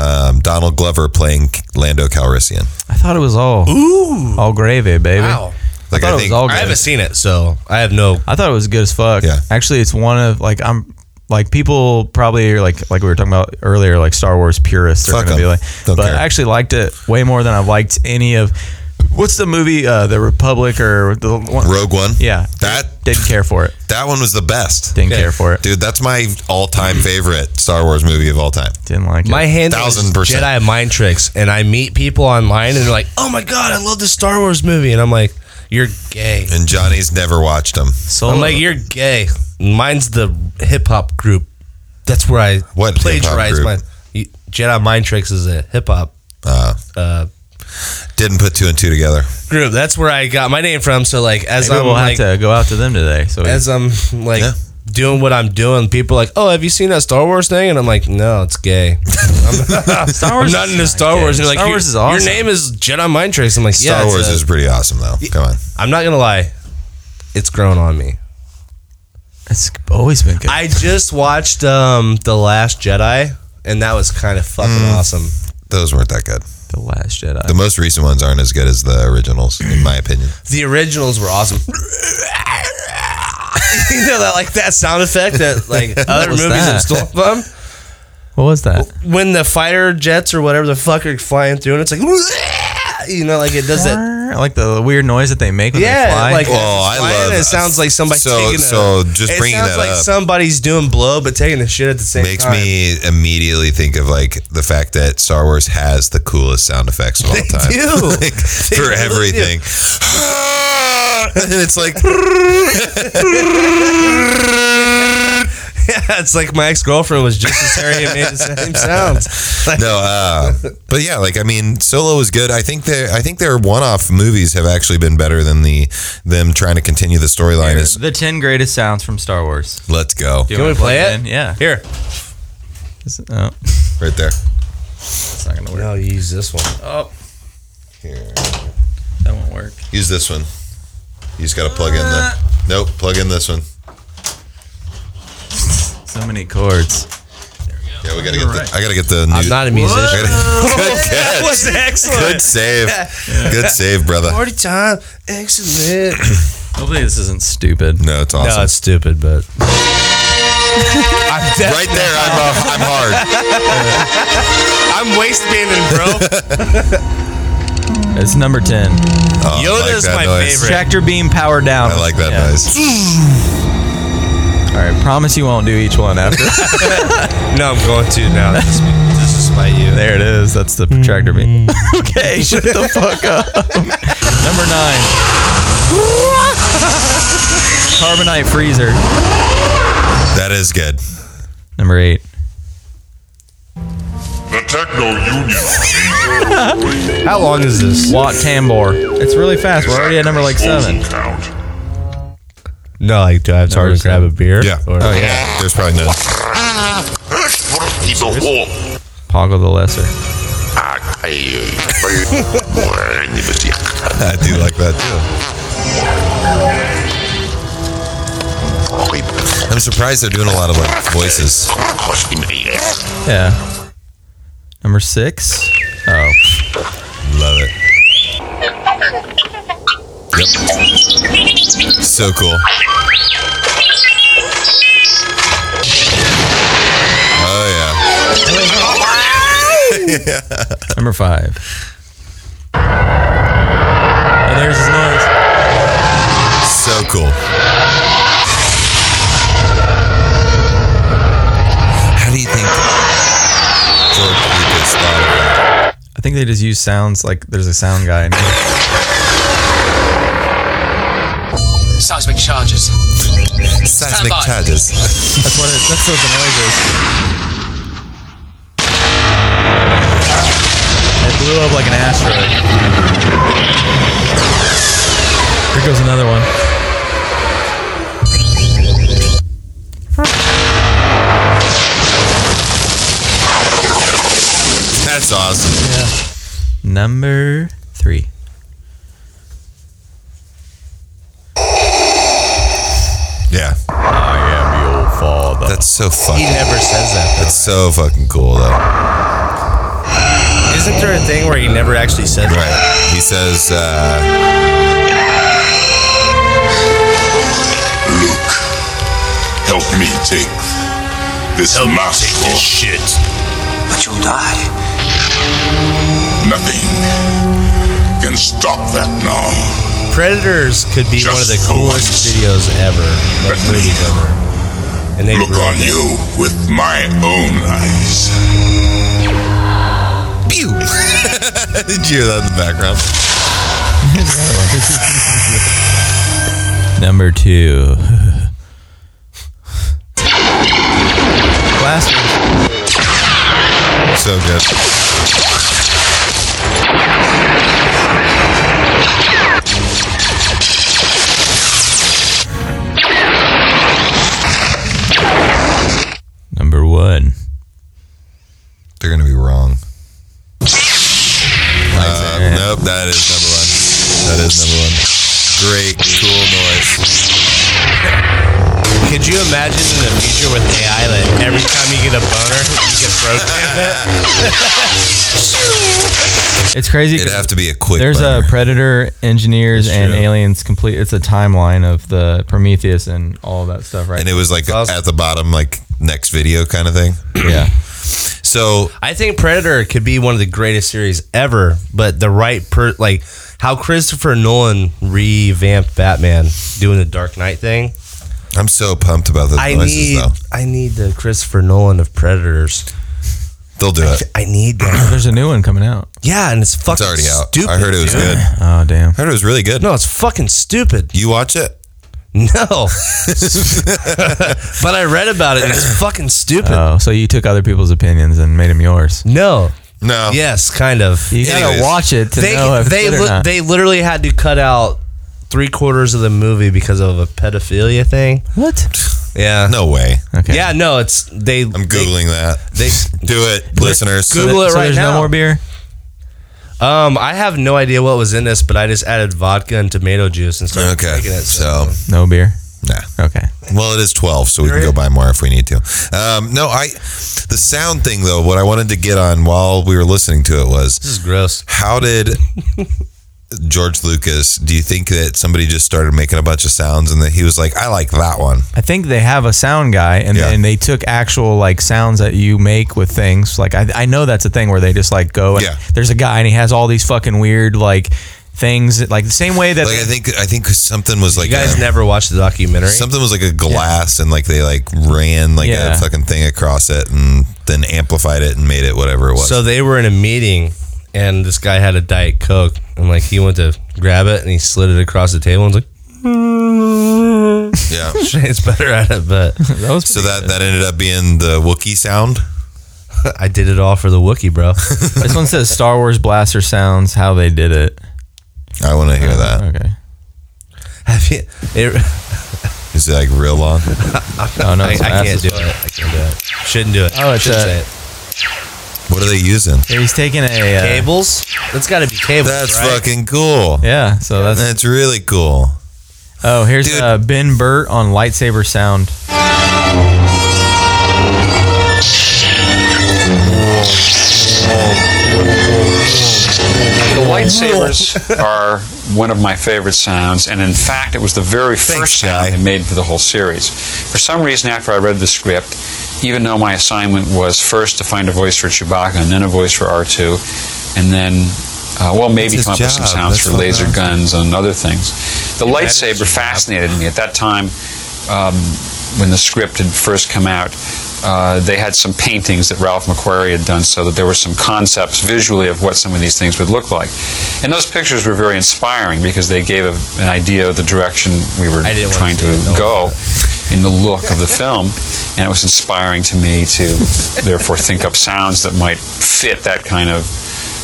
[SPEAKER 2] um, Donald Glover playing Lando Calrissian.
[SPEAKER 3] I thought it was all
[SPEAKER 4] Ooh.
[SPEAKER 3] all gravy, baby.
[SPEAKER 4] Wow.
[SPEAKER 2] Like
[SPEAKER 3] I thought it was all
[SPEAKER 4] Oh, I
[SPEAKER 3] good.
[SPEAKER 4] haven't seen it, so I have no.
[SPEAKER 3] I thought it was good as fuck.
[SPEAKER 2] Yeah.
[SPEAKER 3] Actually, it's one of like I'm like people probably are like like we were talking about earlier like Star Wars purists are
[SPEAKER 2] Fuck
[SPEAKER 3] gonna be
[SPEAKER 2] 'em.
[SPEAKER 3] like,
[SPEAKER 2] Don't
[SPEAKER 3] but
[SPEAKER 2] care.
[SPEAKER 3] I actually liked it way more than I've liked any of what's the movie uh, the Republic or the one
[SPEAKER 2] Rogue One.
[SPEAKER 3] yeah
[SPEAKER 2] that
[SPEAKER 3] didn't care for it
[SPEAKER 2] that one was the best.
[SPEAKER 3] didn't care for it
[SPEAKER 2] Dude, that's my all-time favorite Star Wars movie of all time.
[SPEAKER 3] didn't like
[SPEAKER 4] My
[SPEAKER 3] it.
[SPEAKER 4] hand is
[SPEAKER 2] Thousand percent.
[SPEAKER 4] Jedi mind tricks, and I meet people online, and they're like, "Oh my god, I love this Star Wars movie," and I'm like, "You're gay."
[SPEAKER 2] And Johnny's never watched them.
[SPEAKER 3] Solo.
[SPEAKER 4] I'm like, "You're gay." Mine's the hip hop group. That's where I
[SPEAKER 2] What hip-hop
[SPEAKER 4] plagiarize
[SPEAKER 2] group?
[SPEAKER 4] mine. You- Jedi mind tricks is a hip hop
[SPEAKER 2] Uh,
[SPEAKER 4] uh,
[SPEAKER 2] didn't put two and two together.
[SPEAKER 4] group. That's where I got my name from. So like, as
[SPEAKER 3] Maybe
[SPEAKER 4] I'm
[SPEAKER 3] we'll
[SPEAKER 4] like,
[SPEAKER 3] have to go out to them today. So we-
[SPEAKER 4] as I'm like
[SPEAKER 2] Yeah.
[SPEAKER 4] doing what I'm doing, people are like, "Oh, have you seen that Star Wars thing?" And I'm like, "No, it's gay."
[SPEAKER 3] Star
[SPEAKER 4] I'm
[SPEAKER 3] Wars
[SPEAKER 4] not
[SPEAKER 3] is
[SPEAKER 4] into Star
[SPEAKER 3] gay.
[SPEAKER 4] Wars. And they're like,
[SPEAKER 3] Star
[SPEAKER 4] "Your-
[SPEAKER 3] Wars is awesome.
[SPEAKER 4] Your name is Jedi Mind Tricks. I'm like, "Yeah,
[SPEAKER 2] Star
[SPEAKER 4] it's
[SPEAKER 2] Wars
[SPEAKER 4] a-
[SPEAKER 2] is pretty awesome, though. Come on.
[SPEAKER 4] I'm not gonna lie, it's grown on me.
[SPEAKER 3] It's always been good.
[SPEAKER 4] I just watched um the Last Jedi, and that was kind of fucking awesome.
[SPEAKER 2] Those weren't that good.
[SPEAKER 3] the Last Jedi.
[SPEAKER 2] The most recent ones aren't as good as the originals, in my opinion.
[SPEAKER 4] The originals were awesome. you know that like that sound effect that like other
[SPEAKER 3] was
[SPEAKER 4] movies
[SPEAKER 3] that?
[SPEAKER 4] have stolen from.
[SPEAKER 3] what was that?
[SPEAKER 4] when the fire jets or whatever the fuck are flying through, and it's like, you know, like it does that.
[SPEAKER 3] like the weird noise that they make when
[SPEAKER 4] Yeah,
[SPEAKER 3] they fly.
[SPEAKER 4] like
[SPEAKER 2] Oh, I
[SPEAKER 4] flying,
[SPEAKER 2] love-
[SPEAKER 4] it. Sounds like somebody
[SPEAKER 2] So-
[SPEAKER 4] taking a.
[SPEAKER 2] so just
[SPEAKER 4] it
[SPEAKER 2] bringing
[SPEAKER 4] sounds
[SPEAKER 2] that
[SPEAKER 4] like
[SPEAKER 2] up-
[SPEAKER 4] somebody's doing blow but taking the shit at the same
[SPEAKER 2] makes
[SPEAKER 4] time.
[SPEAKER 2] me immediately think of like the fact that Star Wars has the coolest sound effects of all time
[SPEAKER 4] do.
[SPEAKER 2] Like,
[SPEAKER 4] They
[SPEAKER 2] for
[SPEAKER 4] really do.
[SPEAKER 2] everything. and it's like
[SPEAKER 4] yeah, it's like my ex girlfriend was just as hairy and made the same sounds. Like,
[SPEAKER 2] no, uh, but yeah, like I mean, Solo is good. I think their I think their one off movies have actually been better than the them trying to continue the storyline. Is
[SPEAKER 3] the 10 greatest sounds from Star Wars.
[SPEAKER 2] let's go
[SPEAKER 3] Do you
[SPEAKER 4] Can
[SPEAKER 3] wanna
[SPEAKER 4] we play it?
[SPEAKER 3] in? Yeah.
[SPEAKER 4] Here,
[SPEAKER 3] Is- Oh,
[SPEAKER 2] right there.
[SPEAKER 3] it's not going to work.
[SPEAKER 4] no, you use this one.
[SPEAKER 3] Oh,
[SPEAKER 2] Here.
[SPEAKER 3] that won't work.
[SPEAKER 2] Use this one. You just got to plug in the. Nope, plug in this one.
[SPEAKER 3] So many chords.
[SPEAKER 2] Yeah, we gotta get. The, I gotta get the. New,
[SPEAKER 4] I'm not a
[SPEAKER 2] I
[SPEAKER 4] musician.
[SPEAKER 2] gotta- good catch.
[SPEAKER 4] Oh, was excellent.
[SPEAKER 2] Good save. Good save, brother.
[SPEAKER 4] Party time, excellent.
[SPEAKER 3] Hopefully, this isn't stupid.
[SPEAKER 2] No, it's awesome.
[SPEAKER 4] No, it's stupid, but I'm,
[SPEAKER 2] right there, I'm, uh, I'm hard.
[SPEAKER 4] I'm waist banding, bro.
[SPEAKER 3] It's number 10.
[SPEAKER 2] Oh, I
[SPEAKER 4] Yoda
[SPEAKER 2] like
[SPEAKER 4] is
[SPEAKER 2] that
[SPEAKER 4] my
[SPEAKER 2] noise.
[SPEAKER 4] favorite.
[SPEAKER 3] Tractor beam power down.
[SPEAKER 2] I like that
[SPEAKER 3] Yeah.
[SPEAKER 2] noise.
[SPEAKER 3] All right, promise you won't do each one after.
[SPEAKER 4] No, I'm going to now. This, this is by you.
[SPEAKER 3] there it is. That's the tractor beam. okay, shut the fuck up. number 9. Carbonite freezer.
[SPEAKER 2] That is good.
[SPEAKER 3] Number 8.
[SPEAKER 5] The Techno Union.
[SPEAKER 4] How long is this?
[SPEAKER 3] Watt tambour. It's really fast. We're already at number like 7.
[SPEAKER 5] Count.
[SPEAKER 4] No, like, do I have to
[SPEAKER 3] Number
[SPEAKER 4] grab a beer?
[SPEAKER 2] Yeah.
[SPEAKER 4] Or-
[SPEAKER 2] oh yeah. There's probably none.
[SPEAKER 5] It's for the people.
[SPEAKER 3] Pago the Lesser.
[SPEAKER 2] I do like that too. I'm surprised they're doing a lot of like voices.
[SPEAKER 3] Yeah. Number six. Oh,
[SPEAKER 2] Love it. Yep. So cool. Oh
[SPEAKER 3] number five. And Oh, there's his noise.
[SPEAKER 2] yeah, so cool. How do you think George Lucas thought of that?
[SPEAKER 3] I think they just use sounds like there's a sound guy. In here.
[SPEAKER 6] Seismic charges.
[SPEAKER 2] Seismic
[SPEAKER 6] by.
[SPEAKER 2] charges.
[SPEAKER 3] That's what it, that's what the noise is. It blew up like an asteroid. Here goes another one.
[SPEAKER 2] That's awesome.
[SPEAKER 3] Number three.
[SPEAKER 2] Yeah,
[SPEAKER 3] I am your father.
[SPEAKER 2] that's so
[SPEAKER 4] He
[SPEAKER 2] fucking.
[SPEAKER 4] never says that.
[SPEAKER 2] That's so fucking cool though.
[SPEAKER 4] Though. Isn't there a thing where he never actually said that?
[SPEAKER 2] Right. He says, uh,
[SPEAKER 5] Luke, help me take this mouthful.
[SPEAKER 1] shit.
[SPEAKER 6] But you'll die.
[SPEAKER 5] Nothing can stop that now.
[SPEAKER 4] Predators could be one of the
[SPEAKER 5] Just for
[SPEAKER 4] coolest
[SPEAKER 5] once.
[SPEAKER 4] videos ever, like
[SPEAKER 5] Let me
[SPEAKER 4] movies ever. And they
[SPEAKER 5] Look on
[SPEAKER 4] ruined it.
[SPEAKER 5] you with my own eyes.
[SPEAKER 2] "Pew." Did you hear that in the background?
[SPEAKER 3] Number two. Last one.
[SPEAKER 2] So good.
[SPEAKER 3] Number one.
[SPEAKER 2] They're gonna be wrong. Uh, nope, that is number one. That is number one. Great, cool noise.
[SPEAKER 4] Could you imagine in the future with AI that every time you get a boner, you can program it?
[SPEAKER 3] It's crazy. 'cause
[SPEAKER 2] It'd have to be a quick.
[SPEAKER 3] There's
[SPEAKER 2] burner.
[SPEAKER 3] a Predator, Engineers,
[SPEAKER 2] That's
[SPEAKER 3] and
[SPEAKER 2] true.
[SPEAKER 3] Aliens complete. It's a timeline of the Prometheus and all that stuff, right?
[SPEAKER 2] and it was like
[SPEAKER 4] awesome.
[SPEAKER 2] at the bottom, like next video kind of thing.
[SPEAKER 3] yeah.
[SPEAKER 2] So
[SPEAKER 4] I think Predator could be one of the greatest series ever, but the right per like how Christopher Nolan revamped Batman doing the Dark Knight thing.
[SPEAKER 2] I'm so pumped about the
[SPEAKER 4] I
[SPEAKER 2] noises
[SPEAKER 4] need
[SPEAKER 2] though.
[SPEAKER 4] I need the Christopher Nolan of Predators.
[SPEAKER 2] They'll do it.
[SPEAKER 4] I need that.
[SPEAKER 3] There's a new one coming out.
[SPEAKER 4] yeah, and it's fucking
[SPEAKER 2] It's already out.
[SPEAKER 4] stupid.
[SPEAKER 2] I heard it was
[SPEAKER 4] dude.
[SPEAKER 2] good. I
[SPEAKER 3] Oh damn.
[SPEAKER 2] heard it was really good.
[SPEAKER 4] No, it's fucking stupid.
[SPEAKER 2] You watch it?
[SPEAKER 4] No. but I read about it and it's fucking stupid.
[SPEAKER 3] Oh, so you took other people's opinions and made them yours.
[SPEAKER 4] no.
[SPEAKER 2] No.
[SPEAKER 4] Yes, kind of.
[SPEAKER 3] oh. You gotta
[SPEAKER 2] Anyways.
[SPEAKER 3] watch it to
[SPEAKER 4] they
[SPEAKER 3] know if
[SPEAKER 4] they
[SPEAKER 3] it's good
[SPEAKER 4] li-
[SPEAKER 3] or not.
[SPEAKER 4] they literally had to cut out three quarters of the movie because of a pedophilia thing.
[SPEAKER 3] what?
[SPEAKER 4] Yeah.
[SPEAKER 2] No way.
[SPEAKER 3] Okay.
[SPEAKER 4] Yeah. No. It's they.
[SPEAKER 2] I'm googling that.
[SPEAKER 4] They,
[SPEAKER 2] Do it, listeners.
[SPEAKER 4] Google it
[SPEAKER 3] so
[SPEAKER 4] right
[SPEAKER 3] there's
[SPEAKER 4] now.
[SPEAKER 3] no more beer.
[SPEAKER 4] um, I have no idea what was in this, but I just added vodka and tomato juice and started
[SPEAKER 2] Okay.
[SPEAKER 4] drinking it.
[SPEAKER 2] So
[SPEAKER 3] No beer.
[SPEAKER 2] nah.
[SPEAKER 3] Okay.
[SPEAKER 2] Well, it is 12, so we can go buy more if we need to. Um, no, I the sound thing though, what I wanted to get on while we were listening to it was
[SPEAKER 4] This is gross.
[SPEAKER 2] how did George Lucas, do you think that somebody just started making a bunch of sounds and that he was like, I like that one?
[SPEAKER 3] I think they have a sound guy, and
[SPEAKER 2] Yeah.
[SPEAKER 3] and they took actual like sounds that you make with things. Like I, I know that's a thing where they just like go and
[SPEAKER 2] Yeah.
[SPEAKER 3] there's a guy and he has all these fucking weird like things that- like the same way that
[SPEAKER 2] Like I think I think something was like
[SPEAKER 4] You guys
[SPEAKER 2] a-
[SPEAKER 4] never watched the documentary?
[SPEAKER 2] something was like a glass and like they like ran like a
[SPEAKER 3] Yeah.
[SPEAKER 2] fucking thing across it and then amplified it and made it whatever it was.
[SPEAKER 4] So they were in a meeting, and this guy had a diet coke, and like he went to grab it, and he slid it across the table, and was like,
[SPEAKER 2] yeah.
[SPEAKER 4] "Shane's better at it," but
[SPEAKER 3] that was
[SPEAKER 2] So that that ended up being the Wookiee sound.
[SPEAKER 4] I did it all for the Wookiee, bro.
[SPEAKER 3] this one says Star Wars blaster sounds how they did it.
[SPEAKER 2] I want to hear that.
[SPEAKER 3] Okay.
[SPEAKER 4] Have you? It,
[SPEAKER 2] Is it like real long?
[SPEAKER 3] Oh no,
[SPEAKER 4] I, I
[SPEAKER 3] it's fast
[SPEAKER 4] can't
[SPEAKER 3] as
[SPEAKER 4] do it.
[SPEAKER 3] fuck.
[SPEAKER 4] I can't do it. Shouldn't do it.
[SPEAKER 3] Oh, it's
[SPEAKER 4] Shouldn't
[SPEAKER 3] a-
[SPEAKER 4] say it.
[SPEAKER 2] What are they using?
[SPEAKER 3] Yeah, he's taking a uh,
[SPEAKER 4] Cables? That's got to be cables.
[SPEAKER 2] That's
[SPEAKER 4] right?
[SPEAKER 2] fucking cool.
[SPEAKER 3] Yeah, so that's
[SPEAKER 2] That's really cool.
[SPEAKER 3] oh here's
[SPEAKER 2] Dude.
[SPEAKER 3] uh, Ben Burt on lightsaber sound.
[SPEAKER 7] The lightsabers are one of my favorite sounds, and in fact, it was the very first
[SPEAKER 2] Guy.
[SPEAKER 7] sound they made for the whole series. For some reason, after I read the script, even though my assignment was first to find a voice for Chewbacca and then a voice for R2, and then, uh, well, maybe
[SPEAKER 2] his
[SPEAKER 7] come up with some
[SPEAKER 2] job.
[SPEAKER 7] sounds
[SPEAKER 2] That's
[SPEAKER 7] for
[SPEAKER 2] what
[SPEAKER 7] laser
[SPEAKER 2] I'm-
[SPEAKER 7] guns and other things. The lightsaber fascinated me. At that time, um, when the script had first come out, uh, they had some paintings that Ralph McQuarrie had done so that there were some concepts visually of what some of these things would look like. And those pictures were very inspiring because they gave a, an idea of the direction we were
[SPEAKER 4] I didn't wanna
[SPEAKER 7] trying
[SPEAKER 4] see it,
[SPEAKER 7] to
[SPEAKER 4] no.
[SPEAKER 7] go in the look of the film. And it was inspiring to me to therefore think up sounds that might fit that kind of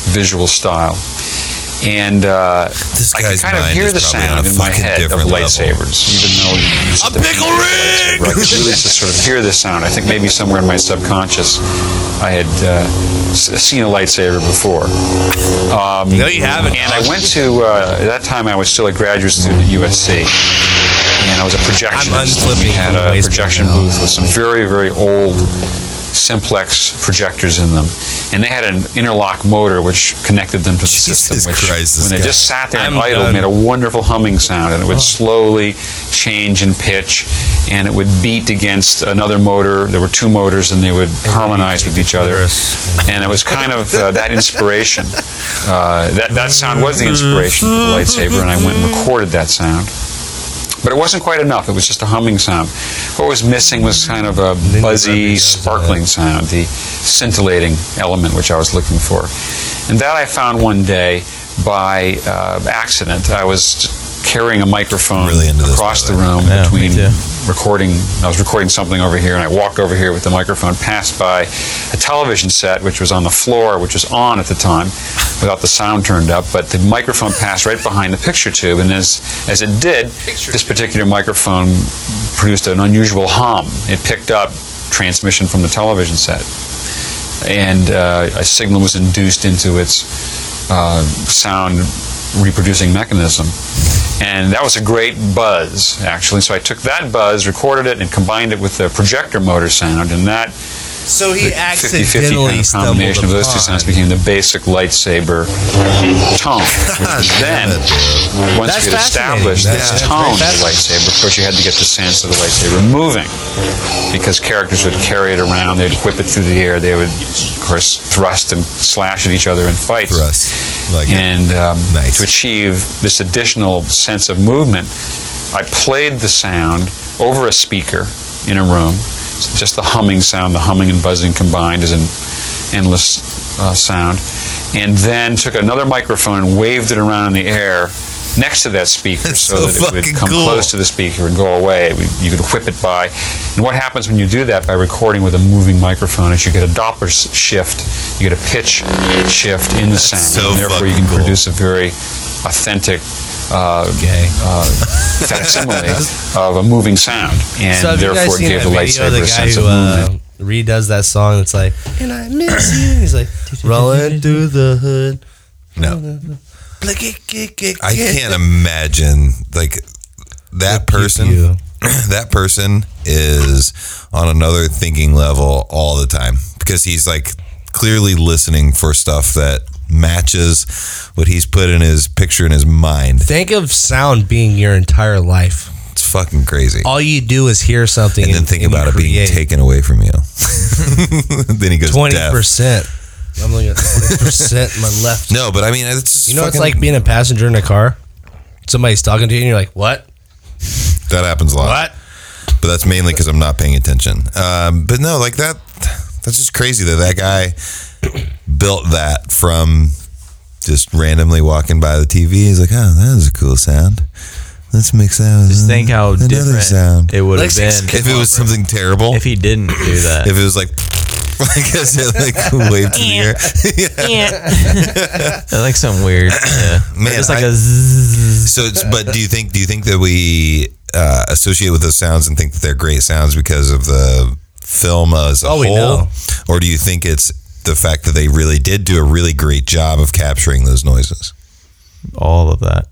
[SPEAKER 7] visual style. And uh,
[SPEAKER 2] This
[SPEAKER 7] I can
[SPEAKER 2] guy's
[SPEAKER 7] kind of
[SPEAKER 2] mind
[SPEAKER 7] hear
[SPEAKER 2] is
[SPEAKER 7] the
[SPEAKER 2] probably
[SPEAKER 7] sound
[SPEAKER 2] on a
[SPEAKER 7] in my
[SPEAKER 2] fucking
[SPEAKER 7] head of
[SPEAKER 2] different level.
[SPEAKER 7] lightsabers, even though you used to
[SPEAKER 2] pickle
[SPEAKER 7] lightsaber. I could really just sort of hear the sound. I think maybe somewhere in my subconscious, I had uh, s- seen a lightsaber before. Um,
[SPEAKER 4] No, you haven't.
[SPEAKER 7] And I went to uh, at that time I was still a graduate student at USC, and I was a projectionist.
[SPEAKER 4] I'm unflipping
[SPEAKER 7] we had
[SPEAKER 4] from the
[SPEAKER 7] a
[SPEAKER 4] waistband
[SPEAKER 7] projection
[SPEAKER 4] now.
[SPEAKER 7] booth with some very very old simplex projectors in them, and they had an interlock motor which connected them to the system.
[SPEAKER 2] Jesus
[SPEAKER 7] Which,
[SPEAKER 2] Christ, this
[SPEAKER 7] when they
[SPEAKER 2] guy. Oh.
[SPEAKER 7] just sat there and
[SPEAKER 4] I'm
[SPEAKER 7] idled,
[SPEAKER 4] done.
[SPEAKER 7] made a wonderful humming sound, and it would slowly change in pitch, and it would beat against another motor. There were two motors, and they would harmonize with each other. And it was kind of uh, that inspiration. Uh, that that sound was the inspiration for the lightsaber, and I went and recorded that sound. But it wasn't quite enough. It was just a humming sound. What was missing was kind of a buzzy, sparkling sound, the scintillating element which I was looking for. And that I found one day by uh, accident. I was carrying a microphone
[SPEAKER 2] really into this,
[SPEAKER 7] across
[SPEAKER 2] by the
[SPEAKER 7] the
[SPEAKER 2] way.
[SPEAKER 7] room
[SPEAKER 3] Yeah, me
[SPEAKER 7] between
[SPEAKER 3] too.
[SPEAKER 7] recording. I was recording something over here, and I walked over here with the microphone, passed by a television set which was on the floor, which was on at the time, without the sound turned up. But the microphone passed right behind the picture tube, and as as it did, this particular microphone produced an unusual hum. It picked up transmission from the television set, and uh, a signal was induced into its uh, sound reproducing mechanism. And that was a great buzz, actually. So I took that buzz, recorded it, and combined it with the projector motor sound, and that
[SPEAKER 4] So he
[SPEAKER 7] 50-50
[SPEAKER 4] accidentally
[SPEAKER 7] kind of
[SPEAKER 4] stumbled
[SPEAKER 7] combination of those two
[SPEAKER 4] upon-
[SPEAKER 7] sounds became the basic lightsaber tone. Which then, once
[SPEAKER 4] That's
[SPEAKER 7] we had
[SPEAKER 4] fascinating.
[SPEAKER 7] established this
[SPEAKER 4] Yeah, that's
[SPEAKER 7] tone of
[SPEAKER 4] very
[SPEAKER 7] the lightsaber, of course, you had to get the sense of the lightsaber moving, because characters would carry it around, they'd whip it through the air, they would, of course, thrust and slash at each other in fights
[SPEAKER 2] Thrust. Like
[SPEAKER 7] and um,
[SPEAKER 2] Nice.
[SPEAKER 7] to achieve this additional sense of movement, I played the sound over a speaker in a room. So just the humming sound, the humming and buzzing combined is an endless uh, sound. And then took another microphone and waved it around in the air next to that speaker
[SPEAKER 2] That's
[SPEAKER 7] so,
[SPEAKER 2] so
[SPEAKER 7] that it
[SPEAKER 2] fucking
[SPEAKER 7] would come
[SPEAKER 2] cool.
[SPEAKER 7] close to the speaker and go away. We- You could whip it by. And what happens when you do that by recording with a moving microphone is you get a Doppler s- shift, you get a pitch shift in the sound.
[SPEAKER 2] so
[SPEAKER 7] and therefore, you
[SPEAKER 2] fucking
[SPEAKER 7] can
[SPEAKER 2] cool.
[SPEAKER 7] produce a very authentic uh, uh, facsimile of a moving sound. And
[SPEAKER 4] So have you guys
[SPEAKER 7] therefore, it
[SPEAKER 4] seen
[SPEAKER 7] gave
[SPEAKER 4] that
[SPEAKER 7] the
[SPEAKER 4] video of
[SPEAKER 7] lightsaber
[SPEAKER 4] the
[SPEAKER 7] a
[SPEAKER 4] guy
[SPEAKER 7] sense
[SPEAKER 4] who
[SPEAKER 7] of movement.
[SPEAKER 4] uh, redoes that song? It's like, and I miss you. He's like, rolling through the hood.
[SPEAKER 2] No, I can't imagine like that
[SPEAKER 4] pew.
[SPEAKER 2] person. That person is on another thinking level all the time because he's like clearly listening for stuff that matches what he's put in his picture in his mind.
[SPEAKER 4] Think of sound being your entire life.
[SPEAKER 2] It's fucking crazy.
[SPEAKER 4] All you do is hear something
[SPEAKER 2] and then think
[SPEAKER 4] and you
[SPEAKER 2] about it being
[SPEAKER 4] create.
[SPEAKER 2] taken away from you. then he goes
[SPEAKER 4] twenty
[SPEAKER 2] deaf.
[SPEAKER 4] percent. I'm looking at twenty percent my left.
[SPEAKER 2] No, but I mean, it's just
[SPEAKER 4] You know, it's
[SPEAKER 2] fucking-
[SPEAKER 4] like being a passenger in a car. Somebody's talking to you, and you're like, "What?
[SPEAKER 2] that happens a lot.
[SPEAKER 4] What?"
[SPEAKER 2] but that's mainly because I'm not paying attention. Um, but no, like that, that's just crazy that that guy built that from just randomly walking by the TV. He's like, oh, that is a cool sound. Let's mix that with
[SPEAKER 3] Just think how
[SPEAKER 2] another Mm-hmm.
[SPEAKER 3] different
[SPEAKER 2] sound.
[SPEAKER 3] it would have
[SPEAKER 4] Let's
[SPEAKER 3] been
[SPEAKER 2] if it was something terrible,
[SPEAKER 3] if he didn't do that.
[SPEAKER 2] if it was like, like I said, like waved in the air.
[SPEAKER 3] I like some weird, yeah.
[SPEAKER 2] Man,
[SPEAKER 3] just like
[SPEAKER 2] I-
[SPEAKER 3] a zzz.
[SPEAKER 2] So, it's, but do you think do you think that we uh, associate with those sounds and think that they're great sounds because of the film as a
[SPEAKER 4] Oh, we
[SPEAKER 2] whole,
[SPEAKER 4] know.
[SPEAKER 2] or do you think it's the fact that they really did do a really great job of capturing those noises.
[SPEAKER 3] all of that.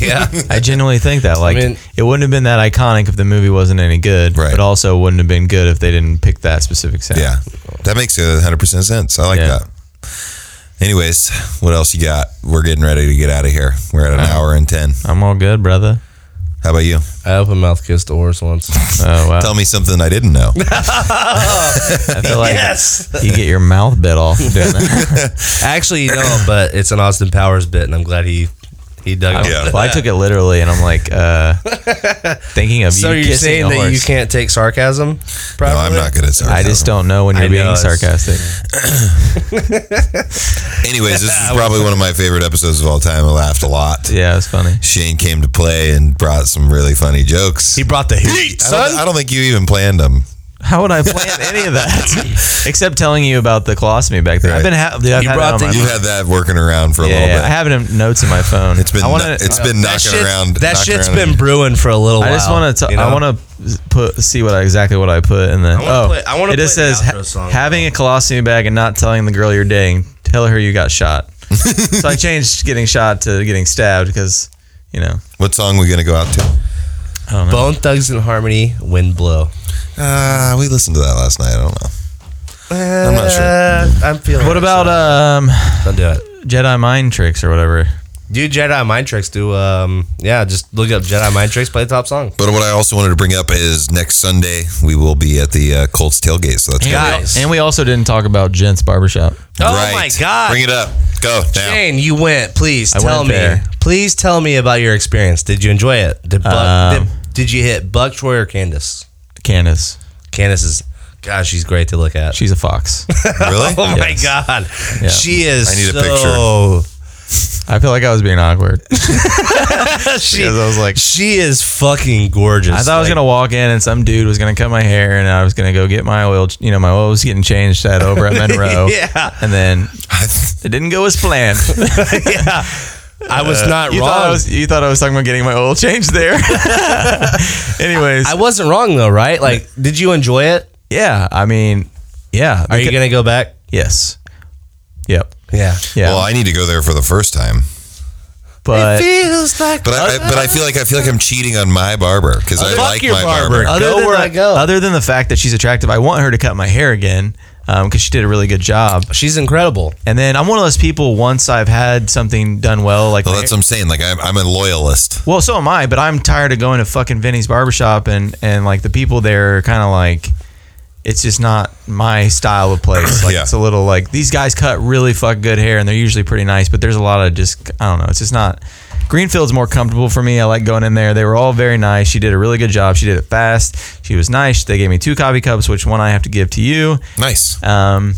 [SPEAKER 4] yeah.
[SPEAKER 3] I genuinely think that like
[SPEAKER 4] mean-
[SPEAKER 3] it wouldn't have been that iconic if the movie wasn't any good,
[SPEAKER 2] Right.
[SPEAKER 3] but also wouldn't have been good if they didn't pick that specific sound.
[SPEAKER 2] Yeah, that makes a hundred percent sense. I like
[SPEAKER 3] Yeah.
[SPEAKER 2] that. Anyways, what else you got? We're getting ready to get out of here. We're at an hour and ten.
[SPEAKER 3] I'm all good, brother.
[SPEAKER 2] How about you?
[SPEAKER 4] I open mouth kissed the horse once.
[SPEAKER 3] Oh wow.
[SPEAKER 2] Tell me something I didn't know.
[SPEAKER 3] I feel like
[SPEAKER 4] yes.
[SPEAKER 3] you get your mouth bit off doing that.
[SPEAKER 4] Actually, no, but it's an Austin Powers bit, and I'm glad he he dug it.
[SPEAKER 2] Yeah.
[SPEAKER 3] Well, I took it literally and I'm like, uh thinking of
[SPEAKER 4] So
[SPEAKER 3] you
[SPEAKER 4] you are
[SPEAKER 3] kissing
[SPEAKER 4] saying
[SPEAKER 3] a
[SPEAKER 4] that you
[SPEAKER 3] horse.
[SPEAKER 4] can't take sarcasm?
[SPEAKER 2] no,
[SPEAKER 4] Probably?
[SPEAKER 2] I'm not good at sarcasm.
[SPEAKER 3] I just don't know when you're
[SPEAKER 4] I
[SPEAKER 3] being
[SPEAKER 4] know, it's-
[SPEAKER 3] sarcastic.
[SPEAKER 2] Anyways, this is probably one of my favorite episodes of all time. I laughed a lot.
[SPEAKER 3] Yeah, it's funny.
[SPEAKER 2] Shane came to play and brought some really funny jokes.
[SPEAKER 4] He brought the heat,
[SPEAKER 2] I, don't,
[SPEAKER 4] son.
[SPEAKER 2] I don't think you even planned them.
[SPEAKER 3] How would I plan any of that? Except telling you about the colostomy back there. I've been ha- dude, I've
[SPEAKER 4] You
[SPEAKER 3] had
[SPEAKER 4] brought
[SPEAKER 3] it on
[SPEAKER 4] the-
[SPEAKER 3] my
[SPEAKER 2] You had that working around for a
[SPEAKER 3] yeah,
[SPEAKER 2] little
[SPEAKER 3] yeah,
[SPEAKER 2] bit.
[SPEAKER 3] I have it in notes in my phone.
[SPEAKER 2] It's been
[SPEAKER 3] I
[SPEAKER 2] kno-
[SPEAKER 3] wanna,
[SPEAKER 2] it's been
[SPEAKER 4] That
[SPEAKER 2] knocking
[SPEAKER 4] shit,
[SPEAKER 2] around.
[SPEAKER 4] that
[SPEAKER 2] knocking
[SPEAKER 4] shit's
[SPEAKER 2] around.
[SPEAKER 4] been brewing for a little
[SPEAKER 3] I
[SPEAKER 4] while.
[SPEAKER 3] just want to.
[SPEAKER 4] you know?
[SPEAKER 3] I want to put see what I, exactly what I put and then.
[SPEAKER 4] wanna
[SPEAKER 3] oh,
[SPEAKER 4] play- I wanna
[SPEAKER 3] It just
[SPEAKER 4] play the
[SPEAKER 3] says
[SPEAKER 4] outro
[SPEAKER 3] "Ha-
[SPEAKER 4] song,
[SPEAKER 3] having a colostomy bag and not telling the girl you're dating. Tell her you got shot. so I changed getting shot to getting stabbed because you know.
[SPEAKER 2] What song we gonna go out to?
[SPEAKER 4] Bone Thugs and Harmony, Wind Blow.
[SPEAKER 2] Uh, we listened to that last night. I don't know. I'm not sure.
[SPEAKER 4] Uh, I'm feeling.
[SPEAKER 3] What
[SPEAKER 4] it,
[SPEAKER 3] about
[SPEAKER 4] so
[SPEAKER 3] um
[SPEAKER 4] Don't do it,
[SPEAKER 3] Jedi mind tricks or whatever?
[SPEAKER 4] dude. Jedi mind tricks. Do um, yeah. Just look up Jedi mind tricks. Play the top song.
[SPEAKER 2] But what I also wanted to bring up is next Sunday we will be at the uh, Colts tailgate. So that's
[SPEAKER 4] Yeah.
[SPEAKER 2] good.
[SPEAKER 4] Guys.
[SPEAKER 3] And we also didn't talk about Gents Barbershop.
[SPEAKER 4] Oh my god,
[SPEAKER 2] Bring it up. Go now.
[SPEAKER 4] Shane, you went. Please
[SPEAKER 3] I
[SPEAKER 4] tell
[SPEAKER 3] went
[SPEAKER 4] me.
[SPEAKER 3] there.
[SPEAKER 4] Please tell me about your experience. Did you enjoy it? Did Buck,
[SPEAKER 3] Um,
[SPEAKER 4] did, did you hit Buck Troy or Candace?
[SPEAKER 3] Candace,
[SPEAKER 4] Candace is, gosh, she's great to look at.
[SPEAKER 3] she's a fox.
[SPEAKER 2] Really?
[SPEAKER 4] oh my
[SPEAKER 3] Yes.
[SPEAKER 4] god, she is.
[SPEAKER 2] I need a
[SPEAKER 4] so,
[SPEAKER 3] I feel like I was being awkward.
[SPEAKER 4] She,
[SPEAKER 3] Because I was like-
[SPEAKER 4] she is fucking gorgeous.
[SPEAKER 3] I thought I was
[SPEAKER 4] Like,
[SPEAKER 3] gonna walk in and some dude was gonna cut my hair and I was gonna go get my oil. You know, my oil was getting changed at over at Monroe.
[SPEAKER 4] Yeah.
[SPEAKER 3] and then it didn't go as planned. you
[SPEAKER 4] I was not wrong.
[SPEAKER 3] thought I was Uh, you thought I was talking about getting my oil changed there. Anyways,
[SPEAKER 4] I wasn't wrong though, right? Like, did you enjoy it?
[SPEAKER 3] yeah, I mean, yeah,
[SPEAKER 4] Are you gonna go back?
[SPEAKER 3] yes, yep,
[SPEAKER 4] Yeah.
[SPEAKER 3] yeah,
[SPEAKER 2] Well, I need to go there for the first time.
[SPEAKER 3] but.
[SPEAKER 4] feels like
[SPEAKER 2] But I, I but I feel like I feel like I'm cheating on my barber because I
[SPEAKER 4] Fuck
[SPEAKER 2] like
[SPEAKER 4] your
[SPEAKER 2] my
[SPEAKER 4] barber.
[SPEAKER 2] barber.
[SPEAKER 4] Go
[SPEAKER 3] than
[SPEAKER 4] where
[SPEAKER 3] the,
[SPEAKER 4] I go.
[SPEAKER 3] other than the fact that she's attractive, I want her to cut my hair again because she did a really good job.
[SPEAKER 4] she's incredible.
[SPEAKER 3] And then I'm one of those people. Once I've had something done well, like
[SPEAKER 2] Well,
[SPEAKER 3] my
[SPEAKER 2] that's what I'm saying. Like I'm, I'm a loyalist.
[SPEAKER 3] Well, so am I, but I'm tired of going to fucking Vinny's barbershop and and like the people there are kind of like it's just not my style of place. Like
[SPEAKER 2] Yeah.
[SPEAKER 3] it's a little like these guys cut really fuck good hair and they're usually pretty nice, but there's a lot of just I don't know, it's just not Greenfield's more comfortable for me. I like going in there. They were all very nice. She did a really good job. She did it fast. She was nice. They gave me two coffee cups, which one I have to give to you.
[SPEAKER 2] Nice.
[SPEAKER 3] Um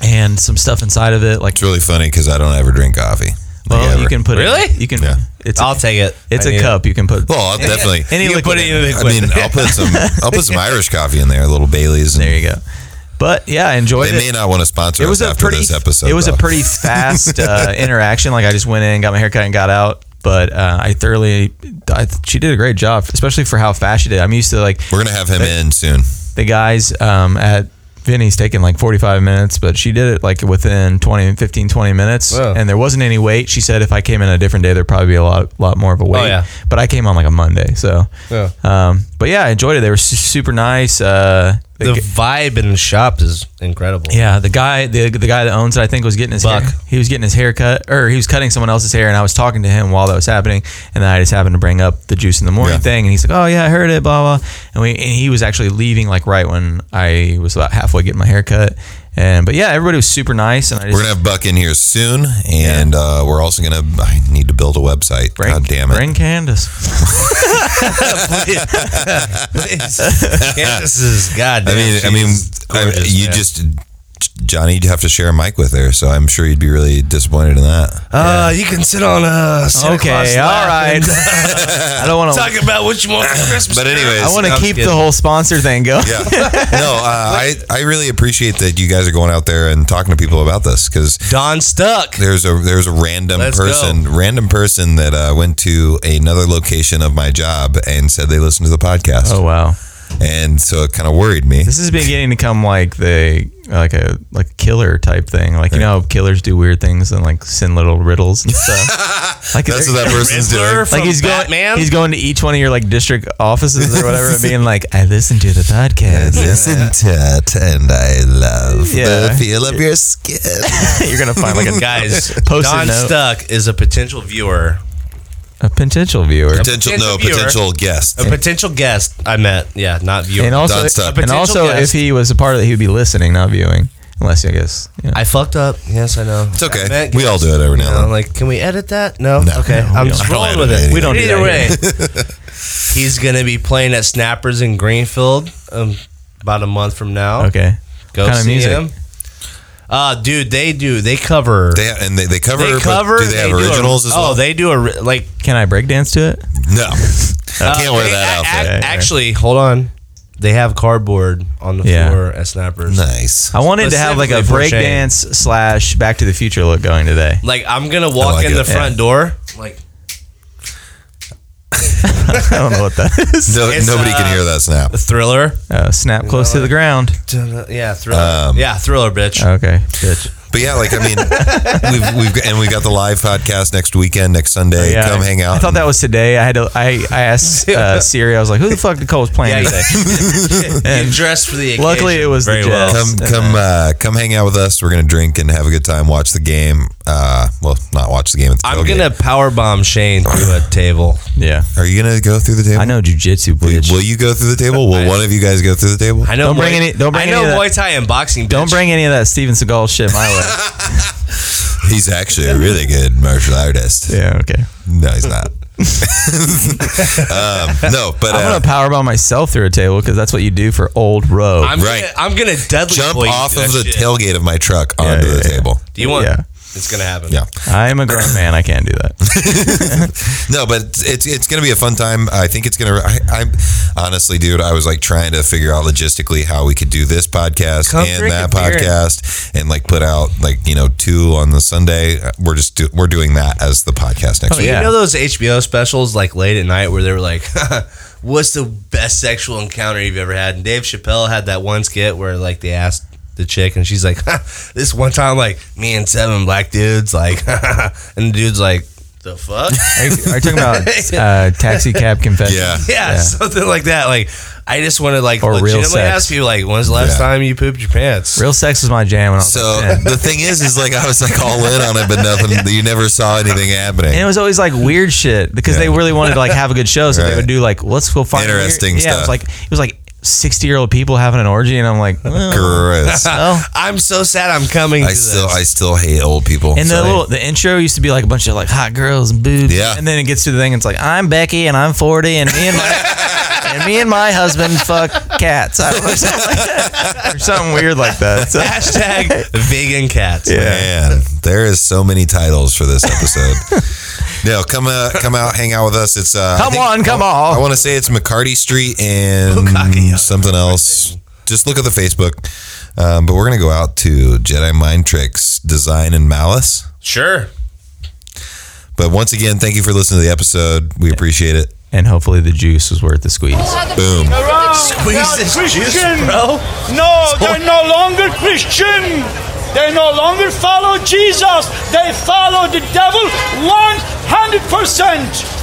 [SPEAKER 3] and some stuff inside of it like
[SPEAKER 2] It's really funny because I don't ever drink coffee. Like,
[SPEAKER 3] well, you
[SPEAKER 2] ever.
[SPEAKER 3] can put
[SPEAKER 4] Really?
[SPEAKER 3] it you can
[SPEAKER 2] Yeah.
[SPEAKER 3] it's
[SPEAKER 4] I'll
[SPEAKER 3] a,
[SPEAKER 4] take it.
[SPEAKER 3] it's
[SPEAKER 4] I need
[SPEAKER 3] a
[SPEAKER 4] it.
[SPEAKER 3] cup you can put
[SPEAKER 2] Well, I'll definitely.
[SPEAKER 3] any
[SPEAKER 4] You can
[SPEAKER 3] liquid
[SPEAKER 4] put it in the
[SPEAKER 2] I mean, I'll put some. I'll put some Irish coffee in there, a little Bailey's. And
[SPEAKER 3] There you go. But yeah, I enjoyed
[SPEAKER 2] They
[SPEAKER 3] it.
[SPEAKER 2] may not want to sponsor
[SPEAKER 3] it was
[SPEAKER 2] us
[SPEAKER 3] a
[SPEAKER 2] after
[SPEAKER 3] pretty.
[SPEAKER 2] this episode.
[SPEAKER 3] it was
[SPEAKER 2] though.
[SPEAKER 3] a pretty fast uh, interaction. Like I just went in, got my haircut, and got out. But uh, I thoroughly, I, she did a great job, especially for how fast she did. I'm used to like
[SPEAKER 2] We're gonna have him in soon.
[SPEAKER 3] the guys um, at Vinny's taking like 45 minutes, but she did it like within 20, 15, 20 minutes.
[SPEAKER 4] Wow.
[SPEAKER 3] And there wasn't any wait. She said if I came in a different day, there'd probably be a lot, lot more of a wait.
[SPEAKER 2] Oh,
[SPEAKER 4] yeah.
[SPEAKER 3] But I came on like a Monday. So,
[SPEAKER 4] Yeah.
[SPEAKER 3] um, but yeah, I enjoyed it. They were su- super nice. Uh, they
[SPEAKER 4] The vibe in the shop is incredible.
[SPEAKER 3] Yeah, the guy, the, the guy that owns it, I think was getting his
[SPEAKER 4] Buck.
[SPEAKER 3] hair. He was getting his hair cut, or he was cutting someone else's hair, and I was talking to him while that was happening, and then I just happened to bring up the juice in the morning
[SPEAKER 2] Yeah.
[SPEAKER 3] thing, and he's like, "Oh yeah, I heard it, blah blah," and we, and he was actually leaving like right when I was about halfway getting my hair cut, and but yeah, everybody was super nice, and I just
[SPEAKER 2] We're gonna have Buck in here soon, and uh, we're also gonna. I need to build a website.
[SPEAKER 3] bring,
[SPEAKER 2] God damn it!
[SPEAKER 3] bring Candace.
[SPEAKER 4] Candace is
[SPEAKER 2] I
[SPEAKER 4] goddamn.
[SPEAKER 2] mean, I mean,
[SPEAKER 4] she's
[SPEAKER 2] I-
[SPEAKER 4] gorgeous,
[SPEAKER 2] you
[SPEAKER 4] man.
[SPEAKER 2] just Johnny, you'd have to share a mic with her, so I'm sure you'd be really disappointed in that.
[SPEAKER 4] Uh, you can sit on a Santa Claus
[SPEAKER 3] okay, all
[SPEAKER 4] lap
[SPEAKER 3] right.
[SPEAKER 4] and
[SPEAKER 3] I don't want to.
[SPEAKER 4] Talk about what you want for Christmas.
[SPEAKER 2] But anyways,
[SPEAKER 3] I want to
[SPEAKER 2] um,
[SPEAKER 3] keep the whole sponsor thing going.
[SPEAKER 2] Yeah. No, uh, I I really appreciate that you guys are going out there and talking to people about this because
[SPEAKER 4] Don Stuck.
[SPEAKER 2] there's a there's a random
[SPEAKER 4] Let's
[SPEAKER 2] person random person that uh, went to another location of my job and said they listened to the podcast,
[SPEAKER 3] Oh wow,
[SPEAKER 2] and so it kind of worried me.
[SPEAKER 3] this is beginning to come like the like a like a killer type thing. Like you know, how killers do weird things and like send little riddles and stuff. like
[SPEAKER 2] That's what that person's
[SPEAKER 4] Riddler
[SPEAKER 2] doing.
[SPEAKER 4] from
[SPEAKER 3] like he's going,
[SPEAKER 4] Batman.
[SPEAKER 3] he's going to each one of your like district offices or whatever, and being like, "I listened to the podcast."
[SPEAKER 2] Listen to it, and I love
[SPEAKER 3] Yeah.
[SPEAKER 2] the feel of your skin.
[SPEAKER 3] You're gonna find like a
[SPEAKER 4] guys.
[SPEAKER 3] Post-it
[SPEAKER 4] Don
[SPEAKER 3] note.
[SPEAKER 4] Stuck is a potential viewer,
[SPEAKER 3] a potential viewer,
[SPEAKER 2] Potential, no,
[SPEAKER 4] potential viewer.
[SPEAKER 2] potential guest.
[SPEAKER 4] a potential guest. I met, yeah, not viewer.
[SPEAKER 3] and
[SPEAKER 2] Don
[SPEAKER 3] also
[SPEAKER 2] Stuck.
[SPEAKER 3] and
[SPEAKER 4] Potential
[SPEAKER 3] also
[SPEAKER 4] guest.
[SPEAKER 3] if he was a part of it, he would be listening, not viewing. Unless I guess you know.
[SPEAKER 4] I fucked up. Yes, I know. It's
[SPEAKER 2] okay. We all do it every now and then.
[SPEAKER 4] I'm like, can we edit that? No.
[SPEAKER 2] No.
[SPEAKER 4] okay.
[SPEAKER 2] No,
[SPEAKER 4] I'm
[SPEAKER 2] we
[SPEAKER 4] just
[SPEAKER 2] don't. I
[SPEAKER 4] rolling
[SPEAKER 2] don't
[SPEAKER 4] with
[SPEAKER 2] edit
[SPEAKER 4] it.
[SPEAKER 2] We
[SPEAKER 3] don't
[SPEAKER 4] Either
[SPEAKER 3] do
[SPEAKER 4] way,
[SPEAKER 3] that
[SPEAKER 4] he's gonna be playing at Snappers in Greenfield um, about a month from now.
[SPEAKER 3] okay.
[SPEAKER 4] Go
[SPEAKER 3] What kind of
[SPEAKER 4] see
[SPEAKER 3] music?
[SPEAKER 4] him. Uh, dude, they do. They cover.
[SPEAKER 2] They ha- and they, they cover.
[SPEAKER 4] They
[SPEAKER 2] but
[SPEAKER 4] cover.
[SPEAKER 2] Do they have
[SPEAKER 4] do a-
[SPEAKER 2] originals as well?
[SPEAKER 4] Oh, they do a ri- like.
[SPEAKER 3] Can I break dance to it?
[SPEAKER 2] no,
[SPEAKER 4] uh,
[SPEAKER 2] can't wear
[SPEAKER 4] they-
[SPEAKER 2] that
[SPEAKER 4] a-
[SPEAKER 2] outfit.
[SPEAKER 4] a- Actually, hold on. They have cardboard on the
[SPEAKER 3] Yeah.
[SPEAKER 4] floor at Snappers.
[SPEAKER 2] Nice.
[SPEAKER 3] I wanted to have like a
[SPEAKER 4] Specifically for Shane.
[SPEAKER 3] breakdance slash Back to the Future look going today.
[SPEAKER 4] Like I'm gonna walk
[SPEAKER 2] like
[SPEAKER 4] in the
[SPEAKER 2] it.
[SPEAKER 4] front door. Like
[SPEAKER 3] I don't know what that is.
[SPEAKER 2] No,
[SPEAKER 4] it's,
[SPEAKER 2] nobody
[SPEAKER 4] uh,
[SPEAKER 2] can hear that snap.
[SPEAKER 4] Thriller.
[SPEAKER 3] Uh, snap close to the ground.
[SPEAKER 4] Yeah, Thriller.
[SPEAKER 2] Um,
[SPEAKER 4] yeah, Thriller, bitch.
[SPEAKER 3] Okay, bitch.
[SPEAKER 2] But yeah, like I mean, we've we've got, and we got the live podcast next weekend, next Sunday.
[SPEAKER 3] Yeah,
[SPEAKER 2] Come hang out.
[SPEAKER 3] I thought
[SPEAKER 2] and-
[SPEAKER 3] that was today. I had to. I I asked uh, Siri. I was like, "Who the fuck Nicole's
[SPEAKER 4] yeah,
[SPEAKER 3] playing
[SPEAKER 4] you,
[SPEAKER 3] today?"
[SPEAKER 4] you dressed for the occasion.
[SPEAKER 3] Luckily, it was the
[SPEAKER 4] very
[SPEAKER 3] Jets.
[SPEAKER 4] well.
[SPEAKER 2] Come, come, uh, come hang out with us. We're gonna drink and have a good time. Watch the game. Uh, well, not watch the game. At the
[SPEAKER 4] I'm
[SPEAKER 2] tailgate.
[SPEAKER 4] gonna power bomb Shane through a table.
[SPEAKER 3] Yeah,
[SPEAKER 2] Are you gonna go through the table?
[SPEAKER 3] I know jujitsu,
[SPEAKER 2] Will,
[SPEAKER 3] bitch.
[SPEAKER 2] will you go through the table? Will one of you guys go through the table?
[SPEAKER 4] I know.
[SPEAKER 3] Don't
[SPEAKER 4] Muay-
[SPEAKER 3] bring any- don't bring
[SPEAKER 4] I know
[SPEAKER 3] any of that-
[SPEAKER 4] Muay Thai and boxing. Bitch.
[SPEAKER 3] Don't bring any of that Steven Seagal shit my way.
[SPEAKER 2] He's actually a really good martial artist.
[SPEAKER 3] yeah, okay.
[SPEAKER 2] No, he's not. um, no, but
[SPEAKER 3] I'm
[SPEAKER 2] uh,
[SPEAKER 3] gonna power bomb myself through a table because that's what you do for old row.
[SPEAKER 4] I'm
[SPEAKER 2] Right.
[SPEAKER 4] Gonna, I'm gonna deadly
[SPEAKER 2] jump
[SPEAKER 4] boy you
[SPEAKER 2] off
[SPEAKER 4] to
[SPEAKER 2] of
[SPEAKER 4] that
[SPEAKER 2] the
[SPEAKER 4] shit.
[SPEAKER 2] tailgate of my truck onto
[SPEAKER 3] yeah,
[SPEAKER 2] the
[SPEAKER 3] yeah.
[SPEAKER 2] table.
[SPEAKER 4] Do you want?
[SPEAKER 3] Yeah.
[SPEAKER 4] It's gonna happen.
[SPEAKER 2] Yeah.
[SPEAKER 3] I am a grown man. I can't do that.
[SPEAKER 2] No, but it's it's gonna be a fun time. I think it's gonna. I, I honestly, dude, I was like trying to figure out logistically how we could do this podcast
[SPEAKER 4] Come
[SPEAKER 2] and
[SPEAKER 4] drink
[SPEAKER 2] that
[SPEAKER 4] a beer.
[SPEAKER 2] podcast, and like put out like you know two on the Sunday. We're just do, we're doing that as the podcast next
[SPEAKER 3] Oh,
[SPEAKER 2] week.
[SPEAKER 3] yeah.
[SPEAKER 4] You know those HBO specials like late at night where they were like, "What's the best sexual encounter you've ever had?" And Dave Chappelle had that one skit where like they asked the chick and she's like, "This one time, like me and seven black dudes, like," and the dude's like, "The fuck."
[SPEAKER 3] Are you, are you talking about uh, taxi cab confession?
[SPEAKER 2] Yeah.
[SPEAKER 4] yeah,
[SPEAKER 3] Yeah.
[SPEAKER 4] something like that. Like, I just want to like
[SPEAKER 3] Or real
[SPEAKER 4] legitimately
[SPEAKER 3] sex.
[SPEAKER 4] ask you, like, when's the last
[SPEAKER 2] Yeah.
[SPEAKER 4] time you pooped your pants?
[SPEAKER 3] Real sex was my jam. When I was
[SPEAKER 2] So
[SPEAKER 3] like 10.
[SPEAKER 2] the thing is, is like I was like all in on it, but nothing. You never saw anything happening.
[SPEAKER 3] And it was always like weird shit because they really wanted to like have a good show, so they
[SPEAKER 2] Right.
[SPEAKER 3] would do like let's go find weird-
[SPEAKER 2] Interesting
[SPEAKER 3] Yeah, it
[SPEAKER 2] stuff.
[SPEAKER 3] was like it was like sixty year old people having an orgy, and I'm like, well,
[SPEAKER 2] Gross.
[SPEAKER 3] well.
[SPEAKER 4] I'm so sad. I'm coming.
[SPEAKER 2] I
[SPEAKER 4] to
[SPEAKER 2] still
[SPEAKER 4] this.
[SPEAKER 2] I still hate old people.
[SPEAKER 3] And the
[SPEAKER 2] Sorry.
[SPEAKER 3] little the intro used to be like a bunch of like hot girls and boobs,
[SPEAKER 2] Yeah.
[SPEAKER 3] And then it gets to the thing, it's like I'm Becky and I'm forty, and me and my and me and my husband fuck cats, I don't know, something like that. or something weird like that. So,
[SPEAKER 4] hashtag vegan cats.
[SPEAKER 2] Man, there is so many titles for this episode. no, come uh, come out, hang out with us. It's uh, I
[SPEAKER 3] Come on, come on.
[SPEAKER 2] I want to say it's McCarty Street and
[SPEAKER 4] Bukkake.
[SPEAKER 2] something else. Just look at the Facebook. Um, but we're gonna go out to Jedi Mind Tricks Design and Malice.
[SPEAKER 4] Sure.
[SPEAKER 2] But once again, thank you for listening to the episode. We appreciate it.
[SPEAKER 3] and hopefully the juice was worth the squeeze.
[SPEAKER 2] Boom.
[SPEAKER 4] Squeeze this juice, bro.
[SPEAKER 8] No, they're no longer Christian. They no longer follow Jesus. They follow the devil 100%.